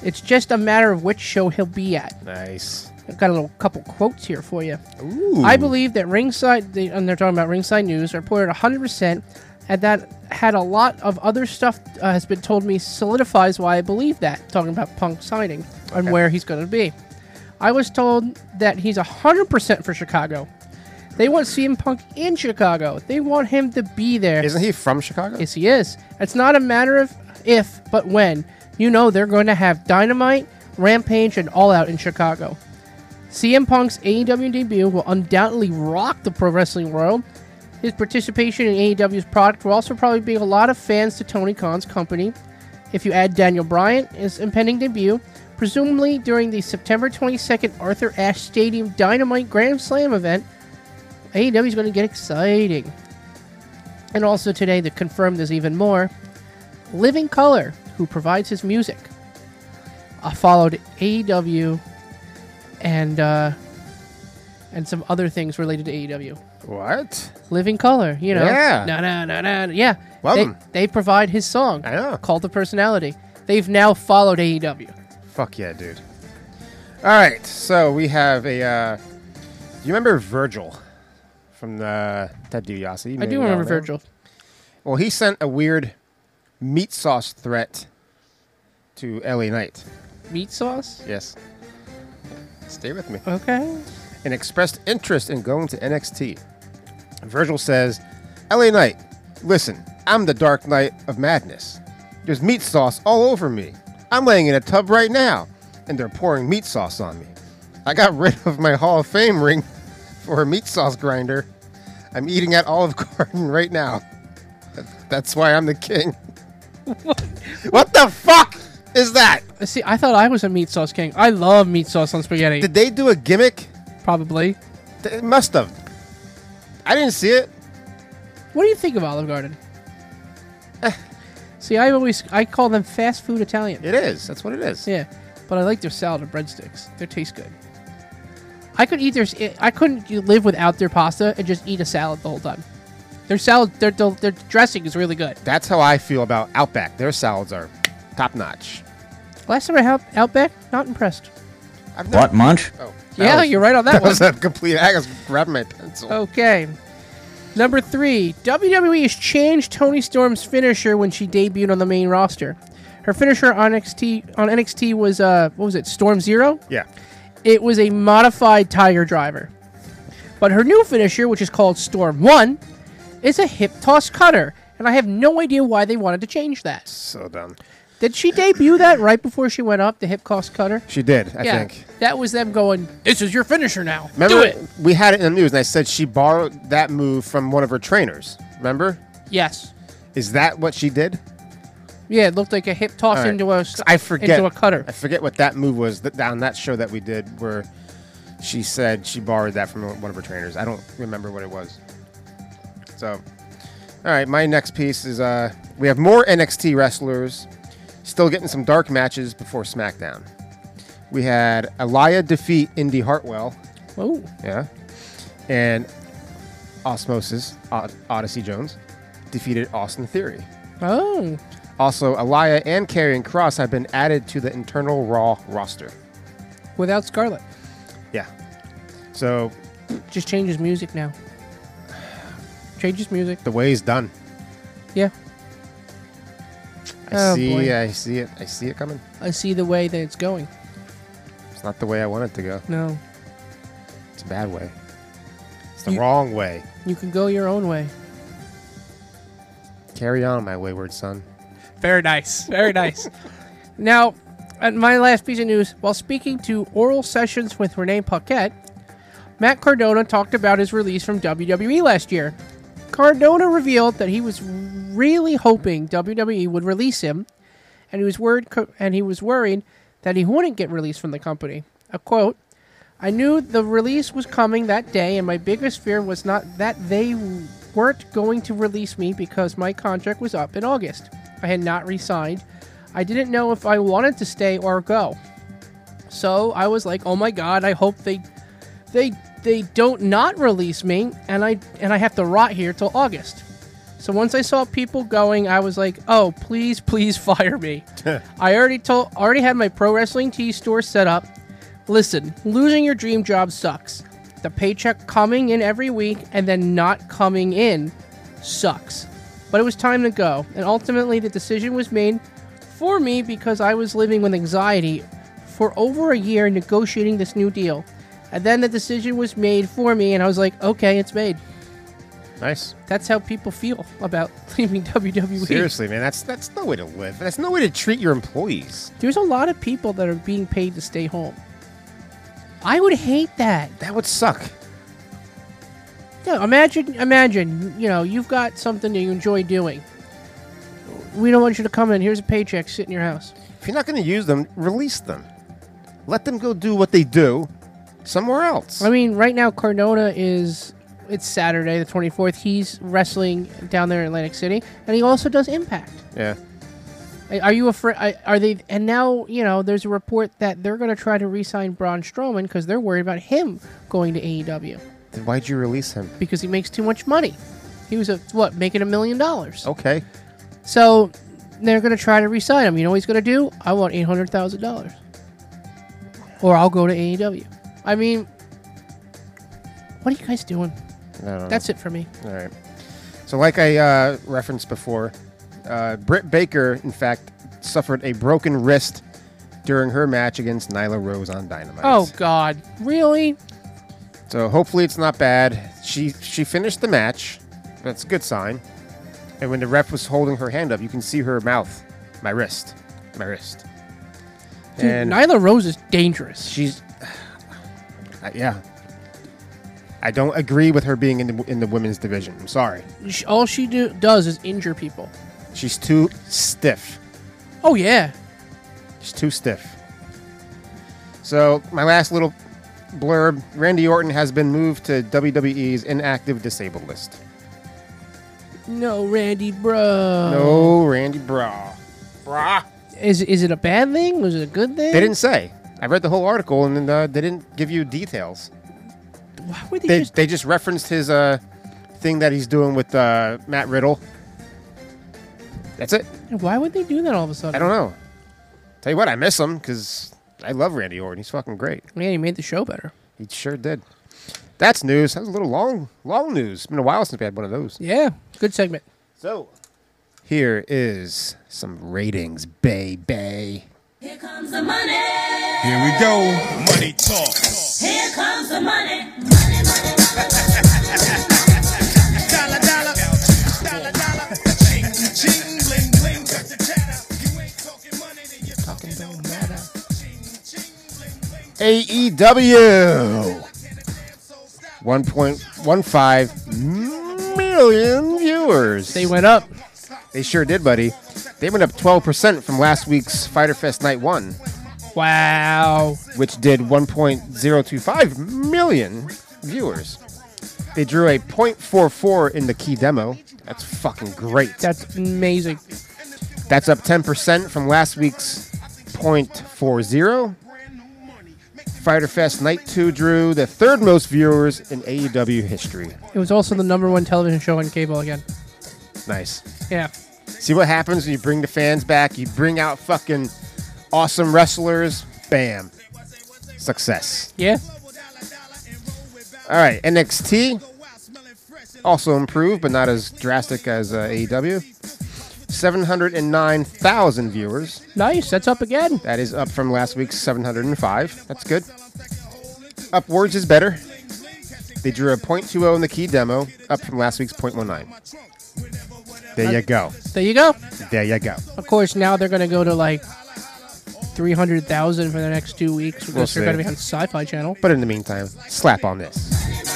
[SPEAKER 5] It's just a matter of which show he'll be at.
[SPEAKER 4] Nice.
[SPEAKER 5] I've got a little couple quotes here for you. I believe that Ringside, they, and they're talking about Ringside News, reported 100%, and that had a lot of other stuff uh, has been told me solidifies why I believe that. Talking about Punk signing and
[SPEAKER 10] Okay.
[SPEAKER 5] where he's going to be. I was told that he's 100% for Chicago. They want CM Punk in Chicago. They want him to be there.
[SPEAKER 4] Isn't he from Chicago?
[SPEAKER 5] Yes, he is. It's not a matter of if, but when. You know they're going to have Dynamite, Rampage, and All Out in Chicago. CM Punk's AEW debut will undoubtedly rock the pro wrestling world. His participation in AEW's product will also probably be a lot of fans to Tony Khan's company. If you add Daniel Bryant, his impending debut, presumably during the September 22nd Arthur Ashe Stadium Dynamite Grand Slam event, AEW is going to get exciting. And also today, that confirmed there's even more. Living Color, who provides his music, uh, followed AEW and uh, and some other things related to E AEW.
[SPEAKER 4] What?
[SPEAKER 5] Living Color, you know.
[SPEAKER 4] Yeah.
[SPEAKER 5] No, no, no, no. Yeah.
[SPEAKER 4] Welcome.
[SPEAKER 5] They, they provide his song called The Personality. They've now followed E AEW.
[SPEAKER 4] Fuck yeah, dude. All right, so we have a. Uh, do you remember Virgil from the Ted DiBiase?
[SPEAKER 5] do
[SPEAKER 4] Maybe
[SPEAKER 5] remember
[SPEAKER 4] not.
[SPEAKER 5] Virgil.
[SPEAKER 4] Well, he sent a weird meat sauce threat to LA Knight.
[SPEAKER 5] Meat sauce?
[SPEAKER 4] Yes. Stay with me.
[SPEAKER 5] Okay.
[SPEAKER 4] And expressed interest in going to NXT. Virgil says, LA Knight, listen, I'm the Dark Knight of Madness. There's meat sauce all over me. I'm laying in a tub right now, and they're pouring meat sauce on me. I got [LAUGHS] rid of my Hall of Fame ring for a meat sauce grinder. I'm eating at Olive [LAUGHS] Garden right now. That's why I'm the king. what the fuck is that?
[SPEAKER 5] See, I thought I was a meat sauce king. I love meat sauce on spaghetti. Did
[SPEAKER 4] they do a gimmick?
[SPEAKER 5] Probably.
[SPEAKER 4] They must have. I didn't see it.
[SPEAKER 5] What do you think of Olive Garden?
[SPEAKER 4] Eh.
[SPEAKER 5] See, I always I call them fast food Italian.
[SPEAKER 4] It is. That's what it is.
[SPEAKER 5] Yeah, but I like their salad and breadsticks. They taste good. I could eat their. I couldn't live without their pasta and just eat a salad the whole time. Their salad, their their dressing is really good.
[SPEAKER 4] That's how I feel about Outback. Their salads are top notch.
[SPEAKER 5] Last time I had Outback, not impressed.
[SPEAKER 12] What, Munch?
[SPEAKER 5] yeah, you're right
[SPEAKER 4] [LAUGHS]
[SPEAKER 5] on that, one.
[SPEAKER 4] Oh,
[SPEAKER 5] Oh.
[SPEAKER 4] was a complete. I was grabbing my pencil.
[SPEAKER 5] Okay. Number three, WWE has changed Tony Storm's finisher when she debuted on the main roster. Her finisher on NXT on NXT was uh what was it, Storm Zero?
[SPEAKER 4] Yeah.
[SPEAKER 5] It was a modified Tiger Driver. But her new finisher, which is called Storm One, is a hip toss cutter, and I have no idea why they wanted to change that.
[SPEAKER 4] So dumb.
[SPEAKER 5] Did she debut that right before she went up, the hip toss cutter?
[SPEAKER 4] She did, I think.
[SPEAKER 5] That was them going, This is your finisher now. Do
[SPEAKER 4] Remember,
[SPEAKER 5] it.
[SPEAKER 4] we had it in the news, and I said she borrowed that move from one of her trainers. Remember?
[SPEAKER 5] Yes.
[SPEAKER 4] Is that what she did?
[SPEAKER 5] Yeah, it looked like a hip toss
[SPEAKER 4] All right.
[SPEAKER 5] into a
[SPEAKER 4] 'Cause I forget
[SPEAKER 5] into a cutter.
[SPEAKER 4] I forget what that move was that on that show that we did where she said she borrowed that from one of her trainers. I don't remember what it was. So, all right, my next piece is uh, we have more NXT wrestlers still getting some dark matches before SmackDown. We had Aliyah defeat Indy Hartwell.
[SPEAKER 5] Oh,
[SPEAKER 4] yeah, and Osmosis Od- Odyssey Jones defeated Austin Theory.
[SPEAKER 5] Oh.
[SPEAKER 4] Also, Aliyah and Karrion Cross have been added to the internal Raw roster.
[SPEAKER 5] Without Scarlet.
[SPEAKER 4] Yeah. So
[SPEAKER 5] Just changes music now. Changes music.
[SPEAKER 4] the way is done.
[SPEAKER 5] Yeah.
[SPEAKER 4] I
[SPEAKER 5] Oh,
[SPEAKER 4] see.
[SPEAKER 5] boy.
[SPEAKER 4] I see it. I see it coming.
[SPEAKER 5] I see the way that it's going.
[SPEAKER 4] It's not the way I want it to go.
[SPEAKER 5] No.
[SPEAKER 4] It's a bad way. the wrong way.
[SPEAKER 5] You can go your own way.
[SPEAKER 4] Carry on, my
[SPEAKER 5] [LAUGHS]
[SPEAKER 4] wayward son.
[SPEAKER 5] Very nice. Very nice. [LAUGHS] now, at my last piece of news, while speaking to oral sessions with Renee Paquette, Matt Cardona talked about his release from WWE last year. Cardona revealed that he was really hoping WWE would release him, and he was worried co- and he was worried that he wouldn't get released from the company. A quote I knew the release was coming that day, and my biggest fear was not that they weren't going to release me because my contract was up in August. I had not re signed. I didn't know if I wanted to stay or go. So I was like, oh my god, I hope they they they don't not release me and I and I have to rot here till August. So once I saw people going, I was like, "Oh, please, please [LAUGHS] fire me." I already told already had my pro wrestling tee store set up. Listen, losing your dream job sucks. The paycheck coming in every week and then not coming in sucks. But it was time to go, and ultimately the decision was made for me because I was living with anxiety for over a year negotiating this new deal. And then the decision was made for me, and I was like, okay, it's made.
[SPEAKER 4] Nice.
[SPEAKER 5] That's how people feel about [LAUGHS] leaving E. WWE.
[SPEAKER 4] Seriously, man, that's that's no way to live. That's no way to treat your employees.
[SPEAKER 5] There's a lot of people that are being paid to stay home. I would hate that.
[SPEAKER 4] That would suck.
[SPEAKER 5] Yeah, imagine, imagine, you know, you've got something that you enjoy doing. We don't want you to come in. Here's a paycheck. Sit in your house.
[SPEAKER 4] If you're not going to use them, release them. Let them go do what they do somewhere else.
[SPEAKER 5] I mean, right now Cardona is it's Saturday the 24th. He's wrestling down there in Atlantic City, and he also does Impact.
[SPEAKER 4] Yeah.
[SPEAKER 5] I- Are you afraid? Are they? And now you know there's a report that they're going to try to re-sign Braun Strowman because they're worried about him going to AEW
[SPEAKER 4] Then why'd you release him?
[SPEAKER 5] because he makes too much money. He was a, what making a million dollars.
[SPEAKER 4] Okay.
[SPEAKER 5] So they're going to try to re-sign him. You know what he's going to do? I want eight hundred thousand dollars, or I'll go to AEW. I mean, what are you guys doing?
[SPEAKER 4] I don't know.
[SPEAKER 5] That's it for me.
[SPEAKER 4] All right. So, like I uh, referenced before, uh, Britt Baker, in fact, suffered a broken wrist during her match against Nyla Rose on Dynamite.
[SPEAKER 5] Oh God, really?
[SPEAKER 4] So hopefully it's not bad. She she finished the match. That's a good sign. And when the ref was holding her hand up, you can see her mouth, my wrist, my wrist.
[SPEAKER 5] Dude, Nyla Rose is dangerous.
[SPEAKER 4] She's Uh, yeah. I don't agree with her being in the in the women's division. I'm sorry.
[SPEAKER 5] Sh- all she do, does is injure people.
[SPEAKER 4] She's too stiff.
[SPEAKER 5] Oh yeah,
[SPEAKER 4] She's too stiff. So my last little blurb: Randy Orton has been moved to WWE's inactive disabled list.
[SPEAKER 5] no Randy, bro.
[SPEAKER 4] No, Randy Bra. Brah.
[SPEAKER 5] Is is it a bad thing? Was it a good thing?
[SPEAKER 4] They didn't say. I read the whole article and uh, they didn't give you details.
[SPEAKER 5] Why would they,
[SPEAKER 4] They,
[SPEAKER 5] just?
[SPEAKER 4] they just referenced his uh, thing that he's doing with uh, Matt Riddle. That's it.
[SPEAKER 5] Why would they do that all of a sudden?
[SPEAKER 4] I don't know. Tell you what, I miss him because I love Randy Orton. He's fucking great.
[SPEAKER 5] Man, he made the show better.
[SPEAKER 4] He sure did. That's news. That was a little long, long news. It's been a while since we had one of those.
[SPEAKER 5] Yeah, good segment.
[SPEAKER 4] So here is some ratings, baby.
[SPEAKER 10] Here comes the money.
[SPEAKER 4] Here we go.
[SPEAKER 10] Money talk. Here comes the money.
[SPEAKER 12] Dollar, dollar, dollar, dollar. Ching, ching, bling, bling, cut the chatter. You ain't talking money, then you're talking don't matter.
[SPEAKER 4] E AEW. 1.15 million viewers.
[SPEAKER 5] They went up.
[SPEAKER 4] They sure did, buddy. They went up 12% from last week's Fighter Fest Night 1.
[SPEAKER 5] Wow.
[SPEAKER 4] Which did 1.025 million viewers. They drew a .44 in the key demo. That's fucking great.
[SPEAKER 5] That's amazing.
[SPEAKER 4] That's up 10% from last week's .40. Fighter Fest Night 2 drew the third most viewers in AEW history.
[SPEAKER 5] It was also the number one television show on cable again.
[SPEAKER 4] Nice.
[SPEAKER 5] Yeah.
[SPEAKER 4] See what happens when you bring the fans back. You bring out fucking awesome wrestlers. Bam. Success.
[SPEAKER 5] Yeah.
[SPEAKER 4] All right. NXT also improved, but not as drastic as uh, AEW. 709,000 viewers.
[SPEAKER 5] Nice. That's up again.
[SPEAKER 4] That is up from last week's 705. That's good. Upwards is better. They drew a .20 in the key demo, up from last week's .19. There you go.
[SPEAKER 5] There you go.
[SPEAKER 4] There you go.
[SPEAKER 5] Of course, now they're going to go to like 300,000 for the next two weeks because
[SPEAKER 4] We'll
[SPEAKER 5] they're going to
[SPEAKER 4] see.
[SPEAKER 5] be on Sci Fi Channel.
[SPEAKER 4] But in the meantime, slap on this. [LAUGHS]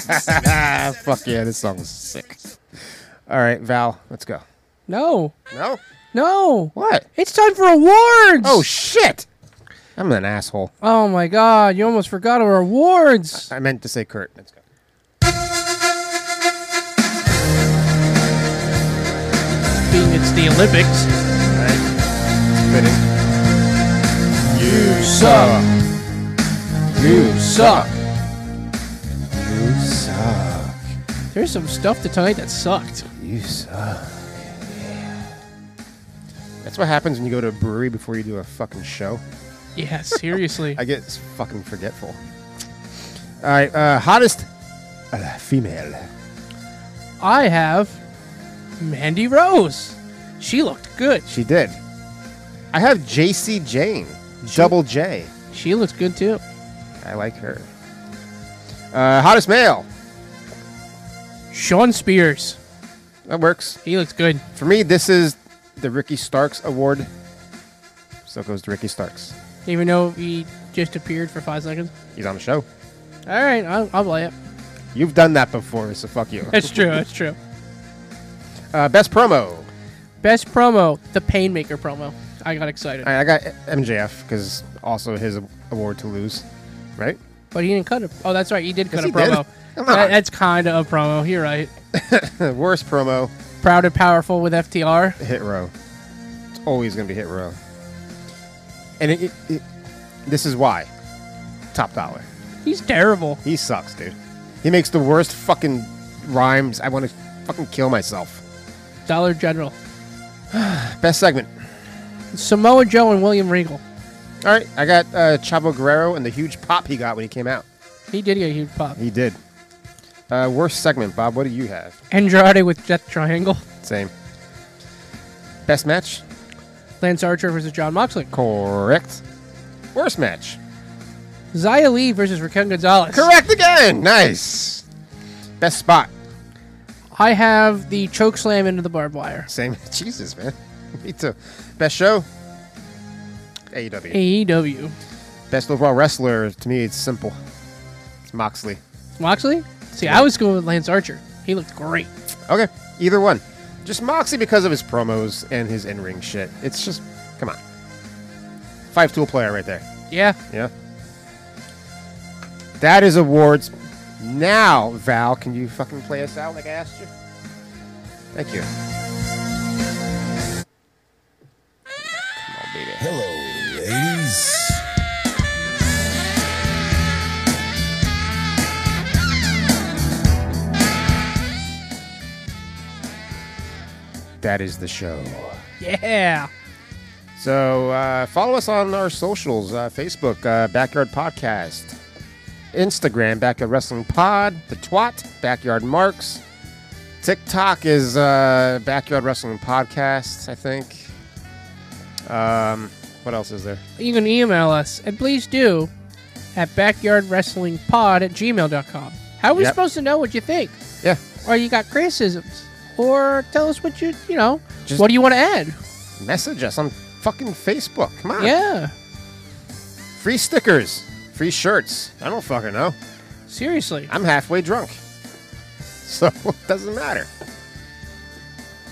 [SPEAKER 4] Fuck yeah, this song is sick. All right, Val, let's go.
[SPEAKER 5] No.
[SPEAKER 4] No.
[SPEAKER 5] No.
[SPEAKER 4] What?
[SPEAKER 5] It's time for awards.
[SPEAKER 4] Oh, shit. I'm an asshole.
[SPEAKER 5] Oh, my God. You almost forgot our awards.
[SPEAKER 4] I meant to say Kurt. Let's go.
[SPEAKER 5] Being it's the Olympics.
[SPEAKER 4] You
[SPEAKER 5] suck.
[SPEAKER 4] You suck. You suck.
[SPEAKER 5] There's some stuff to tonight that sucked.
[SPEAKER 4] You suck. That's what happens when you go to a brewery before you do a fucking show.
[SPEAKER 5] Yeah, seriously.
[SPEAKER 4] [LAUGHS] I get fucking forgetful. All right, uh, hottest uh, female.
[SPEAKER 5] I have Mandy Rose. She looked good.
[SPEAKER 4] She did. I have JC Jane, double J.
[SPEAKER 5] She looks good too.
[SPEAKER 4] I like her. Uh, hottest male.
[SPEAKER 5] Sean Spears.
[SPEAKER 4] That works.
[SPEAKER 5] He looks good.
[SPEAKER 4] For me, this is the Ricky Starks Award. So it goes to Ricky Starks.
[SPEAKER 5] Even though he just appeared for five seconds.
[SPEAKER 4] He's on the show.
[SPEAKER 5] All right, I'll, I'll play it.
[SPEAKER 4] You've done that before, so fuck you.
[SPEAKER 5] That's true. That's true.
[SPEAKER 4] [LAUGHS] Uh, best promo.
[SPEAKER 5] Best promo, the Painmaker promo. I got excited,
[SPEAKER 4] I I got MJF because also his award to lose, right?
[SPEAKER 5] but he didn't cut a. Oh, that's right. He did
[SPEAKER 4] Yes,
[SPEAKER 5] cut
[SPEAKER 4] he
[SPEAKER 5] a promo.
[SPEAKER 4] did. Come
[SPEAKER 5] That-
[SPEAKER 4] on.
[SPEAKER 5] that's kind of a promo. You're right.
[SPEAKER 4] [LAUGHS] Worst promo.
[SPEAKER 5] Proud and powerful with FTR.
[SPEAKER 4] Hit row. It's always going to be hit row. And it, it, it, this is why. Top dollar.
[SPEAKER 5] He's terrible.
[SPEAKER 4] He sucks, dude. He makes the worst fucking rhymes. I want to fucking kill myself.
[SPEAKER 5] Dollar General.
[SPEAKER 4] [SIGHS] Best segment.
[SPEAKER 5] Samoa Joe and William Regal.
[SPEAKER 4] All right, I got uh, Chavo Guerrero and the huge pop he got when he came out.
[SPEAKER 5] He did get a huge pop.
[SPEAKER 4] He did. Uh, worst segment, Bob. What do you have?
[SPEAKER 5] Andrade with Death Triangle.
[SPEAKER 4] Same. Best match?
[SPEAKER 5] Lance Archer versus John Moxley.
[SPEAKER 4] Correct. Worst match?
[SPEAKER 5] Zia Lee versus Raquel Gonzalez.
[SPEAKER 4] Correct again. Nice. Best spot?
[SPEAKER 5] I have the choke slam into the barbed wire.
[SPEAKER 4] Same. [LAUGHS] Jesus, man. Me too. Best show? E AEW.
[SPEAKER 5] AEW.
[SPEAKER 4] Best overall wrestler? To me, it's simple. It's Moxley.
[SPEAKER 5] Moxley? See, I was going with Lance Archer. He looked great.
[SPEAKER 4] Okay, either one. Just Moxley because of his promos and his in ring shit. It's just, come on. Five tool player right there.
[SPEAKER 5] Yeah.
[SPEAKER 4] Yeah. That is awards. Now, Val, can you fucking play us out like I asked you? Thank you.
[SPEAKER 12] Hello, ladies.
[SPEAKER 4] That is the show.
[SPEAKER 5] Yeah.
[SPEAKER 4] So uh, follow us on our socials uh, Facebook, uh, Backyard Podcast, Instagram, Backyard Wrestling Pod, The Twat, Backyard Marks. TikTok is uh, Backyard Wrestling Podcast, I think. Um, what else is there?
[SPEAKER 5] You can email us, and please do, at backyardwrestlingpod at gmail.com. How are we
[SPEAKER 4] Yep.
[SPEAKER 5] supposed to know what you think?
[SPEAKER 4] Yeah.
[SPEAKER 5] Or you got criticisms? Or tell us what you, you know,
[SPEAKER 4] Just-
[SPEAKER 5] what do you want to add?
[SPEAKER 4] Message us on fucking Facebook. Come on.
[SPEAKER 5] Yeah.
[SPEAKER 4] Free stickers, free shirts. I don't fucking know.
[SPEAKER 5] Seriously.
[SPEAKER 4] I'm halfway drunk. [LAUGHS] So it doesn't matter.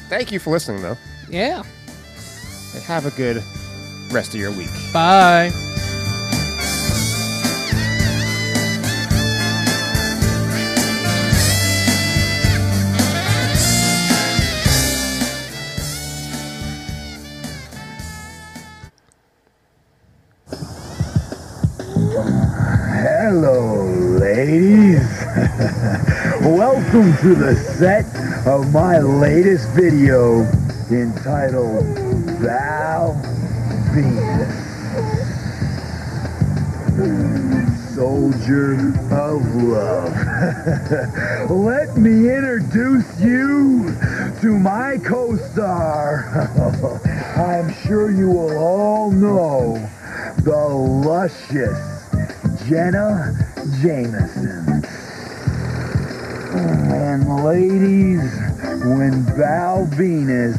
[SPEAKER 4] Thank you for listening, though.
[SPEAKER 5] Yeah.
[SPEAKER 4] And have a good rest of your week.
[SPEAKER 5] Bye.
[SPEAKER 31] Hello,
[SPEAKER 2] [LAUGHS]
[SPEAKER 31] ladies. Welcome to the set of my latest video entitled Val Venus.
[SPEAKER 2] soldier of love. [LAUGHS] Let me introduce you to my co-star. [LAUGHS] I'm sure you will all know the luscious Jenna Jameson. And ladies, when Val Venus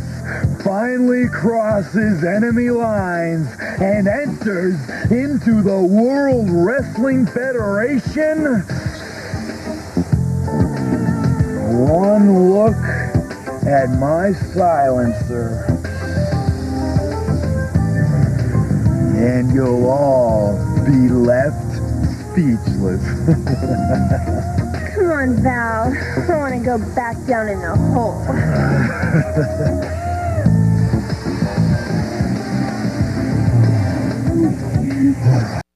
[SPEAKER 2] finally crosses enemy lines and enters into the World Wrestling Federation, one look at my silencer and you'll all be left [LAUGHS] speechless.
[SPEAKER 10] Come on, Val. I want to go back down in the hole.